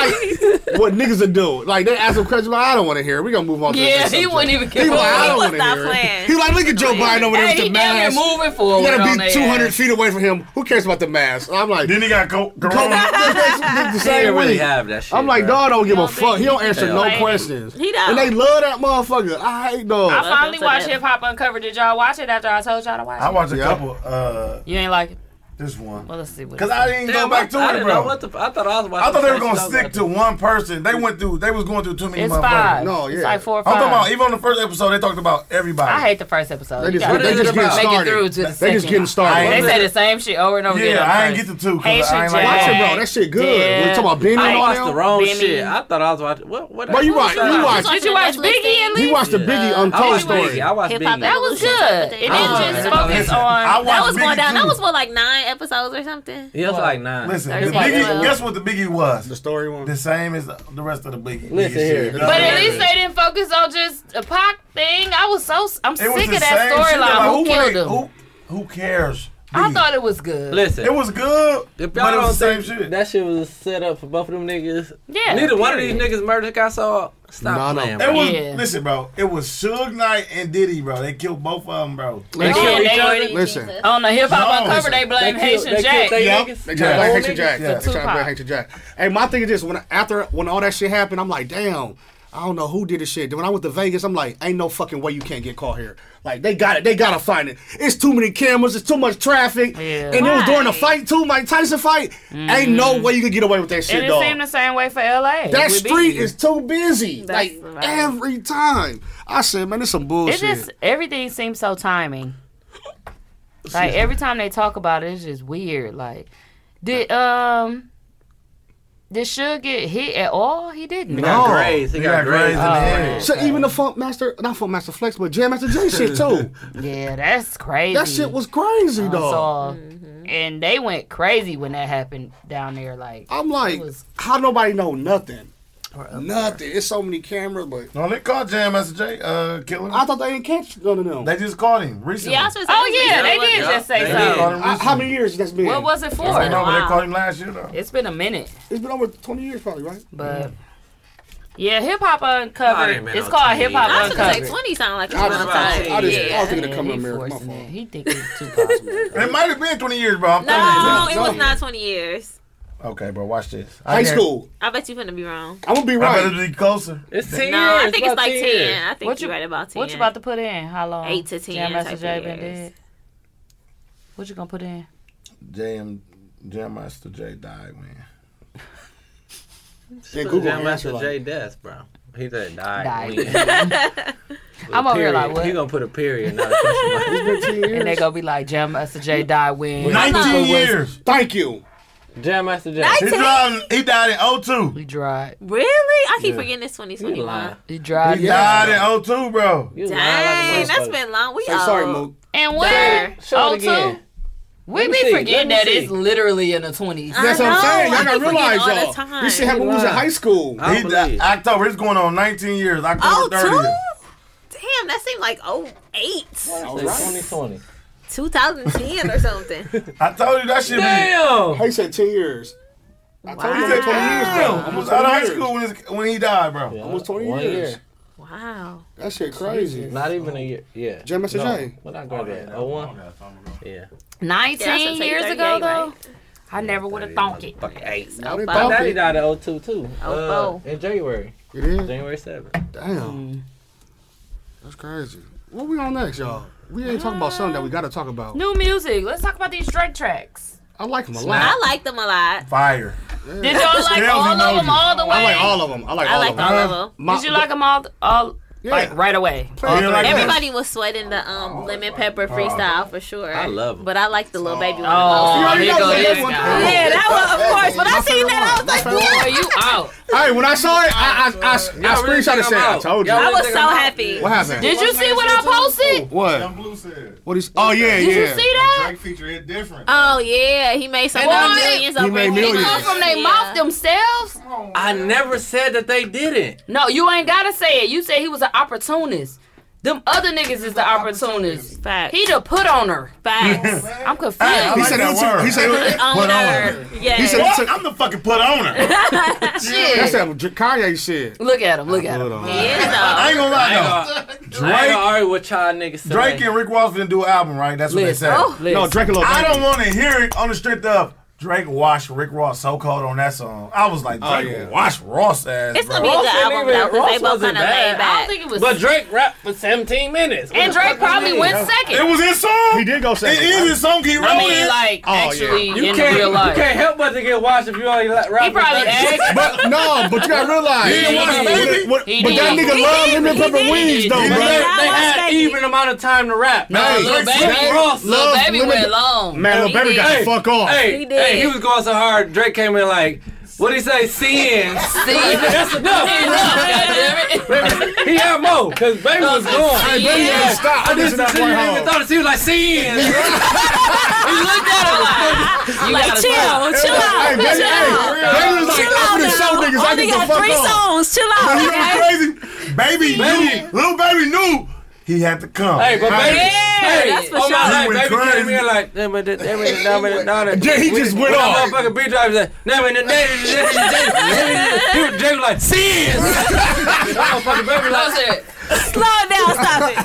like, "What niggas would do?" Like they asked him questions, like, "I don't want to hear." it. We gonna move on. To the Yeah, next he subject. wouldn't even He give was like, "I up. don't was want to not hear." It. playing. He was like, "Look at Joe Biden over there Hey, with he the damn mask. near moving forward. You on gotta their be two hundred ass. feet away from him. Who cares about the mask?" And I'm like, Then he got co- corona. the He same didn't really week. have that shit. I'm like, bro. dog don't give He a don't fuck. think He don't he answer can no play. questions. He don't. And they love that motherfucker. I hate I dog. finally to watched that. Hip Hop Uncovered. Did y'all watch it after I told y'all to watch it? I watched a Yeah. couple. Uh, you ain't like it. this one. Well, let's see what. Cause I didn't Damn, go back to I, I it, didn't Know bro. what the, f- I thought I was watching. I thought they were the gonna same stick to show. one person. They went through. They was going through too many. it's motherfuckers. five. No, It's yeah. like four or I'm 5 talking about even on the first episode they talked about everybody. I hate the first episode. They You just, gotta they it just about? Make getting make it through started. to the They just second. getting I They ain't- started. say the same shit over and over again. Yeah, on I ain't first. get the two. 'cause Haitian I ain't like Jack. Watch it, bro. That shit good. Yeah. We're talking about Benny I and all watched the them. wrong Benny. shit. I thought I was watching. What? What? Bro, you what right, show I you was right. watching? Did you watch Biggie and You Lee? watched the Biggie I Untold watched story. Biggie. I watched Hip-hop Biggie. That was good. It Oh, didn't just yeah. focus Listen, I on. watched That was going Biggie down. That too. was what like nine episodes or something. Yeah, it was like nine. Listen, There's the like biggie. twelve. Guess what the biggie was? The story one. The same as the the rest of the biggie. Listen Biggie here. shit. But But at Yeah. least they didn't focus on just the Pac thing. I was so I'm It was sick the of that same shit. Like, storyline. Who wanna- killed him? Who, who cares? I Biggie. thought it was good. Listen, it was good, If but y'all it don't was the same think shit. that shit was set up for both of them niggas, Yeah, neither one of these period. niggas murdered I saw. Nah, Stop nah. playing. It bro. was Yeah. listen, bro. It was Suge Knight and Diddy, bro. They killed both of them, bro. They Listen, killed Yeah, each they other. already- Listen. On the hip hop No, uncover, listen. they blame They killed- Haitian they Jack. killed they niggas. Yep. They trying to Yeah. blame Haitian Jack. Yeah. They trying to blame Tupac. Haitian Jack. Hey, my thing is this: when after when all that shit happened, I'm like, damn, I don't know who did this shit. Then When I went to Vegas, I'm like, ain't no fucking way you can't get caught here. Like they got it, they gotta find it. It's too many cameras, it's too much traffic, Yeah. Mm-hmm. and it was during the Right. fight too, Mike Tyson fight. Ain't no way you could get away with that And shit, it dog. seemed the same way for LA. that with street Biggie. is too busy, That's like right. every time. I said, man, it's some It bullshit. just everything seems so timing. Like every time they talk about it, it's just weird. Like did um did Suge get hit at all? He didn't. He got No. grazed. He They got got grazed in grazed. the head. so even the Funk Master, not Funk Master Flex, but Jam Master J shit too. Yeah, that's crazy. that shit was crazy, I dog. saw, and they went crazy when that happened down there. Like I'm like, It was- how nobody know nothing? Nothing. It's so many cameras, but No, they called Jam Master J uh, killer. Mm-hmm. I thought they didn't catch none of them. They just caught him recently. Yeah, I was gonna say, Oh, it was yeah, recent, they did wasn't it? just say They They did. so. caught him I- how recently. many years that's been? What was it I don't know, for? but they Wow. caught him last year though. It's been a minute. It's been over 20 years, probably, right? But yeah, hip hop I uncovered. didn't mean It's no called teen. hip hop I was gonna say uncovered. twenty sound like it's I been around about time. ten I just, I Yeah. was thinking Yeah, of coming to he America. My forcing it. fault. He think it's too possible. It might have been 20 years, bro. I'm No, telling it you. was not twenty years. Okay, bro, watch this. I High can't- school. I bet you gonna be wrong. I'm gonna be I right. better be closer. It's ten No, years. I think it's about like ten. years. I think What you're you- right about ten. What you about to put in? How long? Eight to 10 Jam Master type J of been years. dead. What you gonna put in? Jam, Jam Master J died, man. Yeah, Put Google Jam Master answer, J death, bro. He said died. Died. When- with I'm a over here period. like, what? He gonna put a period. Not a question mark. And they gonna be like, Jam Master J died when 19 years. Thank you. Jam Master J. He, died. he died in 02. he dried. Really? I keep Yeah. forgetting it's twenty You twenty lying. one. He dried. He died in 02, bro. You lying like Dang, a that's motherfucker. been long. We Hey, sorry, old. Mook. And Show when? it Oh, two. again. We Let be me see. forgetting Let that me it's see. literally in the 20s. I That's what know, I'm saying. I Y'all keep gotta realize, forgetting all the y'all. time. This shit happened when we was in Wow. high school. I He don't died believe. October. It's going on 19 years. Oh, October 30th. two? Damn, that seemed like oh eight. Twenty twenty. 2010 or something. I told you that shit be. Damn. He said 10 years. I told you he said 20 years, bro. Damn. I was out of high school when, his, when he died, bro. Almost 20 years. One year. Wow. Wow. That shit crazy. Not even a year. Yeah. Jam Master Jay. What I go there? Oh one. Yeah. 19 say years 38, ago, though, right? I never would have thought it. Fucking eight. Now they Bob bump Daddy it. died at 02 too. Uh, Oh, in January. It is. January 7th. Mm. Damn. That's crazy. What we on next, y'all? We ain't talking about something that we got to talk about. New music. Let's talk about these Drake tracks. I like them a I lot. like them a lot. Fire. Mm. Did y'all like Scales all of them emoji. all the way? I like all of them. I like I all like of them them. a lot. My- Did you like them all, all Yeah. like right away? Oh, you like that? Everybody was sweating the Oh, um lemon pepper freestyle for sure. I love 'em. But I like the little baby one. Oh, You already here know go what this that one- guy. Yeah, that was of course. When I seen that, I was like, Boy, you out. Hey, when I saw it, I I, I, I screenshot it. Said, I told you. I was so happy. What happened? Did you see what I posted? what? Blue said. What is? Oh yeah, Did Oh, yeah. you see that? Drake feature hit different. Oh yeah, he made some And more I- millions. He over made it. They millions. come from their Oh, Yeah. mouth themselves? I never said that they didn't. No, you ain't gotta say it. You said he was an opportunist. Them other niggas is the opportunists. Facts. He the put on her. Facts. I'm confused. I He like said that it was. word. He said it was. On Put on. her. Yeah. He said it What? took. I'm the fucking put on her. That's Shit. that Kanye shit. Look at him. Look at Hold him. on. He is, I though. ain't gonna lie though. Uh, I Drake, already with y'all niggas. today. Drake and Rick Ross finna do an album, right? That's what they Listen. Oh. said. No, Drake a little. I baby. don't want to hear it on the strength of Drake wash Rick Ross so cold on that song. I was like, Oh, Drake yeah. wash Ross ass. It's gonna be bro. a good Ross ain't album even- though, because Ross they both wasn't kind of laid bad. I don't back. think it was. But Drake rapped for 17 minutes. What the and Drake fuck that probably mean? went second. It was his song. He did go It second. is his song. He wrote I mean, it. like Oh, yeah. actually You in can't, real life. you can't help but to get washed if you only let rap. He probably asked. But no, but you gotta realize. He didn't watch Baby. What- He but that did. nigga He love did. lemon He pepper did. wings though, They, He did. bro. they That was had crazy. even amount of time to rap. Hey, Lil Drake- Baby. Drake Ross. Lil loved Baby lemon went pepper- long. Man, Lil He Baby did. got the fuck off. Hey, He did. hey, he was going so hard. Drake came in like, what he say? Sins. See? That's enough. Goddamn it. he had more because baby was going. Hey, Baby Yeah. didn't stop. I This is just not didn't going even home. thought it. He was like sins. You gotta stop. Chill, chill Hey, out. Baby, Chill out. hey, Baby was like, Chill I'm out gonna show niggas now. I Only get the got fuck three off. songs. Chill You out. know okay? what's crazy? Baby, knew. Little baby knew he had to come. Hey, but baby, hey, that's for oh sure. my He life, went baby came crazy. in like, "Nah, but that- that was- nah, but that- nah, that- Yeah, he we- just we went got off. Motherfucking beat driver said, nah, but that- that- that- that- that- that- he was Drake like, sins. Motherfucking baby like, Close it. Slow down. Stop it.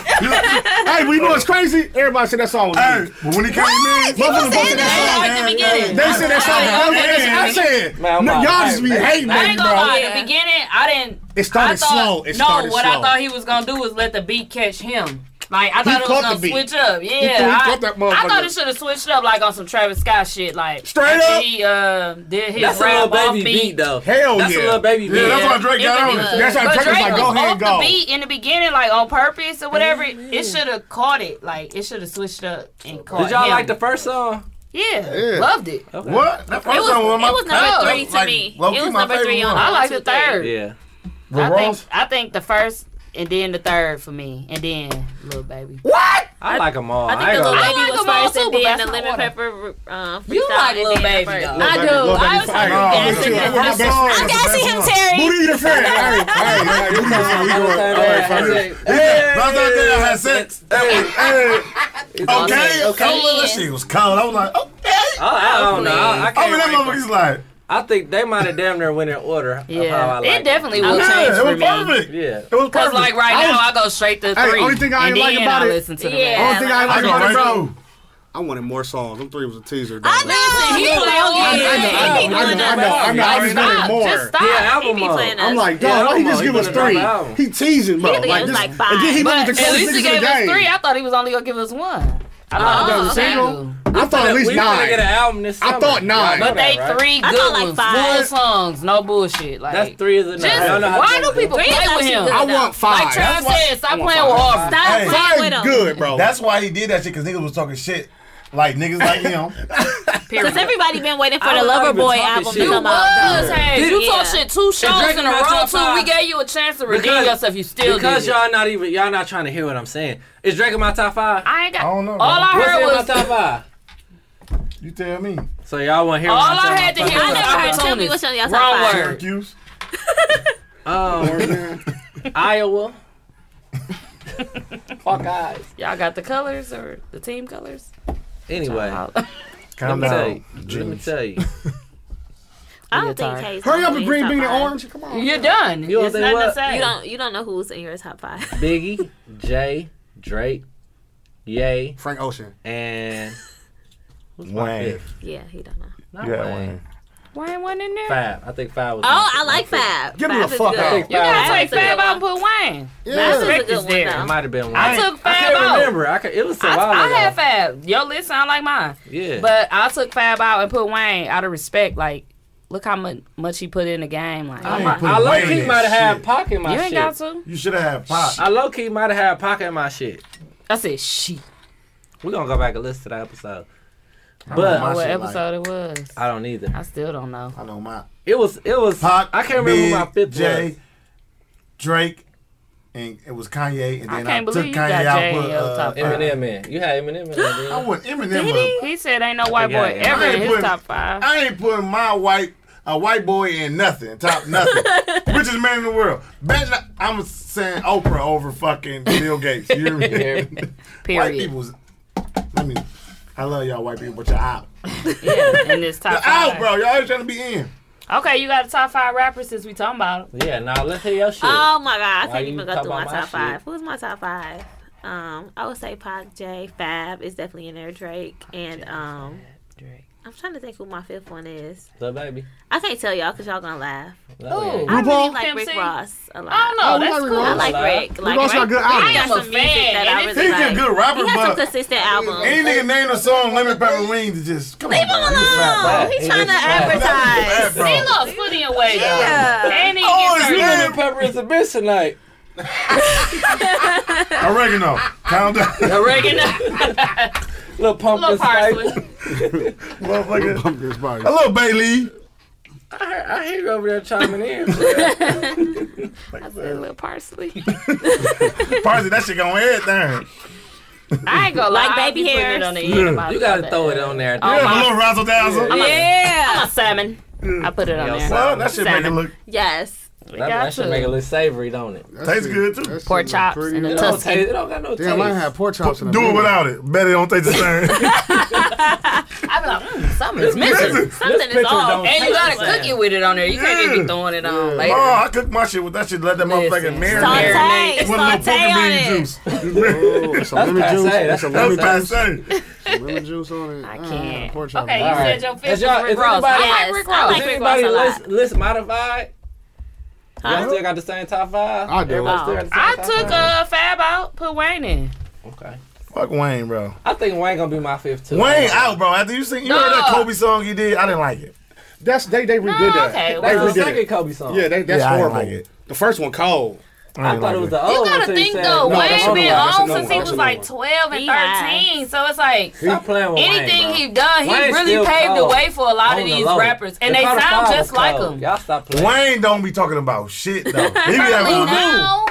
Hey, we know what's crazy. Everybody said that song was Hey, me. but when he came in, Motherfuckers saying voted that. that song. At the beginning. They said that song. Hey, hey, I said, Man, I'm no, out. y'all just be Hey, hating, I ain't baby, gonna bro. lie. At the beginning, I didn't. It started I thought, slow. It no, started what I slow. thought he was gonna do was let the beat catch him. Like I thought it caught was the gonna beat. switch up. Yeah, threw- he I, caught that I thought motherfucker. it should have switched up like on some Travis Scott shit. Like Straight after up. he uh, did his That's a rap little off baby beat, though. Hell That's a yeah. little baby yeah, beat. that's why Drake got on it. That's how But Drake was like, was go ahead, off the go. Mm-hmm. beat in the beginning, like on purpose or whatever. It should have caught it. Like it should have switched up and caught Did y'all him. like the Oh. first song? Yeah, Yeah. loved it. What? That first It was- song was my it was number that three to like, me. low-key It was my number favorite three on one. my- I like One, the two, three. third. Yeah. With I think Ross? I think the first and then the third for me, and then little baby. I like them all. I think the ain't little gonna- I like baby was them all first, and too, but then that's the not lemon order. pepper uh, You freestyle, like and Lil then the Baby, first. though. I Lil do. Baby- Lil Baby I was fire. kind Oh, of me too. dancing. That's my I'm best song. That's the gassing best him, one. Terry. Booty eater fan. Hey, hey, hey, you know where we going. All right, I fine. said, Yeah, but I thought they all had sex. Hey, Hey, okay, awesome. okay. That shit was cold. I was like, okay. I, I don't know. Uh, I, I I can't. mean, that rank 'em. motherfucker's like, I think they might have damn near went in order. of how I Yeah, like it definitely will change yeah, it for was me. perfect. Yeah. It was perfect. Cause like right I now, was- I go straight to Hey, three. only thing I and ain't like then about I it- listen to the Yeah. rest. Only thing I I like go about it, right bro. through. I wanted more songs. Them three was a teaser. though. I know. He I know, I know, I know, I know, I know. I just Stop, wanted more. Just stop. Yeah, album be on. playing I'm like, dog, Yeah, why he come just on, give he us gonna drop an three? album. He teasing, bro. He only like, gave this, us like five. And then he But wanted to at call least he niggas in gave the us game. three. I thought he was only gonna give us one. I thought that was a okay. single? I thought at We least finna get an nine. album this I summer. thought nine. Y'all know But they that, right? three I good thought like ones, five. full songs, no bullshit. Like That's three is enough. Just Y'all know how why do Drake people Three is play with actually him? good. I though. want Like five. Trav said, stop want playing with five. Harvey. Stop Hey, playing with Five him. good, bro. That's why he did that shit, because niggas was talking shit. Like niggas like him. Because everybody been waiting for I the was not Lover even Boy talking album shit. to come You out. was, hey, you Yeah. talk shit two shows Drake in a in my row top too. five. We gave you a chance to redeem Because- yourself. You still Because did. it. y'all not even y'all not trying to hear what I'm saying. Is Drake in my top five? I ain't got. I don't know. All I What's in heard my was top five? You tell me. So y'all want to hear? all what I'm I saying had to about hear top was I never heard tell opportunities. me what's on y'all top Wrong five. word. Syracuse. five? Um, Iowa. Fuck eyes. Y'all got the colors or the team colors? Anyway, I'll- let Calm me tell you. down. Let me Genius. tell you. I You're don't think tired. K's Hurry up in and bring top bring the five. orange. Come on. You're done. You don't it's think nothing to what? say. You don't you don't know who's in your top five. Biggie, Jay, Drake, Yay, Frank Ocean. and Wayne. fifth? yeah, he don't know. Not Yeah, Wayne. Wayne. Why ain't one in there? Five. I think five was. Oh, I like Fab. Get him Fab the is fuck good. out. I think You five. gotta was- take Fab out and put Wayne. Fab Yeah. is a Respect good is one there. It though. might have been one. I took I Fab can't out. remember. I can, it was a I, while I ago. had Fab. Your list sound like mine. Yeah. But I took Fab out and put Wayne out of respect. Like, look how much, much he put in the game. Like, I ain't I, put I low Wayne in key that might have had shit. pocket in my you ain't shit. got to. You should have had pop. I low key might have had pocket in my shit. I said, she. We're gonna go back and listen to that episode. I don't know But what shit episode it was. I don't either. I still don't know. I know my It was it was Pop. I can't remember Big, who my fifth Jay, was. Drake, and it was Kanye. And I then I, can't took believe you Kanye got out. Jay in put, your uh, top five. Eminem in. You had Eminem in. there, I didn't want Eminem. up. He said ain't no white think I boy am. ever I in ain't his putting- top five. I ain't putting my white a white boy in nothing, top nothing. Richest man in the world. Bet not- I'm saying Oprah over fucking Bill Gates. You hear me? you? You hear me? White Period. people's. I mean, I love y'all white people, but y'all out. Yeah, in this Y'all top out, five. bro. Y'all always trying to be in. Okay, you got a top five rapper since we talking about him. Yeah, now let's hear your shit. Oh my god, I Why can't you even talk go through my about my top shit? five. Who's my top five? Um, I would say Pac, J, Fab is definitely in there. Drake and um, Drake. I'm trying to think who my fifth one is. the baby. I can't tell y'all because y'all gonna laugh. Oh, I really RuPaul? like Rick MC? Ross a lot. I don't Oh, know. we That's got cool. I Rick like Ross. Rick. Like, Ross got Rick- good Rick got albums. I am a some music fan, that and I if really He's a like. good rapper, He has some but consistent albums. any nigga name a song Lemon Pepper Wings is just come Leave him on. bro. You fat, alone. He He's trying is to fat. advertise. bro. He lost footy away though. Yeah. And he Oh, gets it's hurt. really- Lemon pepper is a bitch tonight. Oregano. Calm down. Oregano. Little Little pumpkin spice. parsley. Motherfucker. This body. Hello, Bailey. I hear, I hear you over there chiming in. Little parsley. Parsley, that shit going everything. I ain't gonna lie. Like I'll be baby putting it hairs. on the end of my you gotta top throw five. it on there. Oh, Yeah, my- a little razzle dazzle. I'm a- I'm Yeah. a salmon. I put it on Yo, there. salmon. Well, that shit make it Salmon. look Yes. that, that should make it look savory, don't it? That tastes shit- good too. that shit Pork look chops pretty and a good. It don't, Tuscan. taste, it don't got no taste. Damn, I ain't had pork chops in a Do it minute. without it. Bet it don't taste the same. I'd be like, mm, something's missing. Something is picture off. don't And you gotta cook it with it on there. You can't just Yeah. be throwing it on later. oh, I cook my shit with that shit. Let that motherfucker Listen. marinate. Saute. With a little Saute pumpkin on bean it. juice. Oh, that's a That's lemon juice. passe. That's a That's lemon That's juice. passe. Lemon juice on it. I Ah, can't. Pork chop. Okay, you All right. said your Is fifth y'all- was Rick is Ross. anybody- I like Yes, Rick I Ross. Does like Rick anybody Ross a lot. list, list my divide? Huh? Y'all still got the same top five? I do. Everybody still got the same I top took five? uh, Fab out, put Wayne in. Okay. Fuck Wayne, bro. I think Wayne gonna be my fifth too. Wayne out, bro. After you sing, you heard that Nah. Kobe song you did. I didn't like it. That's they. They redid No, that. okay, They That's well- the redid second it. Kobe song. Yeah, they, that's Yeah, I didn't horrible. like it. The first one cold. I, I, didn't thought like it was the old You one. gotta till Oh, you think said- though, No, that's Wayne another been one. That's on another since he one. was That's like another 12 and He has. 13. So it's like Stop playing with Wayne, anything bro. he done, he Wayne's really still paved the cold. way for a lot of On the these low. rappers. And The they Carter sound Five just was like cold. him. Y'all stop playing. Wayne don't be talking about shit though. He be having Probably a little- now.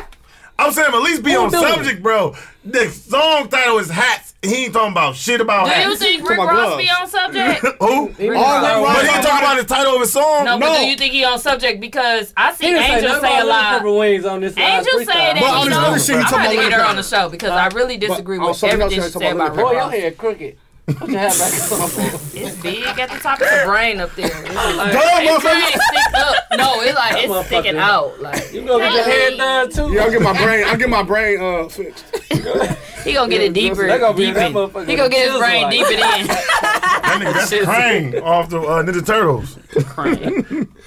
I'm saying, at least be Who on do it? subject, bro. The song title is hats. He ain't talking about shit about Do you hats. think To Rick my Ross be gloves. on subject? Who? He was All like, that But Right. he ain't talking about the title of his song. No, but do you think he on subject? Because I see He didn't Angel nothing say a about Lemon lot. Pepper Wings on this live Angel say freestyle. that But he on this know. other shit, he I'm talking about to about get her Lemon on the show because I really disagree but on with something else, everything he she talking said about about Rick Boy, your Ross. head crooked. Put your hat back on. It's big at the top of the brain up there. It's like, Dumb it motherfucker. ain't stick up. No, it's like That it's sticking motherfucker. out. Like You gonna get your head done too? Yeah, I'll get my brain. I'll get my brain uh fixed. he gonna get it deeper. They gonna be in deep that in. motherfucker He gonna with get his chisel brain like- deep it in. That nigga, that's Crane off the uh, Ninja Turtles.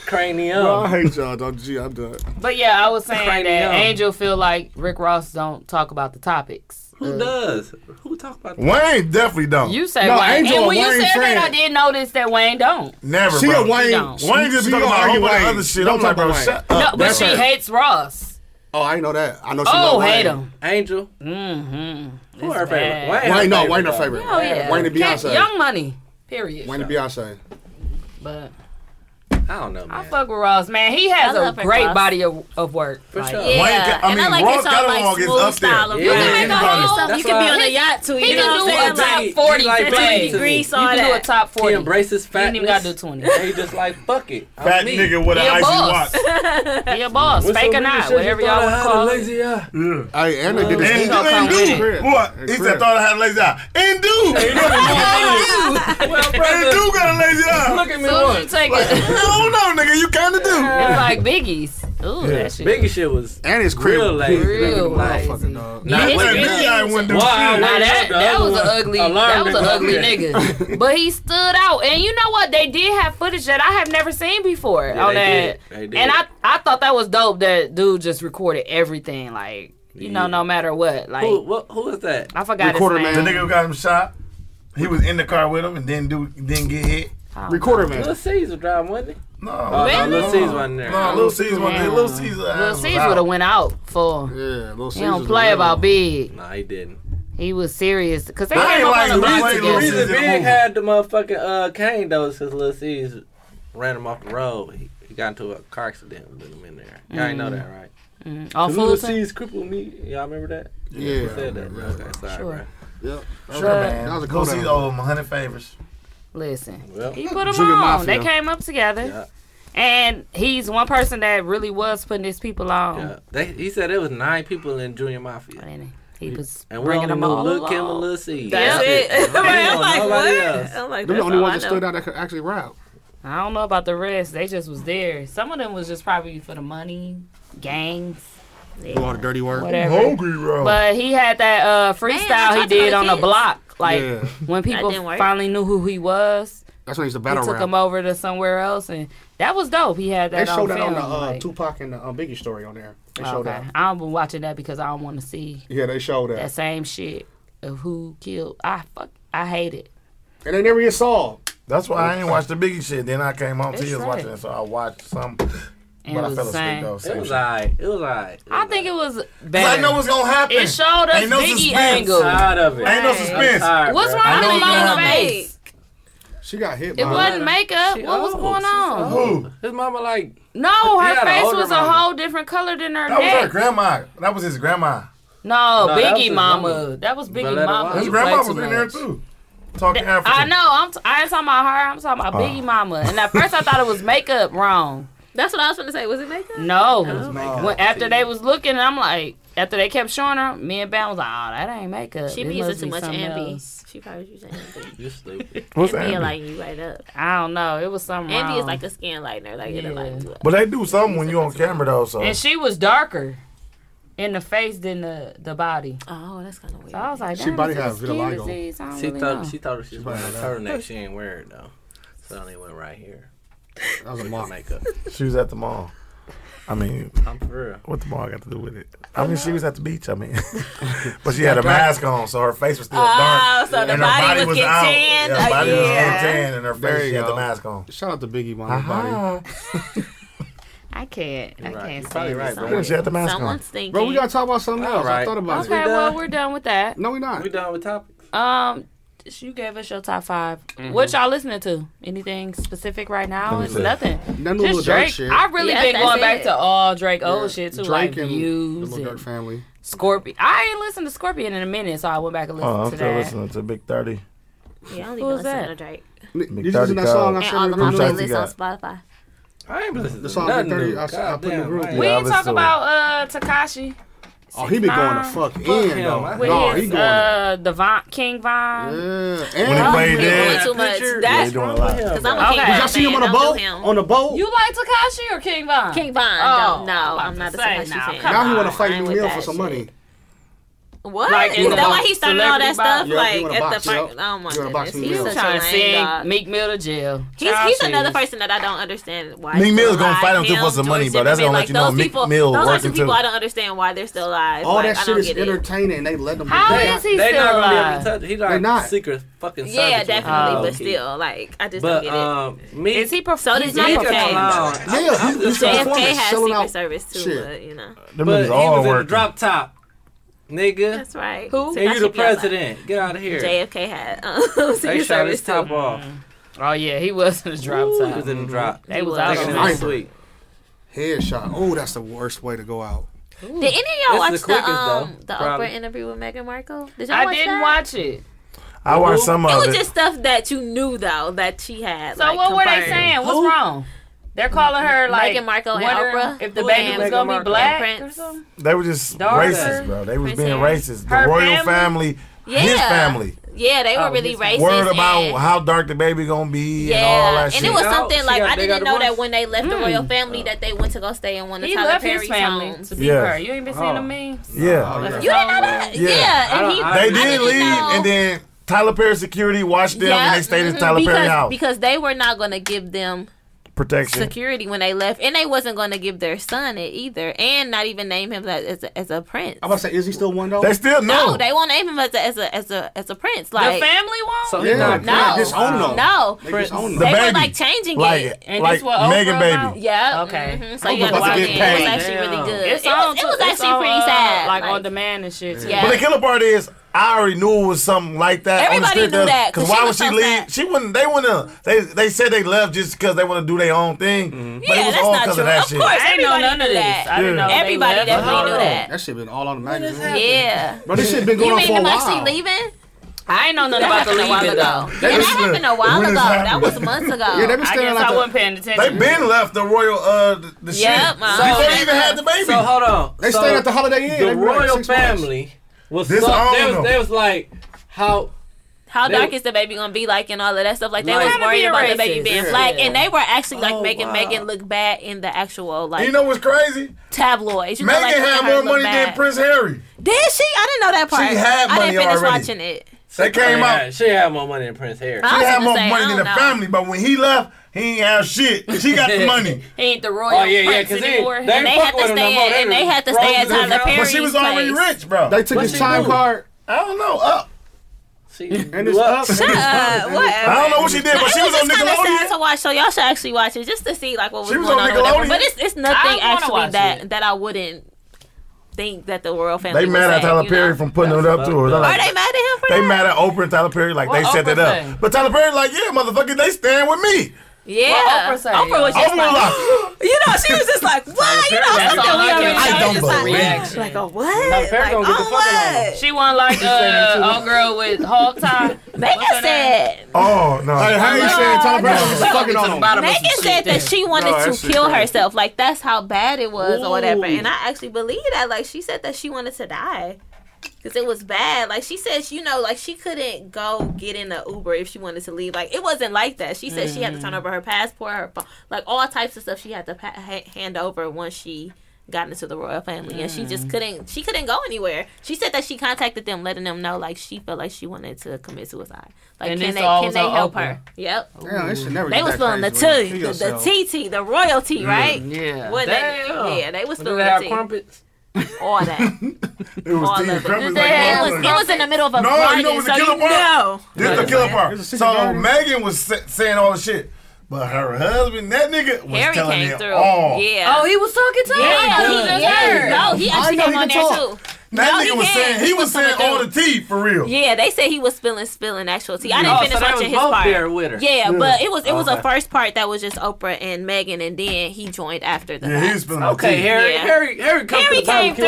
Cranium. I hate y'all. Don't G. I'm done. But yeah, I was saying Cranium. that Angel feel like Rick Ross don't talk about the topics. Uh, Who does? Who talk about that? Wayne definitely don't. You say No, Wayne, Angel and a when you Wayne said friend. that, I did notice that Wayne don't. Never, She bro. a Wayne. don't. Wayne just be talking she gonna about a whole argue bunch of Wayne. other shit. Don't I'm like, talk bro, about Wayne. shut up. No, but That's she it. hates Ross. Oh, I know that. I know she. Oh, love Wayne. hate him. Angel. Mm-hmm. Who her favorite? bad. Wayne. her Wayne, no, favorite, Wayne her though. favorite. Oh yeah, Wayne and Can't- Beyonce. Young Money. Period. Wayne and Beyonce. But I don't know, man. I fuck with Ross, man. He has I a love Rick great Ross. body of, of work. For Like, sure. Yeah, I and I mean, like Ross his all catalog like is smooth up there. style of Yeah, rap. You can make all his You stuff. can be That's on why- a yacht too. He You know can what do I'm a saying? Like, top he- forty he like today. Benji You to me. degrees He on can do a that. top He forty. embraces He fatness. ain't even gotta do twenty. And he just like, fuck it. I'm Fat me. nigga with an He a icy boss. watch. He a boss, What's fake so or many not, shit you whatever thought y'all I want to had a call it. lazy eye? Hey, and they did And this. gonna come do, with and it. do. What? He said, Crib. thought I had a lazy eye. And do. Well, And brother, do got a lazy eye. look at me soon as once. you take it, I don't know, nigga. You kind of do. it's like Biggie's. Ooh, Yeah, that shit. Biggie shit was And it's Real crib. lady. Real motherfucker, lazy. dog. Nah, Yeah, wait a it's minute. really- I wouldn't do Wow, shit. Now that, The that other was an one, ugly that alarm was an nigga. ugly Okay. nigga. But he stood out. And you know what? They did have footage that I have never seen before Yeah, on they that. did. They did. And I I thought that was dope that dude just recorded everything like you know Yeah. no matter what. Like Who, what, who was that? I forgot Recorder his man. name. The nigga who got him shot, he was in the car with him and didn't do, didn't get hit. Oh, Recorder Little man. Caesar driving, wasn't No, Uh, Oh, no, no, Lil C's wasn't there. No, Lil C's wasn't there. Lil C's, Lil C's would have went out for. Yeah, little He don't play about big. he? Nah, he didn't. He was serious because they I came ain't up like on the Lil block Wayne together. Louise. Reason in the Big movie. had the motherfucking uh, cane though, since Lil C's ran him off the road. He, he got into a car accident with him in there. Y'all Mm. ain't know that, right? On Lil Mm-hmm. Oh, Fulton. C's crippled me. Y'all remember that? Yeah. Who said that? Bro? Okay, sorry, Sure. bro. Yep. Sure, That man. was a Lil cold C's one. owe him 100 favors. Listen, Well, he put them Junior on. Mafia. They came up together, Yeah. and he's one person that really was putting his people on. yeah. They, he said there was nine people in Junior Mafia, And he was and we bringing only them knew all Lil Kim and along. Lil C. That's it. They I'm don't like, know nobody else. what? I'm like, They're that's the only all ones I that know. stood out that could actually rap. I don't know about the rest. They just was there. Some of them was just probably for the money, gangs, Do all the dirty work. whatever. Hungry, bro. But he had that uh, freestyle Man, he I did thought on the it- block. Like Yeah. when people didn't work. finally knew who he was, That's when he's the he battle took him rap. over to somewhere else, and that was dope. He had Oh, They that. showed on that on film, the uh, like- Tupac and the uh, Biggie story on there. They showed okay, that. I've been watching that because I don't want to see Yeah, they showed that that. same shit of who killed. I fuck. I hate it. And they never get solved. That's why I ain't watched the Biggie shit. Then I came home to It's you was right. watching it, so I watched some. And but it I was fell the same. asleep though. It same was shit. alright. It was alright. I think it was I better. know what's gonna happen. it showed us Ain't no Biggie suspense. angle. I'm tired of it. Ain't no I'm suspense. tired, What's bro. wrong I know with what's Mona gonna happen. face? She got hit It by wasn't makeup. She what was old. going Oh, She's on? old. His mama like No, He her had a face older was a mama. whole different color than her That was her neck. grandma. That was his grandma. no, No, that was Biggie his mama. mama. That was Biggie Valletta mama. White. You His He grandma play was in too there much. too, talking African. I know. I'm. T- I ain't talking about her. I'm talking Oh. about Biggie mama. And at first, I thought it was makeup wrong. That's what I was going to say. Was it makeup? No, Oh. makeup. When, after they was looking, I'm like, after they kept showing her, me and Bam was like, oh, that ain't makeup. She It be must using too much something else." Ambi. She probably using Ambi. you stupid. What's Ambi light you right up. I don't know. It was something. Ambi is wrong. like a skin lightener. Like it'll light you up. But they do something when you on camera though. So and she was darker in the face than the the body. Oh, that's kind of weird. So I was like, She damn, body is it a has skin vitiligo. disease? I don't She really know. thought she thought she was wearing a turtleneck. She ain't wear it though. So it only went right here. That was a Her mom. makeup. she was at the mall. I mean, I'm for real. what the mall got to do with it? I mean, she was at the beach. I mean, but she had a mask on, so her face was still dark. Oh, so the and her body was getting out. tanned. Yeah, her body was Yeah. getting tanned, and her There face she you had the go. mask on. Shout out to Biggie Mama Uh-huh. body. Ah, I can't. I You're right. can't You're say probably right, this. bro. she had the mask on. Someone's thinking. Bro, we gotta talk about something else. I Alright. thought about Okay, it. well, we're done with that. No, we not. We done with topics. Um, you gave us your top 5 What y'all listening to? Anything specific right now? It's see. nothing. None of the little Just Dirk Drake. shit. I really Yeah, been that's going back it. to all Drake old shit too, Drake like and the views Lil Durk and family. Scorpion. I ain't listened to Scorpion in a minute, so I went back and listened Oh, I'm to still that. listening to Big Thirty. Yeah, I don't Who even was listen that? to Drake. Did you Dirty listen to that Dog. song I And showed all of you my the other songs day? you playlists on Spotify. I ain't been listening The to song Big nothing. 30, new. I- I God put in the damn, group. I ain't- We Yeah, I ain't talk listened to about uh Takashi Oh, he be going the Nah. fuck in him, I- though. with No, he his going. Yeah. uh the Von, King Von. When he And played He's doing that, too much. Picture- yeah, he That's doing a lot. Yeah, because I'm bro. a King Okay. Von Did y'all see him on fan. a Don't boat? do him. On a boat? You like Takashi or King Von? King Von. Oh, don't- no, I'm I'm not a saying, Takashi nah, fan. come Now he wanna want to Nah, I fight ain't New with Hill that for some shit. money. What? Like, Is he wanna that why box- he started all celebrity that box. stuff? Yeah, he like wanna at box, the yeah. first. Oh my He wanna box goodness, me he's up. such trying a to lame dog. sing Meek Mill to jail. He's, Child he's another cheese. person that I don't understand why. Meek he's Mill's still gonna alive. fight him too for some George money, bro. Zimmerman, That's gonna let you know those Meek people, Mill Those are working some people too. I don't understand why they're still alive. All Like, that I shit don't is get it. entertaining. They let them. How they, is he They still not gonna be able alive? to touch. He They like not. secret fucking. Yeah, service with him, definitely, low but key. still, like I just Oh, But don't get it. um, me. Is he prof- So did he's Meek JFK. not alone. performing? I'm- Yeah, I'm he- just he's still trying to- performing. JFK performance, has selling secret out service too, shit. but you know, But Them niggas he all was in the working. drop top, nigga. that's right. Who? And you the Takashi Fela. president. Get out of here. JFK had um, They secret shot his service Mm. top too. off. Oh yeah, he was in the drop Ooh, He top. was in the drop. They was He was. out. Taking on it him. this week. Headshot. Oh, that's the worst way to go out. Did any of y'all It's the watch the quickest, um though, the probably. Oprah interview with Meghan Markle? Did y'all I watch didn't that? watch it. I watched some It of was it. just stuff that you knew though that she had. So like, what were they confirmed. saying? What's wrong? They're calling her like Meghan Markle and wondering Oprah. If the Who baby is was Meghan gonna be Markle? black Prince. or something. They were just Daughter. racist, bro. They was Prince being Harry. racist. The Her royal family. family, his Yeah. family. yeah, they were Oh, really this- racist. Word about and- how dark the baby gonna be yeah, and all that shit. it Oh, was She something got- like she I got- they didn't got know that divorced? when they left the royal family that they went to go stay in one of He Tyler left Perry's his family homes. to be Yes. her. You ain't been seeing Oh. the memes. yeah. Oh, yeah. You didn't know that? Yeah. Yeah, I and don't- he I They I did didn't leave, know. and then Tyler Perry security watched them, Yeah, and they stayed in mhm, Tyler because, Perry house because they were not going to give them protection. security when they left, and they wasn't going to give their son it either, and not even name him as as a, as a prince. I'm about to say, is he still one though? They still know. no, they won't name him as a as a as a, as a prince. The Like family won't. So yeah, he's not a they no, prince. disown them. no, They disown The them. they were baby. like changing like it. And like this what Oprah Mega Baby. about? Yeah. Okay. mhm. So you Oprah gotta about watch to it. get It was paid. actually really Damn. good. It's it on was, it was it's actually on, pretty uh, sad. Like, on demand and shit. Too. Yeah. But the killer part is, I already knew it was something like that. on the Everybody strip knew club, that, 'cause why she would was she so leave? fat. She wouldn't. They wouldn't. They they said they left just because they want to do their own thing. But it yeah, was that's all not because true. of that Of shit. course, I didn't know everybody none knew of this. that. I didn't know. they Everybody left definitely her. knew that. That shit been all on the magazine. Yeah. Bro, this shit been going You on mean for a them while. actually leaving? I ain't know nothing about the happened a while leaving ago. though. Yeah, They was that happened a good. When while ago. this That happened. was months ago. Yeah, they been I standing guess like I wasn't that. paying They attention. been left the royal uh the, the Yep, shit my before husband. they even had the baby. So hold on. They so stayed at the Holiday Inn. The They been like royal six months. family was This so, all they of them. was, they was like how How They- dark is the baby gonna be like and all of that stuff? Like they Like- was Kinda worried being about the racist. baby being Yeah. black, and they were actually like Oh, making wow. Megan look bad in the actual like you know what's crazy? tabloids. You know, Megan like, making had her more look money than bad. Prince Harry. Did she? I didn't know that part. She had I money didn't finish already. watching it. They came yeah, out. She had more money than Prince Harry. I She was had gonna more say, money I than the don't know. family, but when he left, he ain't have shit. She got the money. He ain't the royal oh yeah, yeah, prince because they, anymore. they, And they fuck had to with him no stay more. at- and they had to froze stay at his Tyler account. But Perry. she was already Perry's rich, bro. They took What's his he time doing? card I don't know. Uh, Up. She- and it's Well, Uh, up. whatever. I don't know what she did, It but she was on just kind of sad Nickelodeon. to watch, so y'all should actually watch it just to see like what was, She was going on on. or whatever. Nickelodeon. But it's it's I nothing wanna watch actually that it. that I wouldn't think that the royal family. They would mad at say, Tyler you Perry know? from putting it That's up to fucked her. They're up. Are like- they mad at him for They that? mad at Oprah and Tyler Perry, like they What set Oprah that up. say? But Tyler Perry, like, yeah, motherfucker, they stand with me. Yeah, What Oprah say? was Oprah was just like, like, you know, she was just like, what? You know, That's something all we I can- already know. I It's don't just like, believe what? it. Like a what? Perry gonna get Like the on fuck on what? She won like uh, old girl with hog tie. Megan said. oh no, Hey, how you saying Tyler Perry was Well, fucking to on the him? bottom of Megan some said shit that then. she wanted No, that to shit kill crazy. herself. Like that's how bad it was or whatever. Ooh. And I actually believe that. Like she said that she wanted to die. Cause it was bad. Like she says, you know, like she couldn't go get in an Uber if she wanted to leave. Like it wasn't like that. She said she had to Mm. turn over her passport, her phone, like all types of stuff she had to pa- ha- hand over once she got into the royal family, and she Mm. just couldn't. She couldn't go anywhere. She said that she contacted them, letting them know like she felt like she wanted to commit suicide. Like And can this they all can was they on help Oprah. her? Yep. Damn, this shit never They get was that feeling the crazy when you tea, kill the, the yourself. TT, the royalty, right? Yeah. What they, Damn. yeah, they was Do feeling they have the tea, crumpets? all that. it was all Steve of it. Crumpets, Did like, It all was, of it it. was in the middle of a No, you garden, know what the so killer you part? know. This is the killer part. There's a secret So garden. Megan was sa- saying all the shit, but her husband, that nigga, was Harry telling came it through. all. Yeah. Oh, he was talking to yeah, her. he, yeah. No, Oh, he actually know came he on can there talk. too. That No, nigga he was can't. saying he, He was was saying coming all the tea for real. Yeah, they said he was spilling spilling actual tea. I didn't Oh, so finish they watching was his both part. there with her. Yeah, but it was it was Okay. a first part that was just Oprah and Megan, and then he joined after that. Yeah, he was spilling Okay, the tea. Harry, Yeah. Harry, Harry, come Harry to the came barbecue.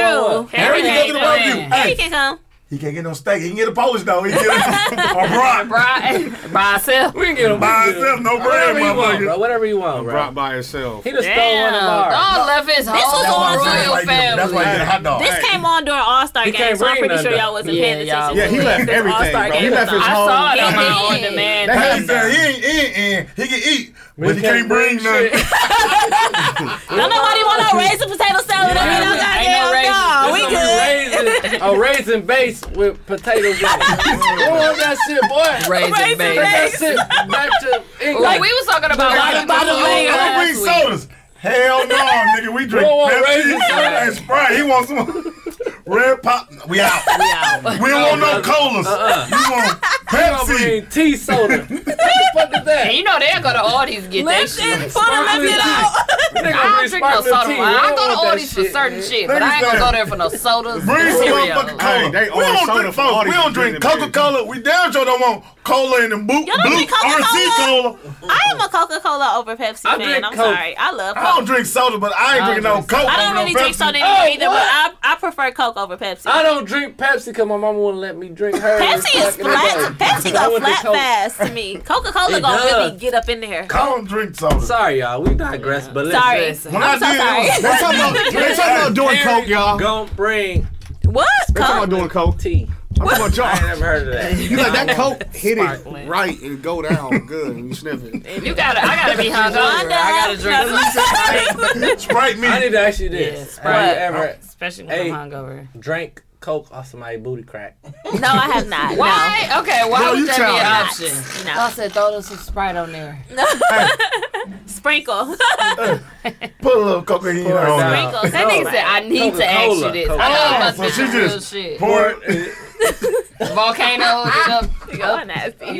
through. Harry can go to Harry the barbecue. came Harry Hey, can come. he can't get no steak. He can get a poach though. He can get a, a broth Right. By himself. We can get him by we can get himself, him. no bread, Whatever you want, motherfucker. bro. Whatever you want, bro. Brought by herself. He just stole Damn. one of ours. Dog left his whole was on royal That's why he get- family. That's why he get a hot dog. This came on during All Star He game, can't so I'm bring pretty sure none, y'all wasn't though. paying Yeah, attention. Yeah, he to left this everything, All-Star bro. He game. left his I whole. saw it He on did. her on demand. They had He said he ain't eat and he can eat, but he can't bring shit. nothing. Don't nobody want no raisin potato salad. I mean, Yeah, no ain't no goddamn, raisins. no, It's we gonna good. be Raisin, a raisin base with potatoes in it. What was that shit, boy? Raising Raising baby. baby. That shit back to England. Like, we was talking about Like, watching by the the way, I last don't week. drink sodas. Hell no, nigga. We drink Whoa, whoa, Pepsi raisins. and Sprite. He wants some red pop. We out. We out. don't want no colas. We gonna want Pepsi. bring tea soda. What the fuck is that? And you know they'll go to Aldi's get that shit. Listen, put him Sparkling it out. I Nigga, bring don't drink no sparkling soda. tea. wine. I We don't go to want that Aldi's for shit, certain man. shit, but I ain't gonna go there for no sodas. Bring some cereal. motherfucking cola. Hey, they we orange don't soda drink for soda. all We these don't drink niggas, Coca Cola. We damn sure don't want cola in the boot. Y'all don't blue drink Coca-Cola? RC cola. I am a Coca Cola over Pepsi I fan. drink I'm Coke. sorry. I love I don't Coke. drink soda, but I ain't I don't drinking no drink Coke. I don't no really Pepsi. drink soda Oh, anymore either, but I, what? I prefer Coke over Pepsi. I don't drink Pepsi because my mama wouldn't let me drink her. Pepsi is flat. Pepsi go flat fast to me. Coca Cola It gonna really does. get up in there. I don't drink soda. Sorry, y'all. We digress, but listen. Sorry. listen. When I'm so I did, sorry. it They was talking about, they talking about doing Harry coke, y'all. They Gonna bring What? talking Coke? about doing coke. tea. I'm talking about I ain't y'all. never heard of that. You like that coke hit it Sparkling. right and go down good and you sniff it. You gotta, I gotta be hung Wanda, up. I gotta drink Sprite me. I need to ask you this. Yes, Have right. you ever Especially when Hey. I'm hungover. Oh. drank Coke off somebody's booty crack? no, I have not. Why? Okay, why Bro, you would that childish. be an option? No. I No. said throw some Sprite on there. Sprinkle. Put a little cocaine in Pour her it own. down. Sprinkle. That nigga said, I need to ask you Coca-Cola. this. Coca-Cola. I know it must so be she some real just- shit. Pour it. Volcano, the Y'all nasty.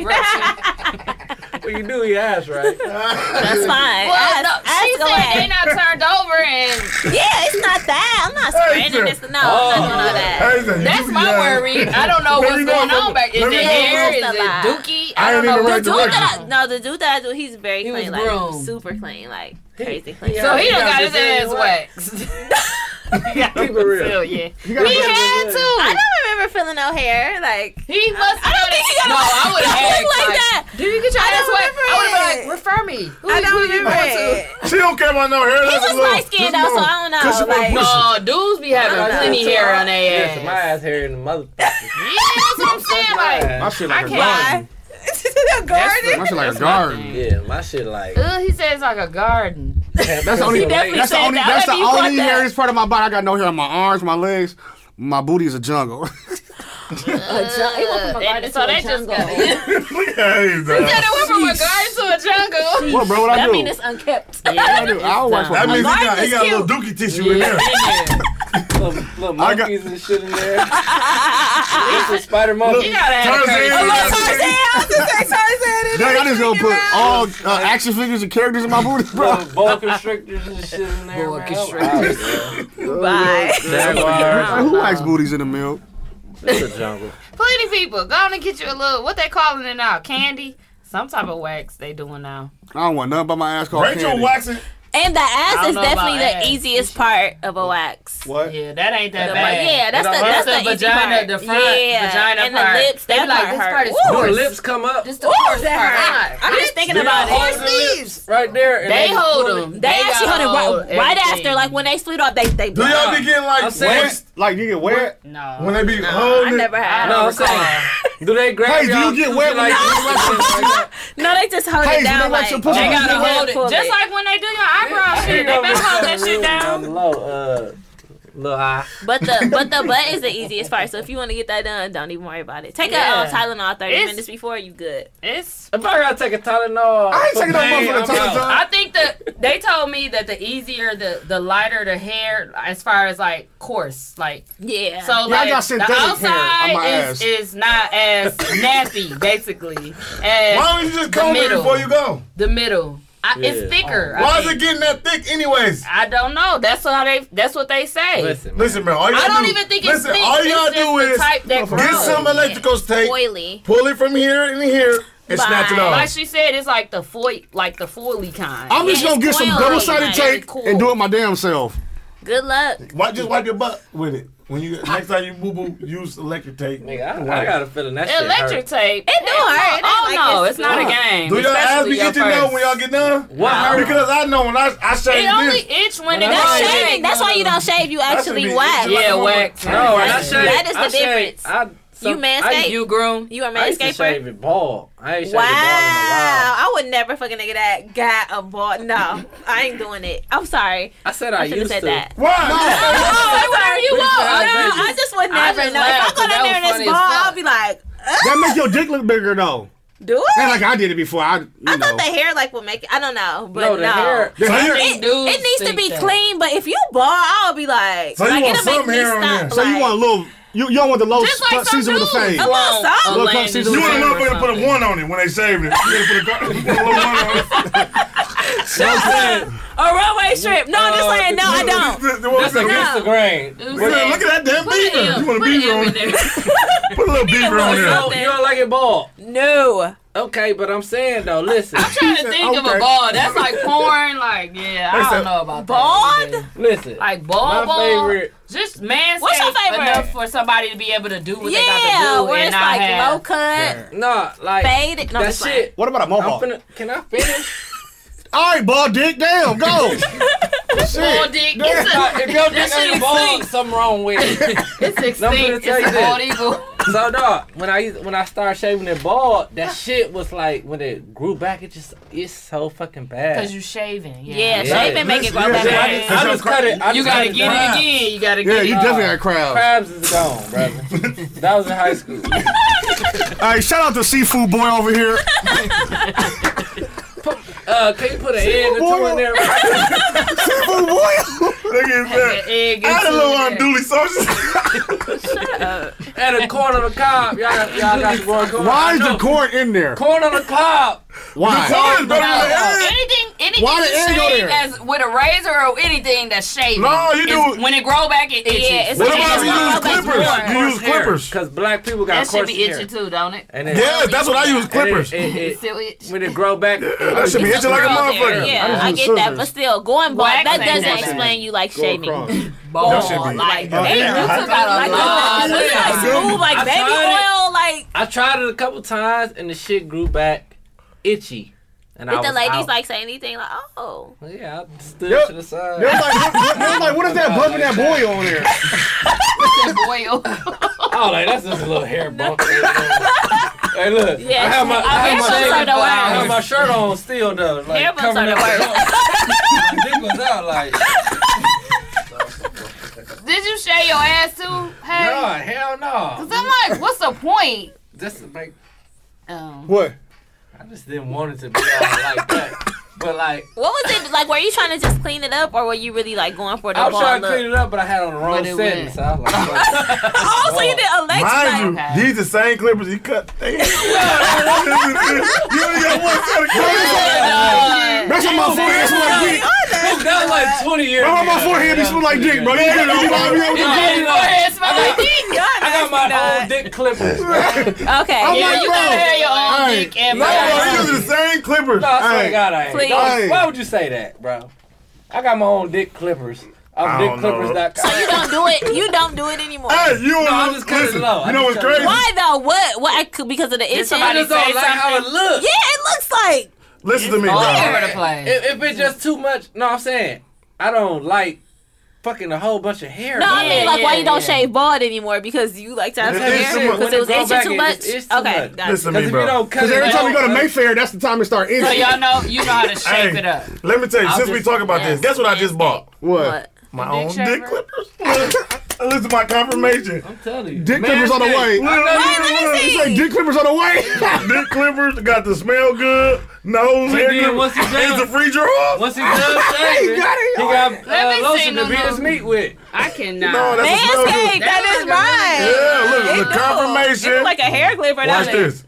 eruption. Well, you do your ass right. That's fine. Well, no, Ask- she ask said away. they not turned over and Yeah, it's not that. I'm not Hey, spreading sir. this. No, I'm not doing Oh. all that. Hey, listen, you that's be my lying. worry. I don't know Let what's me know going if I'm- on back. Is let it me know if hair? I'm Is it alive. dookie? I I don't ain't know. even what- read Dude directions. that I, no, the dude that I do, he's very He was clean, groomed. like super clean, like crazy clean. So he done got his Yeah, ass just waxed. Keep it real. Hell yeah. You gotta He put- had to. I don't remember feeling no hair. Like He I- must I don't think he got No, a- I would have look asked like like that. Do you get your I ass don't waxed? I would have been remember like, refer me. Who, I who don't you remember. going to? it. She don't care about no hair. He That's was a little- light skinned just a though, little- so I Cause you don't know. been Like, pushing. oh, No, Uh, dudes be I having don't plenty know. hair on Yeah, their so ass. my ass hair in the motherfucker. Yeah, that's what I'm saying. Like, My shit like a garden. why? The garden. My shit like That's a my garden. thing. yeah, my shit like. Ugh, Uh, he said it's like a garden. That's the only. definitely That's the said only. that. That's the Why do you want only that? hairiest part of my body. I got no hair on my arms, my legs. My booty is a jungle. Ugh, and so they just got it. Look at her, uh, though. went from a garden to a jungle. what, bro? What I That do? mean it's unkept. what I do? I always. That means he got, he is got a little dookie tissue in there. little, little I got- monkeys and shit in there. It's a spider monkey. You gotta have a Tarzan. crazy. Dang, I just gonna put all uh, action figures and characters in my booty, bro. Little boa constrictors and shit in there. Boa man. constrictors. Oh, yeah. Bye. Jaguars. Who likes booties in the milk? That's a jungle. Plenty people. Go on and get you a little, what they calling it now? Candy? Some type of wax they doing now. I don't want nothing but my ass called Rachel candy. waxing. And the ass don't is know about definitely ass. the easiest part of a wax. What? Yeah, that ain't that The- bad. yeah, that's It the don't that's hurt. the, The easy vagina, part. the front yeah, vagina and part. the lips. They That be like, part this hurt. part is Ooh. Do the Horse. lips come up? Just the Ooh, horse that part. hurt. I'm just thinking about horse it. leaves right there. and They they hold them. They, actually hold it right, right after, like when they split off, they they. Do y'all be getting like I'm saying- waxed Like you get wet? No. when they be I holding? never I had. No, don't I'm saying. Do they grab Hey, do you y'all- get wet they when like, you- No, they just hold it Hey, so they down. want Like, your pussy they to be gotta wet? hold it. Just like when they do your eyebrow shit, they been holding that shit down. Low, uh, low eye. But the but the butt is the easiest part. So if you want to get that done, don't even worry about it. Take Yeah. a uh, Tylenol thirty It's- minutes before you good. It's If I gotta take a Tylenol, I ain't taking no man, motherfucking I'm out. Tylenol. I think that they told me that the easier the the lighter the hair as far as like coarse like Yeah. so Yeah, I like got the synthetic hair on my outside is, ass. is not as nappy basically as Why don't you just comb it middle. before you go? the middle I, Yeah. it's thicker I, Why is think. it getting that thick anyways? I don't know that's how they that's what they say Listen, man. Listen, man. All you I gotta don't do- even think it's listen, thick. all you It's gotta just do the is type that get grows. some electrical tape, oily. pull it from here and here, and snatch it Bye. off. like she said it's like the foil like the foily kind I'm just Yeah, gonna get it's some coiled, double sided like, tape it's cool. and do it my damn self. Good luck. Why just wipe your butt with it? When you next time you boo boo, use electric tape. Nigga, I, I got a feeling that shit electric hurt. tape It do hurt. It ain't oh like no it's- it's not a game Do y'all ass especially be your itching though first. when y'all get done? What hurt? Because I know when I I shave It only this. itch when it When I That's Right. goes shaving. That's why you don't shave. You actually be- wax. Yeah. Yeah, wax. No, when I That's- shave, that is the I shave- difference. I, some- You manscape? I, You groom. You are a I used to manscaper. shave it bald. I ain't shaved Wow, it bald in a while. I would never fucking nigga that got a ball. No, I ain't doing it. I'm sorry. I said I, I, should have used said to. that. Why? Oh, Say whatever you want. No, I just- I just would I never just know. laughed, If I go but that down was there and it's funny as ball, fuck. I'll be like, That makes your dick look bigger though. do And it. like I did it before. I you I know. thought the hair like would make it. I don't know, but No, no. the hair. So you- It, Dudes it needs to think be that. clean, but if you bald, I'll be like, So you like want it'll make some me hair on stop. there. So you like- want a little you, you don't want the low Just like cut some season with the fade. dudes. Come on, son. Little Look, come cup see season You the with want a a motherfucker to put a something. one on it when they shaving it. You gotta put a, put a little one on it. a runway strip. No, I'm just saying, no, I don't. The- the one- That's the- against the grain. Look at look at that damn beaver. You want a beaver on it? Put a little beaver on You there. don't, you don't like it bald. No. Okay, but I'm saying though, listen, trying to think of Okay. a ball. That's like porn. Like, yeah, I said don't know about that. Bald? listen. Like ball, My ball. favorite- Just manscape What's your favorite? enough for somebody to be able to do what they Yeah, got to do where and it's not like have. low cut, nah, like faded. No, that that's shit. What about a I'm mohawk? finna, can I finish? All right, ball dick, damn, go. Ball Shit. dick. It's, a, if your dick shit ain't is bald, sick. something wrong with it. it's I'm finna extinct. tell you It's this. bald eagle. So dog, when I used- when I started shaving it bald, that shit was like when it grew back, it just it's so fucking bad. Cause you shaving. Yeah, yeah. Yeah. shape and make it grow Yeah. back. I just, I just cut it. I You just cut gotta get down. it again. You gotta Yeah, get you it. definitely had crowds. Crabs is gone, brother. that was in high school. All right, shout out to Seafood Boy over here. Uh, can you put an egg or two in there? Seafood Boy, look at that. Egg I had a into little it. um, unduly social. At a corn on the cob. Y'all, y'all got some more corn. Why is I the know. corn in there? corn on the cob? Why? Corn, baby, like, No, hey. anything, anything Why the you egg on shave there? as with a razor or anything that's shaving. No, you do is- it. When it grow back, it itches. Yeah, it's What Take about it if you all use back to clippers? work. You use clippers. Because black people got that should coarse be hair. itching too, don't it? And then Yeah, that's what I use clippers. And it, it, It's still itch. it, when it grow back, That should be It's itching like a a girl there, motherfucker. yeah. Yeah, I, I just get use that, but scissors. still, going bald Wax that ain't doesn't nothing. explain you like shaving. across. Ball, That should be- like Oh, damn, yeah. you took out a Like, lot. look yeah. like smooth, like I baby tried oil, like. I tried it a couple times and the shit grew back itchy. And I Did the was ladies out. like say anything like, oh? Yeah, I stood Yep. to the side. They're like, what- what- they're like, what is that bumping that boy on there? That boil. Oh, like that's just a little hair bump. hey, look. Yeah, I have my, I have my, hair bumps shirt, are the worst. I have my shirt on still though. Like, Hair bumps covering are the up my dick was out like. Did you shave your ass too? Hey, No, hell no. 'Cause I'm like, what's the point? Just to make, Um, What? I just didn't want it to be all like that. But like, What was it like? Were you trying to just clean it up, or were you really like going for the I was ball trying to look? clean it up, but I had on the wrong But it setting, went. so I was like, fuck it. Oh, so you did Alexa? Mind like, you, these the same clippers he cut. They- you only got one set of clippers. uh, That's why my forehead smell like dick. that was like 20 years. That's why ago. my forehead be smell like dick, bro. You get it, you know what Yeah, I mean? you know, forehead smell like dick. I got my own dick clippers. Okay, Yeah, like, you bro, gotta have your own hey, dick and No, bro, body. he using the same clippers. No, I swear Hey, to God, I ain't. Please. Don't- Hey. Why would you say that, bro? I got my own dick clippers. I I'm don't know. dickclippers.com. you don't do it. You don't do it anymore. Hey, you No, I don't just cut it listen. low. I You know just what's cut it low. crazy? Why though? What? What? I could, because of the itching. I somebody just Yeah, don't say like how it looks. it looks like. Listen to me, All bro. over the place. If, if it's just too much, no, I'm saying I don't like fucking a whole bunch of hair. No, I man. mean like why yeah, you don't yeah. shave bald anymore because you like trying to It is hair too much. When because it it was grow itching back, too it- much. it's- it's too okay, much. gotcha. Listen Because to me, if you bro. don't cut it, Every time off, you go to Mayfair, that's the time it start So itching. y'all know, you know how to shape Hey. it up. Let me tell you, since we just- talk about yeah. this, guess what I just bought? What? What? My own shaver? dick clippers. Listen to my confirmation. I'm telling you, Dick clippers on the way. You say dick clippers on the way? Dick clippers got to smell good. Nose But hair then clippers. once you It's done- a free draw. Once he does shaving, he got it. got Let me uh, lotion see, to beat no, his no. meat with. I cannot. No, that's a smell Manscaped, good. that is right. Yeah, look, It the do. confirmation. It look like a hair clip right Watch this.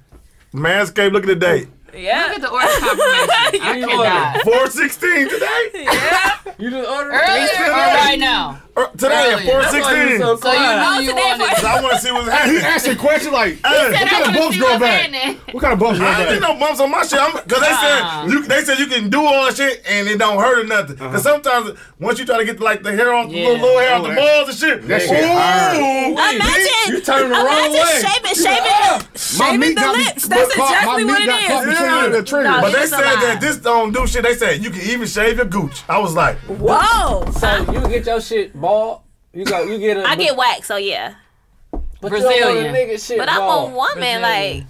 Manscaped, look at the date. Yeah. Look at the order confirmation. I You cannot. 416 today? You just ordered Earlier or right now? Uh, today at Earlier. That's why you 416. so So you quiet. know you want it. I want to see what's He happening. asking questions like, Hey, what kind of bumps grow back? What kind of bumps grow I ain't get no back? bumps on my shit. I'm, Cause they Uh-uh. said you, they said you can do all that shit and it don't hurt or nothing. Uh-huh. Cause sometimes once you try to get like the hair off, the Yeah. little, little hair off Oh, the that- balls and shit. that shit ooh, Imagine, You turning the wrong imagine way. Ah! shaving, shaving, shaving the lips. That's exactly what it is. between the trigger. No, But they It's a said lie. that this don't do shit. They said you can even shave your gooch. I was like, Whoa! So you get your shit bald. You go. You get a. I get wax, so yeah. but you don't want a Brazilian. nigga shit But I'm a bald. woman, like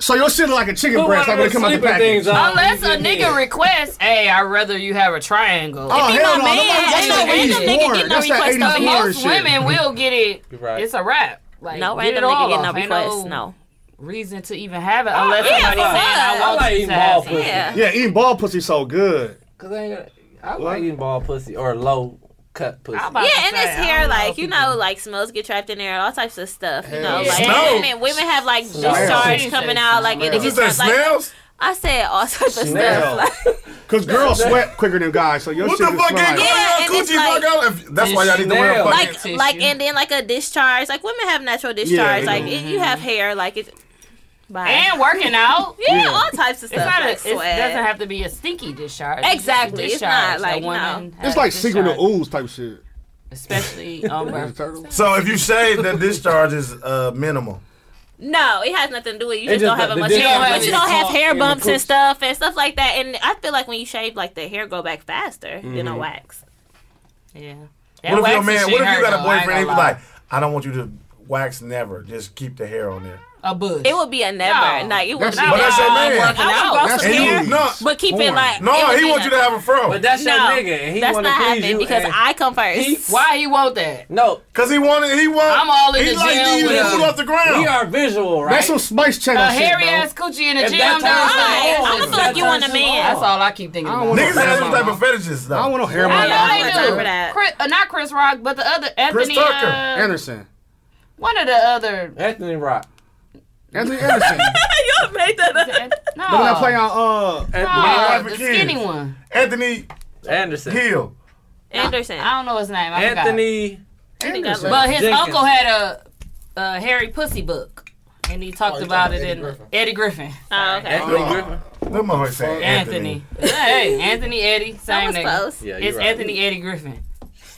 So your shit like a chicken Put one breast, of like when it them come out the sleeping package. things Oh, on. Unless You a get nigga requests, hey, I'd rather you have a triangle. Oh, hell no. my man. That's Ain't no that random nigga 80s porn. getting no That's that request 80s on But here. porn most shit. women will get it. You right. It's a wrap. Like, no get random it all nigga getting no off. Ain't requests. No. Oh, reason to even have it unless yeah, somebody fuck. saying I I want like you eating to have ball it. pussy. Yeah. Yeah, eating ball pussy so good. Cause I ain't. got- I like eating ball pussy or low cut pussy. I'm about to Yeah, and say, it's I hair, don't like know you know, like smells get trapped in there, all types of stuff. You know, Yeah. like Smell. women, women have like discharge Smell. coming out, like it did you gets say trapped. Like snails? I said, all types of Smell. stuff. Like, Cause girls sweat quicker than guys, so your What the shit fuck ain't going just smell like- Yeah, on and it's coochie like- fuck out? If- That's why y'all need to wear a Like- fucking. like, tissue. like, and then like a discharge. Like women have natural discharge. they like do. it, you have hair, like it. Bye. And working out. yeah, all types of It's stuff. not a, like it sweat. doesn't have to be a stinky discharge. Exactly. It's, It's just a not, like, discharge that women have It's like discharge, secret of ooze type shit. Especially um, on birth. So if you shave, that discharge is uh, minimal. No, it has nothing to do with it. You It just, just- don't have a the bunch of difference hair, is but you don't it's have all hair in the bumps and pooch. stuff and stuff like that. And I feel like when you shave, like the hair go back faster than a wax. Yeah. What if your man? What if you got a boyfriend? and He be like, I don't want you to wax never. Just keep the hair on there. A bush. It would be a never. No. Like it would That's- be but a that's your man. working That's- out. Grow some And you hair, not but keep it born. like No, it would he be wants you like- to have a fro. But that's No, your nigga, and he that's want to not please happening you. because and- I come first. Why he want that? no, Cause he wanted, he wanted. I'm all in he the like gym to eat with his him. food off the ground. we are visual, right? That's some Spice Channel A shit, hairy bro. ass coochie in the If gym. that dog, turns you on, I'm like, I if feel that like you want a turns you man. on. That's all I keep thinking I about. don't want Niggas no have hair them on type my- of fetishes though. I don't want no hair on I Yeah, my body. I'm not down know for they that. do. Chris, uh, not Chris Rock, but the other Anthony. Tucker. uh, Anderson. one of the other. Anthony Rock. Anthony Anderson. you made that up. No, When I play on uh no, Wife the and skinny Kids. one. Anthony Anderson. Hill. Anderson. I don't know his name. I Anthony. Anderson. got Forgot. But his Jenkins. uncle had a, a hairy pussy book, and he talked you're about talking about it in Eddie Griffin. Eddie Griffin. Oh, okay. Anthony Oh. Griffin. Them motherfuckers say Anthony. Anthony. hey, Anthony Eddie, That same was name. close. Yeah, you're It's right. Anthony Eddie Griffin.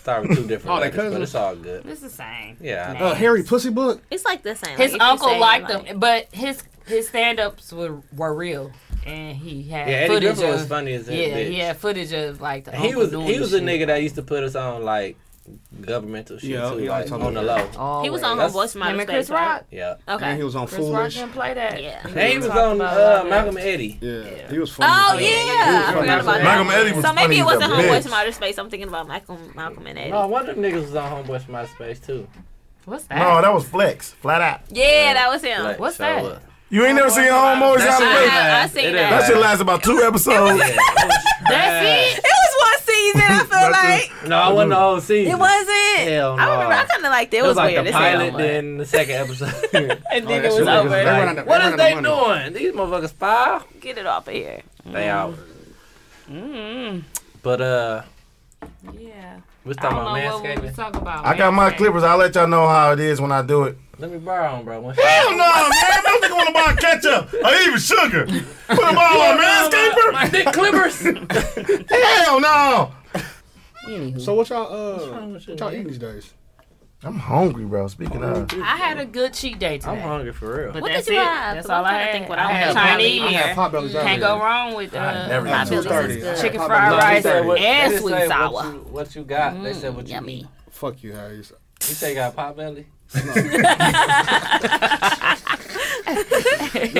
Start with two different Oh, they letters, but cousins? it's all good. It's the same. Yeah. I know. uh Harry Pussy Book. It's like the same. His like, if you uncle say, liked like- him, but his his stand ups were, were real, and he had Yeah, Eddie footage Griffin was of- funny as that Yeah, bitch. he had footage of like the He uncle was doing he the was a shit. nigga that used to put us on like governmental shit Yeah, too, yeah, like I'm on talking the about- low. Always. He was on That's- Homeboy's Him Smiley and Chris Space, right? Rock. Yeah. And he Okay. was on Chris Rock Foolish. didn't play that. Yeah. And he was Talk on about uh, that. Malcolm and Eddie. Yeah. He was funny. Oh as yeah, I Malcolm forgot about Malcolm that. Eddie was so funny maybe it as wasn't a Homeboy bitch. from Outer Space. I'm thinking about Malcolm, Malcolm and Eddie. No, one of them niggas was on Homeboys from MySpace too. What's that? No, that was Flex, flat out. Yeah, that was him. Like, What's so, that? uh, You ain't never seen Homeboys That's out it. of I, I It seen is. that. That shit lasts about two episodes. That's it. It was one season. I feel like No, I wasn't the whole season. it wasn't. Hell I remember. no. I kind of liked it. It It was was, like weird. the as hell, pilot, but- then the second episode. and then that it shit was was over. They run out the- what is they run out they the doing? These motherfuckers spy. Get it off of here. They Mm. out. But uh, Yeah. we're Mm. I talking don't about know what we manscaping. was talking about. I got my clippers. I'll let y'all know how it is when I do it. Let me borrow them, bro. One Hell no, man. Don't think I want to buy ketchup or even sugar. Put them all on My manscaper. dick clippers. Hell no. hell. So what y'all uh what y'all eating these days? I'm hungry, bro. Speaking of, I had a good cheat day today. I'm hungry for real. But What did that's you it. have? That's 'Cause I'm all I trying to had. think what I I had had. Chinese. I had pot bellies out Can't here. go wrong with uh, never My eat too business is Started. I good. had chicken pot fried bellies out rice here. and they just sweet say sour. Mm, What you, what you got? they said what you yummy. eat. Fuck you, Hayes. You say you got pot belly? Now,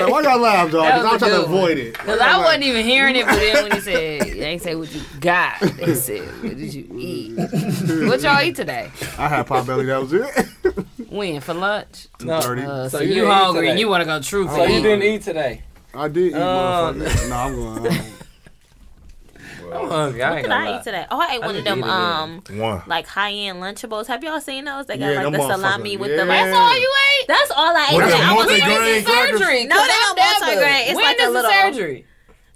why y'all laugh, dog? That was Because I'm a trying to good one. avoid it. Cause I wasn't even hearing it, but then when he said, "They ain't say what you got," they said, "What did you eat? what y'all eat today? I had pot belly, that was it. When for lunch? No. Dirty. Uh, so, So you you, didn't eat hungry and today. you want to go true So for you eat. didn't eat today? I did eat Uh, motherfucker. No, I'm going home. I'm hungry. I ain't Did gonna I eat lie. today? Oh, I ate one didn't of eat them it, um one. like high end Lunchables. Have y'all seen those? They got Yeah, like them the salami motherfuckers. with Yeah. the. That's That's all. all you ate? That's all I ate. What the today. I was multi-grain crazy. Grain crackers? surgery? No, Cause they I'm don't multi-grain. never- It's when like a is the little- surgery?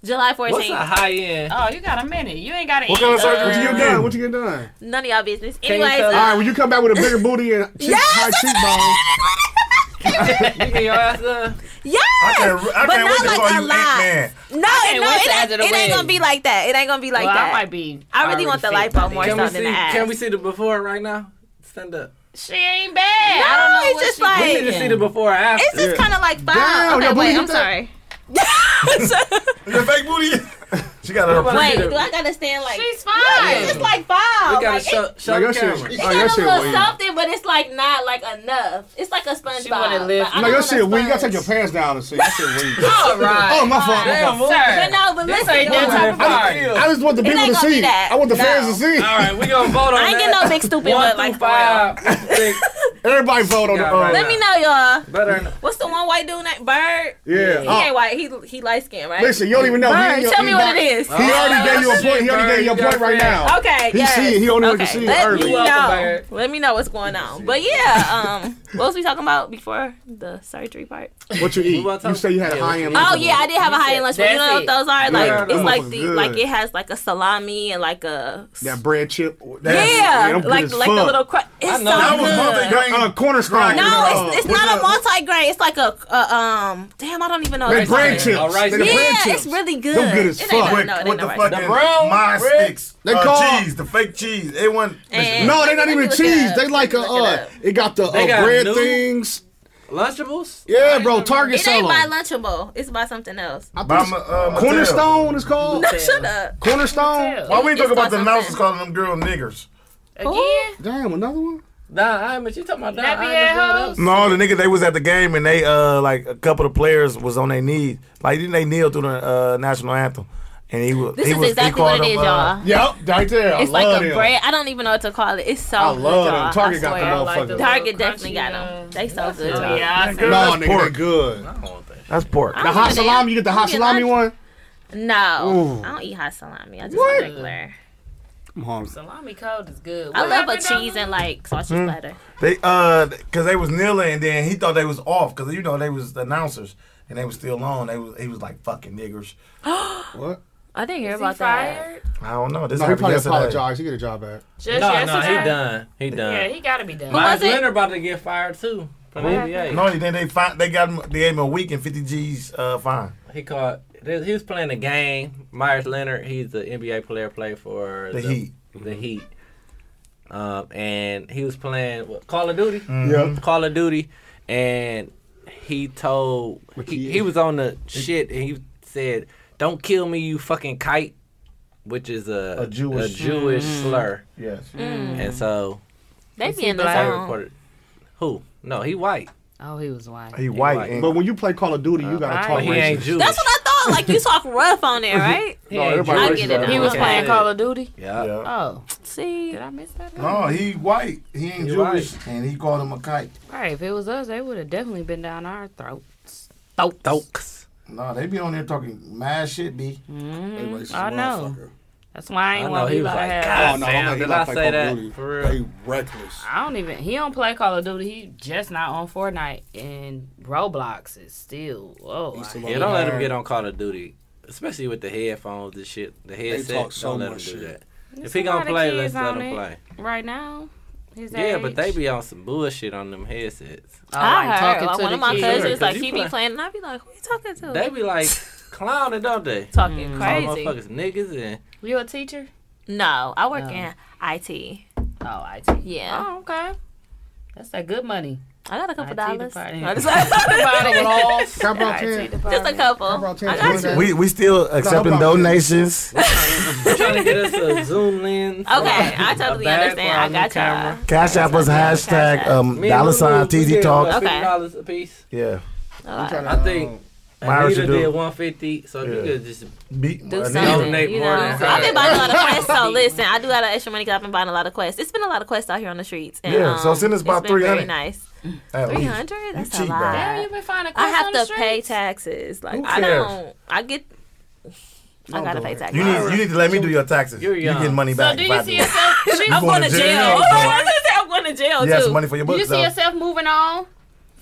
July What's 14th. a high end? Oh, you got a minute. You ain't got to eat. What kind of surgery What you you get done? What you get done? None of y'all business. you Anyways, tell All uh, right, when you come back with a bigger booty and cheek, high cheekbones. You get your ass up. yes, I can't, I but can't wait not to call you like a Ant lot. Man. No, it, no, wait till it, after ain't- the it ain't gonna wedding. be like that. It ain't gonna be like Well, that. I might be. I really want the already lipo fit more by Can we so see? then. than the ass. Can we see the before right now? Stand up. She ain't bad. I don't No, know it's what just she like- We Hey. need to see the before and after. It's just kind of like Damn, five. y'all okay, wait, believe I'm that? sorry. The fake booty. she got her. Nobody- wait, Consider- do I gotta stand like? She's It's just fine. like five. we gotta like, show, it, show Like, the that shit- camera. Oh, it that got a shit little weird. something, but it's like not like enough. It's like a SpongeBob. She wanna live- but I No, don't your wanna shit weak. You gotta sponge. take your pants down and see. That shit weak. All right. Oh, my fault. my Damn, fault. boy. But Sir. no, but listen, ain't y'all that type of talking about- party. I just want the people ain't to gonna be see. that. I want the No. fans to see. All right, we gonna vote on I ain't getting that. no big stupid One butt through like five. five. six, Everybody vote on the. Yeah, uh, right. Let me know, y'all. better. than- What's the one white dude named Bird? Yeah. He Oh, ain't white. He he light skinned, right? listen, you don't even know. He Bird, ain't your- tell he me what not- it is. He already gave you a shit, point. He already Bird, gave you a you got point right friends. now. Okay, He yes. see it. He only went okay. to see it Let early. me uh, You welcome, know. Bird. Let me know what's going on. But yeah, um, what was we talking about before the surgery part? What you eat? want to You talk- say you had a Yeah, high what end. Oh yeah, I did have a high end lunch, but you That's know what it. those are? Yeah, Like those it's like motherfuckers the good. like it has like a salami and like a That bread chip. yeah, That- them good like as like the fuck. little cr- it's so know. That was good. multi-grain. Uh, cornerstone. No, it's, it's With not a the- multi grain. It's like a, a um. Damn, I don't even know. They what they're bread brand called. chips. All right, They so- the bread Yeah, chips. it's really good. Them good as It ain't fuck. no- Quick, no, it ain't with no the rice. fucking The brown my bread. sticks. They uh, call- cheese, the fake cheese. They want. And- No, Let they not me even look it cheese. up. They like a. Let me look it Uh, up. it got the They uh, got bread new- things. Lunchables? Yeah, bro. Target It ain't sell by 'em. Lunchable. It's by something else. I By think my, it's- uh, Mattel. Cornerstone is called. No, shut up. Cornerstone. Why we It's talk about called the announcers something. calling them girl niggers? Again? Damn, another one. Don Imus, you talking about Don Nappy Imus? head bro? hoes? No, the nigga they was at the game and they uh like a couple of players was on their knees. Like didn't they kneel through the uh, national anthem? And he was This he is was, he exactly what called it is, up, uh, y'all. Yep, right there. I It's love like a them. bread. I don't even know what to call it. It's so I good, love y'all. them. Target I got the swear. motherfucker. the Target little definitely crunchy, got uh, them. They so good. y'all. Yeah, I Girl, No, that's nigga, pork. they good. I don't think. That's pork. The hot Damn. salami, you get the hot You get salami lunch. one? No, I don't eat hot salami. I just What? eat regular. I'm hungry. Salami cold is good. I What love a happened, Don? cheese and like sausage Hmm. platter. They uh, cause they was kneeling and then he thought they was off because you know they was the announcers and they was still on. They was he was like fucking niggers. What? I didn't hear Is he about that. fired? I don't know. This No, he happened probably yesterday. apologized. He get a job back. Just No, no, yesterday? he done. He done. Yeah, he gotta be done. Miles was it? Leonard about to get fired too from the NBA. No, then they find they got him. They gave him a week and fifty G's uh, fine. He caught. He was playing a game. Myers Leonard. He's the NBA player. Played for The Heat. The Heat. Um, and he was playing what, Call of Duty. Mm-hmm. Yeah. Call of Duty, and he told he, kid? he was on the shit, and he said, "Don't kill me, you fucking kite," which is a A Jewish- Jewish slur. Yes. And so They be in the they zone. reported. Who? No, he white. Oh, he was white. He white. white. and- But when you play Call of Duty, you Uh, gotta I- talk But he ain't racist. Jewish. That's what I thought. Like you talk rough on there, right? He No, ain't everybody Jewish. I get it Okay. now. He was playing Yeah. Call of Duty. Yeah. yeah. Oh, See, did I miss that? No, he white. He ain't He Jewish, and he called him a kite. All right, if it was us, they would have definitely been down our throats. Stokes. No, they be on there talking mad shit, b. Racist Mm-hmm. I know. motherfucker. That's why I I ain't know want he to was like, have. God Oh, no, I'm damn, like, did he I like Call say of that Duty. for real? They reckless. I don't even. He don't play Call of Duty. He just not on Fortnite and Roblox is still. Oh, He's I- a Yeah, don't let him liar. get on Call of Duty, especially with the headphones and shit. The headset, talk so don't let him much do shit. that. if he a gonna lot of play, let's kids let on him it. play. right now, his Yeah, but they age. be on some bullshit on them headsets. Oh, I like heard talking like, to one the of my kids. Sure, cousins 'cause like you he play- be playing, and I be like, who you talking to? They be like clowning, don't they? talking All crazy. motherfuckers niggas and You a teacher? No, I work Oh. in IT. Oh, I teach. Yeah. Oh, okay. That's that good money. I got a couple IT dollars. department. No, just, just How about IT ten? a department. couple. How about I ten? got Twenty We we still accepting problem. donations. trying to get us a zoom lens. Okay, I totally A bag understand. for I got our new y'all. camera. Cash App was Cash App. hashtag um, Me and dollar Lulu, sign we TZ did, talk. what, Okay. $50 a piece. Yeah. I'm trying to, I think- um, Myra should Anita do did it. 150, so if Yeah. you could just Be, Do uh, something. Donate you more know. than So I've half. been buying a lot of quests. So listen, I do got an extra money because I've been buying a lot of quests. It's been a lot of quests out here on the streets. And, Yeah, so um, send us about it's been 300. Very nice. at least. Three hundred? That's cheap, a bro. lot. Damn, you been finding I quests have on the to pay streets? taxes. Like Who I cares? don't. I get. I gotta pay taxes. You need you need to let me do your taxes. You're You young. get money So back. do if you I see it. yourself? I'm going going to to jail. jail. I was gonna say I'm going to jail You have too. some money for your Do you books see though. yourself moving on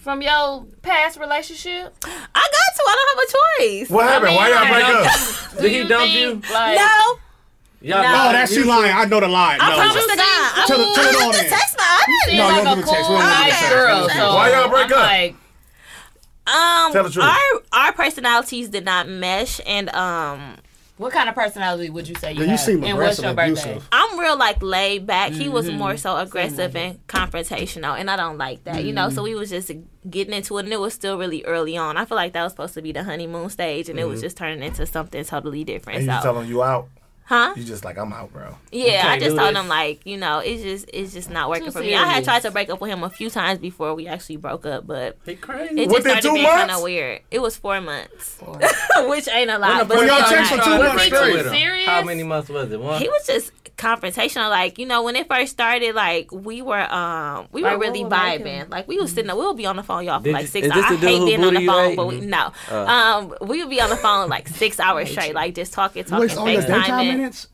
from your past relationship? I got to. I don't have a choice. What happened? Why y'all mean, break I- up? Did he dump think, you? Like, No, Y'all No. not- Oh, that's you- she lying. I know the lie. I No. promise to God. I, Tell it- I tell it on have to in. text my husband. seem No, like don't a give a text. We cool, don't give a nice text. girl. Okay. So Why y'all break I'm up? Like, Um, Tell the truth. our our personalities did not mesh, and um, what kind of personality would you say you Girl, you have? seem and what's aggressive your and birthday? abusive. I'm real like laid back. He was more so aggressive and confrontational, and I don't like that, you know. So we was just getting into it, and it was still really early on. I feel like that was supposed to be the honeymoon stage, and it was just turning into something totally different. And you so, just tell him you out. huh? You just like I'm out, bro. Yeah, I can't just do told this. him like, you know, it's just it's just not working Too for me. I had serious. tried to break up with him a few times before we actually broke up, but He it crazy. just Within started two being months? kind of weird. It was four months, which ain't a lot. but Well, y'all still checked for like- two months Break straight. up with him. Serious? How many months was it? One. he was just confrontational like you know when it first started like we were um we Like, were what really would make vibing like we was sitting there we'll be on the phone y'all for Did like you- six is hours this i the dude hate who being on booty the you phone ate? but we, no Uh. um we would be on the phone like six hours straight like just talking talking Wait, on your daytime FaceTiming, minutes?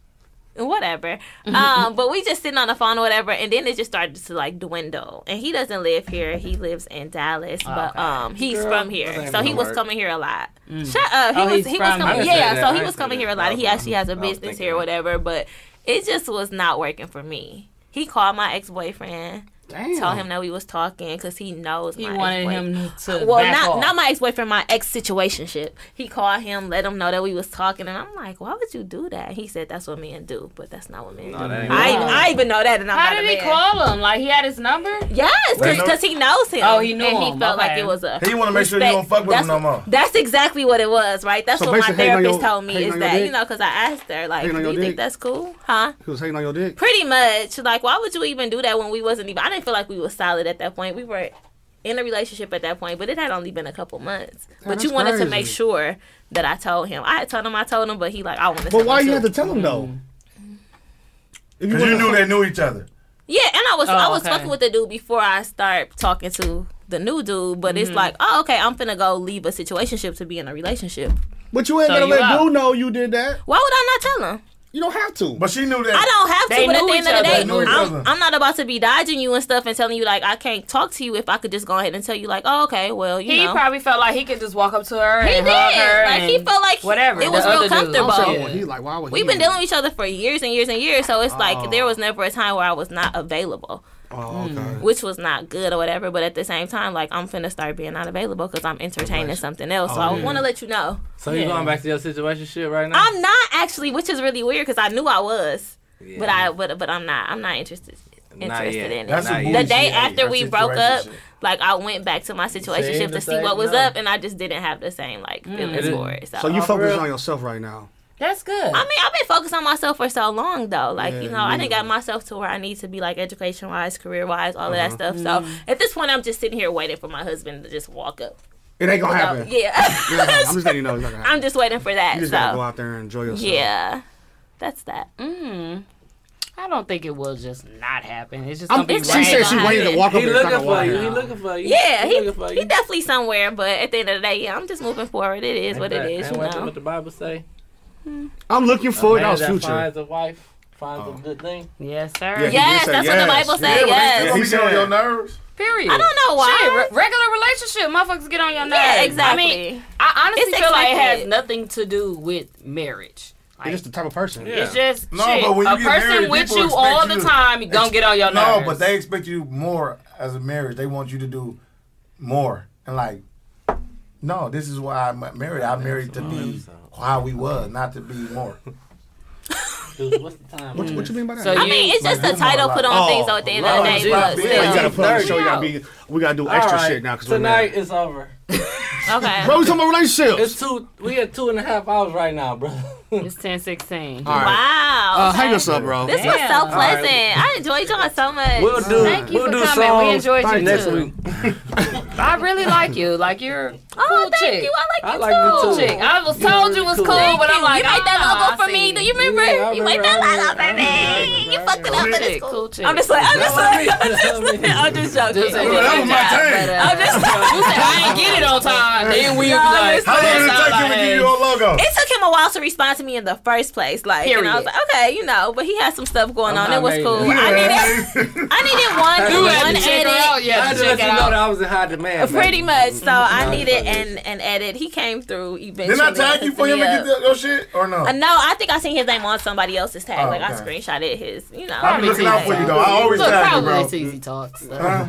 whatever Mm-hmm. um but we just sitting on the phone or whatever and then it just started to like dwindle and he doesn't live here he lives in dallas Oh, but um he's Girl, from that here ain't so he gonna was work. coming here a lot shut up he Oh, was he's he was from coming here. I yeah understand so that. he I was coming understand here a that. lot he I was- actually has a I was business thinking here or that. whatever but it just was not working for me he called my ex-boyfriend Damn. told him that we was talking because he knows He my wanted ex-boyfriend. him to well back not off. not my ex-boyfriend my ex situationship he called him let him know that we was talking and i'm like why would you do that he said that's what men do but that's not what men do that ain't I, even- I even know that and i'm How not a did he man. call him? Like he had his number? Yes, no- because he knows him. Oh, he knew and him. He felt like Okay. it was a. He wanna make sure you don't respect- fuck with him That's- no more. That's exactly what it was, right? That's So what my basically hating on therapist your- told me hating is on your that you dick? know because I asked her like, do Hating on you your think dick? that's cool, huh? He was hating on your dick. Pretty much, like, why would you even do that when we wasn't even? I didn't didn't feel like we were solid at that point. We were in a relationship at that point, but it had only been a couple months. but you that's wanted to make crazy. sure that I told him. I had told him I told him, but he like I want to. But why you had to tell him though? If Because wanna- you knew they knew each other. Yeah, and I was I was Oh, okay. fucking with the dude before I start talking to the new dude. But Mm-hmm. it's like, oh, okay, I'm finna go leave a situationship to be in a relationship. But you ain't So gonna you let out. dude know you did that. Why would I not tell him? You don't have to. But she knew that. I don't have They to. But at knew the each end of the other. day, They knew each I'm, other. I'm not about to be dodging you and stuff and telling you like I can't talk to you if I could just go ahead and tell you like, oh, okay, well, you He know. probably felt like he could just walk up to her He and hug did. her. Like, he and felt like he- whatever. it the was real other dude. comfortable. So, Yeah. He like, why would We've he- been dealing with each other for years and years and years, so it's like Oh. there was never a time where I was not available, Oh, okay. which was not good or whatever. But at the same time, like I'm finna start being not available because I'm entertaining something else. so I want to let you know So you going back to your situation shit Oh, right now? I'm not actually, which is really weird because I knew I was, but I but but I'm not. I'm not interested Not interested yet. in it. That's a not the yet. day Yeah, after that's we a broke up, situationship. like I went back to my situationship to the see same what was no. Mm. up, and I just didn't have the same like feelings It is- for it. So, So you Oh, focus real? on yourself right now. That's good. I mean, I've been focused on myself for so long though. Like Yeah, you know, I me didn't got myself to where I need to be like education wise, career wise, all of that stuff. Uh-huh. Mm. So at this point, I'm just sitting here waiting for my husband to just walk up. It ain't gonna So, happen. yeah, I'm just letting you know it's not gonna happen. I'm just waiting for that. You just gotta go so out there and enjoy yourself. yeah, that's that. Mm-hmm. I don't think it will just not happen. It's just I'm, gonna be she right said she behind waited it. to walk up He there and try looking to for walk you. He in. looking for you. Yeah, he, looking for he definitely somewhere, but at the end of the day, yeah, I'm just moving forward. It is what it Ain't is, that- you ain't that know. What the Bible say? I'm looking A for it. man That was that future. finds a wife finds a good thing. Yes, sir. Yeah. Yes, say that's what the yes. Yeah, but Bible says. they- yes. they be Yeah. getting on your nerves. Period. I don't know Shit, why. re- regular relationship, motherfuckers get on your nerves. Yeah, I mean, exactly. I honestly It's feel like it expected. has nothing to do with marriage. You're just the type of person. It's just No, shit. but when you a get person married, with people you expect all you the to- time gonna get on your nerves. No, but they expect you more as a marriage. They want you to do more and like. No, this is why I am married. I married to be how we was, not to be more. Dude, what's the time? What, you- what you mean by that? So I you- mean, it's just the Like, title put on oh, things, though, at the end of the Lord, day. Jesus, But yeah, yeah, you still. gotta put on the Dirty. show. You gotta be. We gotta do extra shit now because we're tonight married. is over. Okay. Bro, we talking about relationships. It's two. We at two and a half hours right now, bro. it's ten sixteen. All right. Wow. Uh, okay. hang us up, bro. This was so Damn. pleasant. I enjoyed y'all so much. We'll do. Thank you we'll for do coming. songs We enjoyed you next too. week. I really like you. Like you're a oh, cool thank chick. you. I I like like you you too. too. Cool chick. I was told you was cool, but I'm like, you made that ah, logo I for me. see. Do you remember? Yeah, I you made remember. that I logo for remember. me. You I fucked it up, remember. Cool but chick, it's cool cool. chick. I'm just like, I'm just like, I'll I'm just joking. Just- Well, that was my thing. I'm just, you said uh, I ain't get it on time. Then we'll be like, How long did it take that's all you to I give you asked. your logo? it took him a while to respond to me in the first place. Like, and I Period. was like, okay, you know, but he had some stuff going I'm on. not It was made cool. it. I needed, I You needed one, had to one Check her out. edit. Yeah, had to check let it you know that out. I was in high demand. man. Pretty much, so I needed fuck an, an edit. He came through eventually. Didn't I tag you hooked for him to me get up. the- your shit or no? Uh, no, I think I seen his name on somebody else's tag. Oh, like I okay. screenshotted his, you know. I've been looking out for you though. I always Look, tag you, probably bro. it's easy talks. so. Huh?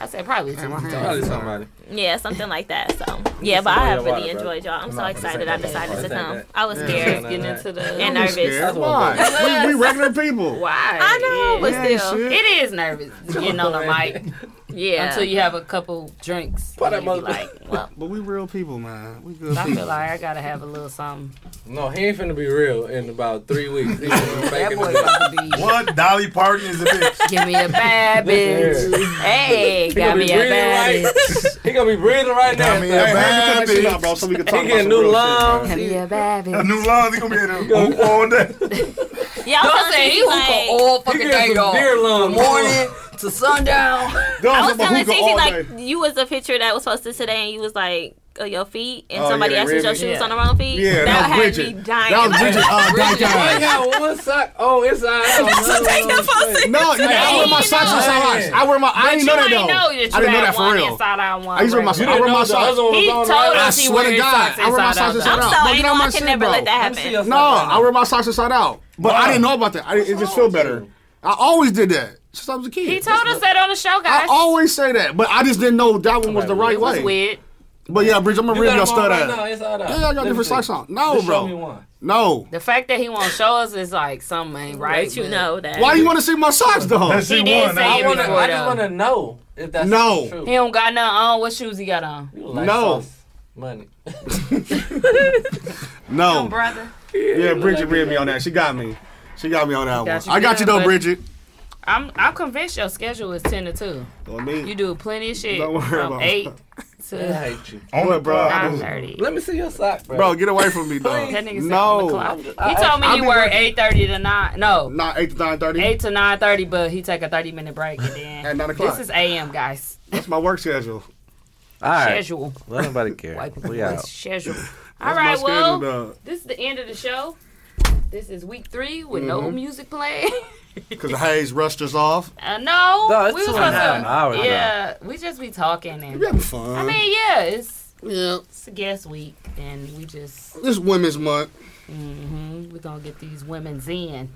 I said probably it's easy talks. Probably somebody. Yeah, something like that. So yeah, Just enjoy but I have your really water, bro. enjoyed y'all. I'm not so gonna excited. say I that. decided to Say come. that. I was Scared scared Yeah. getting into the and I'm nervous. scared. That's what I'm Why? we, we regular people. why. I know, but Yeah, still, shit. It is nervous getting on the mic yeah. until you have a couple drinks. Put and that you motherfucker- be like, well, But we real people, man. We good I feel people. like I gotta have a little something. No, he ain't finna be real in about three weeks. He finna be That faking boy it up. about to be. What Dolly Parton is a bitch. Give me a bad bitch. Hey, He got gonna be me a bad breathing bitch. right. He gonna be breathing right now. Got me a son. Hey, hang bad your shit up, bitch. bro, so we can talk He about some getting real new shit, lungs. man. Give me a bad A bitch. new lungs. He gonna be in there all day. yeah, I Don't was telling say he Cece, hookah like, all He fucking day getting some long. deer lungs. Morning to sundown. Go on, I was smoke telling hookah Cece all like day. you was a picture that was posted today, and you was like. uh, Your feet and Oh, somebody yeah, else with your ribbon. shoes Yeah. on the wrong feet. Yeah, that had was me Bridget. dying. That was Bridget. Uh, Black I guy. got one sock. Oh, inside. Take the photo. No, you know, I wear my Hey, socks you inside know. out. I wear my. I didn't you know that ain't though. know I that you didn't know had that for one real. inside out and one I used to wear my. You I didn't wear know my the other socks. one He was told on right I us he swear wear to his God, socks I wear my inside out. socks inside I'm out. so Look ain't at no, I my can shit, never bro. let that I see your happen. No, sock. I wear my socks inside out, but I didn't know about that. I, it just feel better. I always did that since I was a kid. He told us that on the show, I guys. always say that, but I just didn't know that one was the right it was way. weird. But yeah, Bridge, I'm gonna You got rip your them on stud right now, ass. inside out. Yeah, I got Let me different see. socks on. No, Just bro. Show me one. No. The fact that he won't show us is like something ain't right. But you but- know that. Why do you want to see my socks though? Let's see did one. say I it wanna- I, wanna, before, I just though. want to know if that's No. true. He don't got nothing on. What shoes he got on? You like No. sauce Money. No. Brother. Yeah, Bridget read me on that. She got me. She got me on that one. Got you I got good, you though, buddy. Bridget. I'm I'm convinced your schedule is ten to two. You know what I mean? You do plenty of shit Don't worry from about it. eight I to hate you. On What, bro? nine Bro, thirty. Let me see your sock, bro. Bro, get away from me, dog. That nigga said on the no. clock. He told me I- I you be work working- eight thirty to nine. No, Not 8 to 9.30. eight to nine thirty, but he take a thirty minute break and then At nine o'clock. This is a.m. guys. That's my work schedule. All right. Schedule. Let nobody care. Like, We what's out. schedule. All That's right, my well, schedule, dog. this is the end of the show. This is week three with no Mm-hmm. music playing. Because the haze rushed us off. uh, no, No, it's we was two supposed and a half to. hours, though. yeah, we just be talking and. We having fun. I mean, yeah, it's yeah. it's a guest week, and we just This Women's Month. hmm we gonna get these women's in.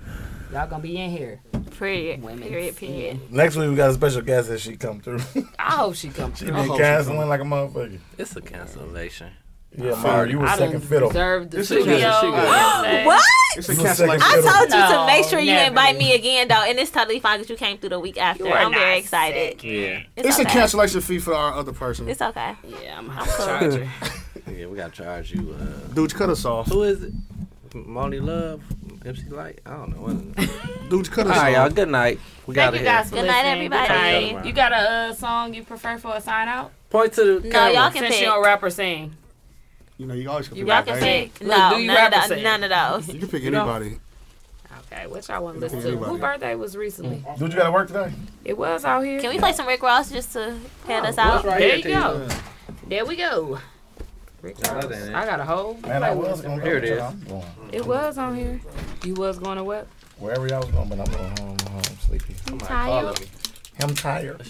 Y'all gonna be in here. Period. Women's Period. Period. Next week we got a special guest that she come through. Oh, she I hope she comes through. been canceling like a motherfucker. It's a cancellation. Yeah, Mara, you were I second done fiddle. reserved the This is- studio. this is- Yesterday. What? It's a You were second cancellation. I fiddle. told you No, to make sure you never. invite me again, though, and it's totally fine because you came through the week after. You are I'm very not excited. Yeah. It's a okay. cancellation fee for our other person. It's okay. Yeah, I'm hot charger. Yeah, we gotta charge you. Uh, Dude, cut us off. who is it? Moni Love, MC Light. I don't know. What is it? Dude, cut All us right, y'all. off. Good night. We got Thank it. you here. guys for Good listening. night, everybody. Good night. You got a uh, song you prefer for a sign out? Point to the No, camera. y'all can Since pick. you don't rap or sing. You know, you always can pick Y'all Y'all my can favorite. pick. Look, No, do you none of, represent? tho- none of those. You can pick know? anybody. Okay, which I want to listen to. Anybody. Whose birthday was recently? Dude, you got to work today? It was out here. Can we play some Rick Ross just to head us That's out? right there here, you T. go. There we go. Rick No, that Ross. ain't it. I got a whole. Man, I was going to Here it is. It was on here. You was going to what? Wherever y'all was going, but I'm going home. I'm home. sleepy. I'm like, follow me. I'm tired.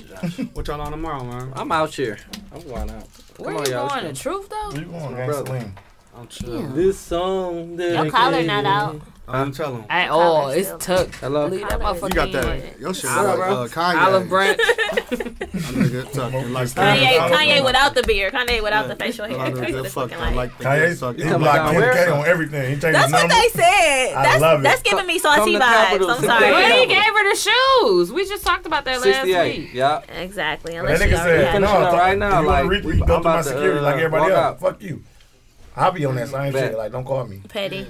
What y'all on tomorrow, man? I'm out here. I'm going out. Where on, you y'all, going? The let's truth though. Where you going, brother. Gasoline? This song. Your collar not out. I'm telling him. At all. Collar oh, It's still. tucked. Hello. Leave that Collar You motherfucker. got in. that. Your shit Olive look like uh, Kanye. Olive branch. That nigga tucking like Kanye, Yeah. Kanye without the beard. Kanye without the facial I hair. like That's what that it's fuck. looking I like. like that Kanye, suck. he come on, blocked where 10K some? on everything. He changed That's his what number. they said. I That's, love it. that's giving me Come saucy to vibes. Capitol I'm City. sorry. Well, he gave her the shoes. We just talked about that last 68. week. Yeah. Exactly. That Unless you nigga already said, had no, Finish it I up right right now, now, you like, like, reach, you go I'm through my about to, security like uh, everybody walk else. out. Fuck you. I'll be on that same Bet. shit. Like, don't call me. petty.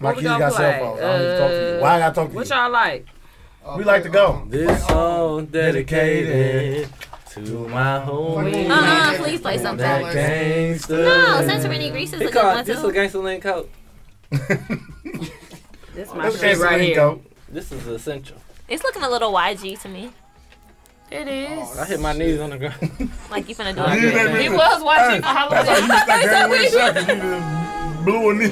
My What we kids gonna got play? cell phones. I don't need to talk to you. Why I gotta talk to What you? y'all like? We like to go. This song dedicated to my homie. Uh-uh, please play something. That gangster. No, Sensor Any Grease is a He good one, called this a too. gangster link coat. This my Let's shit right here. go. This is essential. It's looking a little YG to me. It is. I hit my knees on the ground. Like you finna do You it. didn't He make me- was watching for That's how you Halloween. look like that weird shot 'cause you just blew a knee.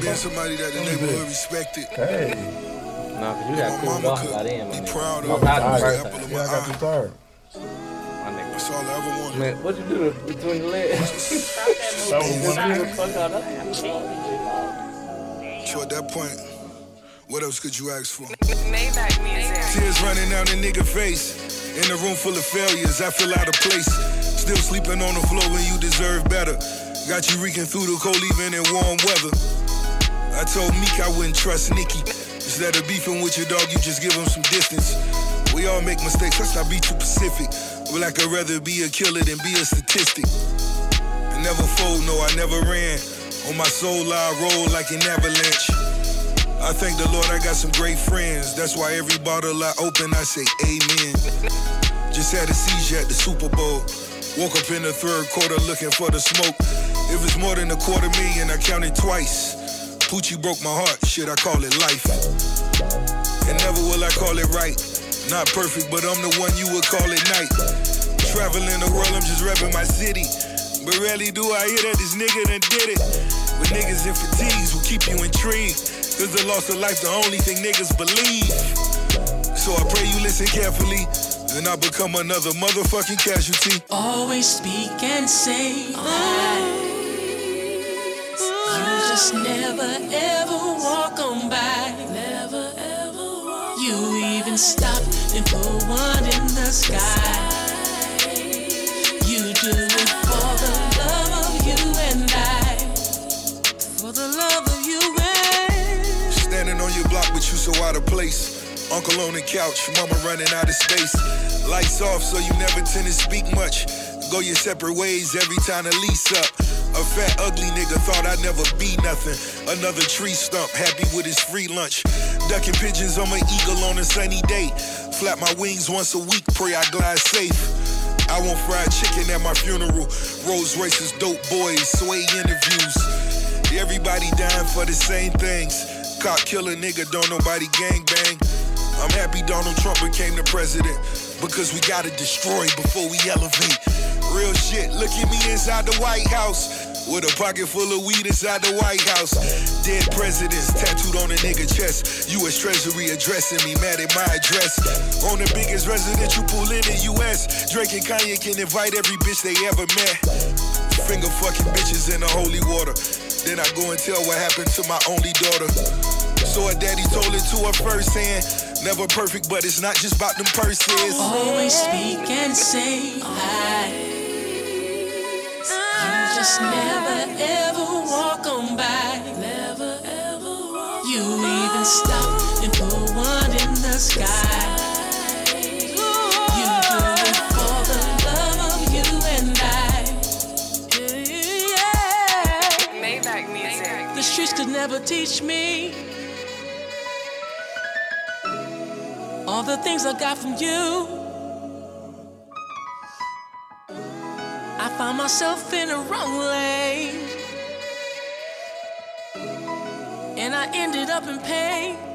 Being somebody that the neighborhood respected. Hey, nah, cause you got cool Mama dogs by could then, my be nigga. proud No, of not the the first apple time, of yeah, my I got you eye. tired. my nigga. That's all I ever wanted. Man, what you do to- between the legs? That was one of Fuck all that. So at that point, what else could you ask for? Tears running down a nigga face. In a room full of failures, I feel out of place. Still sleeping on the floor when you deserve better. Got you reeking through the cold even in warm weather. I told Meek I wouldn't trust Nikki. Instead of beefing with your dog, you just give him some distance. We all make mistakes, let's not be too pacific. Well, I could rather be a killer than be a statistic. I never fold, no, I never ran. On my soul, I roll like an avalanche. I thank the Lord I got some great friends. That's why every bottle I open, I say amen. Just had a seizure at the Super Bowl. Woke up in the third quarter looking for the smoke. If it's more than a quarter million, I counted twice. Poochie broke my heart, shit, I call it life. And never will I call it right. Not perfect, but I'm the one you would call it night. Traveling the world, I'm just repping my city. But rarely do I hear that this nigga done did it. With niggas in fatigues will keep you intrigued. Cause the loss of life, the only thing niggas believe. So I pray you listen carefully. Then I become another motherfucking casualty. always speak and say lies. You just never ever walk on by. Never ever walk You even stop and put one in the sky. You do it for the love of you and I. For the love of you and Standing on your block, but you so out of place. Uncle on the couch, mama running out of space. Lights off, so you never tend to speak much. Go your separate ways every time the lease up. A A fat, ugly nigga thought I'd never be nothing. Another tree stump, happy with his free lunch. Ducking pigeons, I'm an eagle on a sunny day. Flap my wings once a week, pray I glide safe. I want fried chicken at my funeral. Rolls Royces, dope boys, sway interviews. Everybody dying for the same things. Cop killer nigga, don't nobody gang bang. I'm happy Donald Trump became the president because we gotta destroy before we elevate. Real shit, look at me inside the White House with a pocket full of weed inside the White House. Dead presidents tattooed on a nigga chest. U.S. Treasury addressing me, mad at my address. On the biggest residential pool in the U.S., Drake and Kanye can invite every bitch they ever met. Finger fucking bitches in the holy water. Then I go and tell what happened to my only daughter. So her daddy told it to her firsthand. Never perfect, but it's not just about them purses. Always speak and say hi. You just never ever walk on by. Never ever walk You even stop and put one in the sky. You do it for the love of you and I. Yeah. Maybach music. The streets could never teach me all the things I got from you. I found myself in the wrong lane, and I ended up in pain.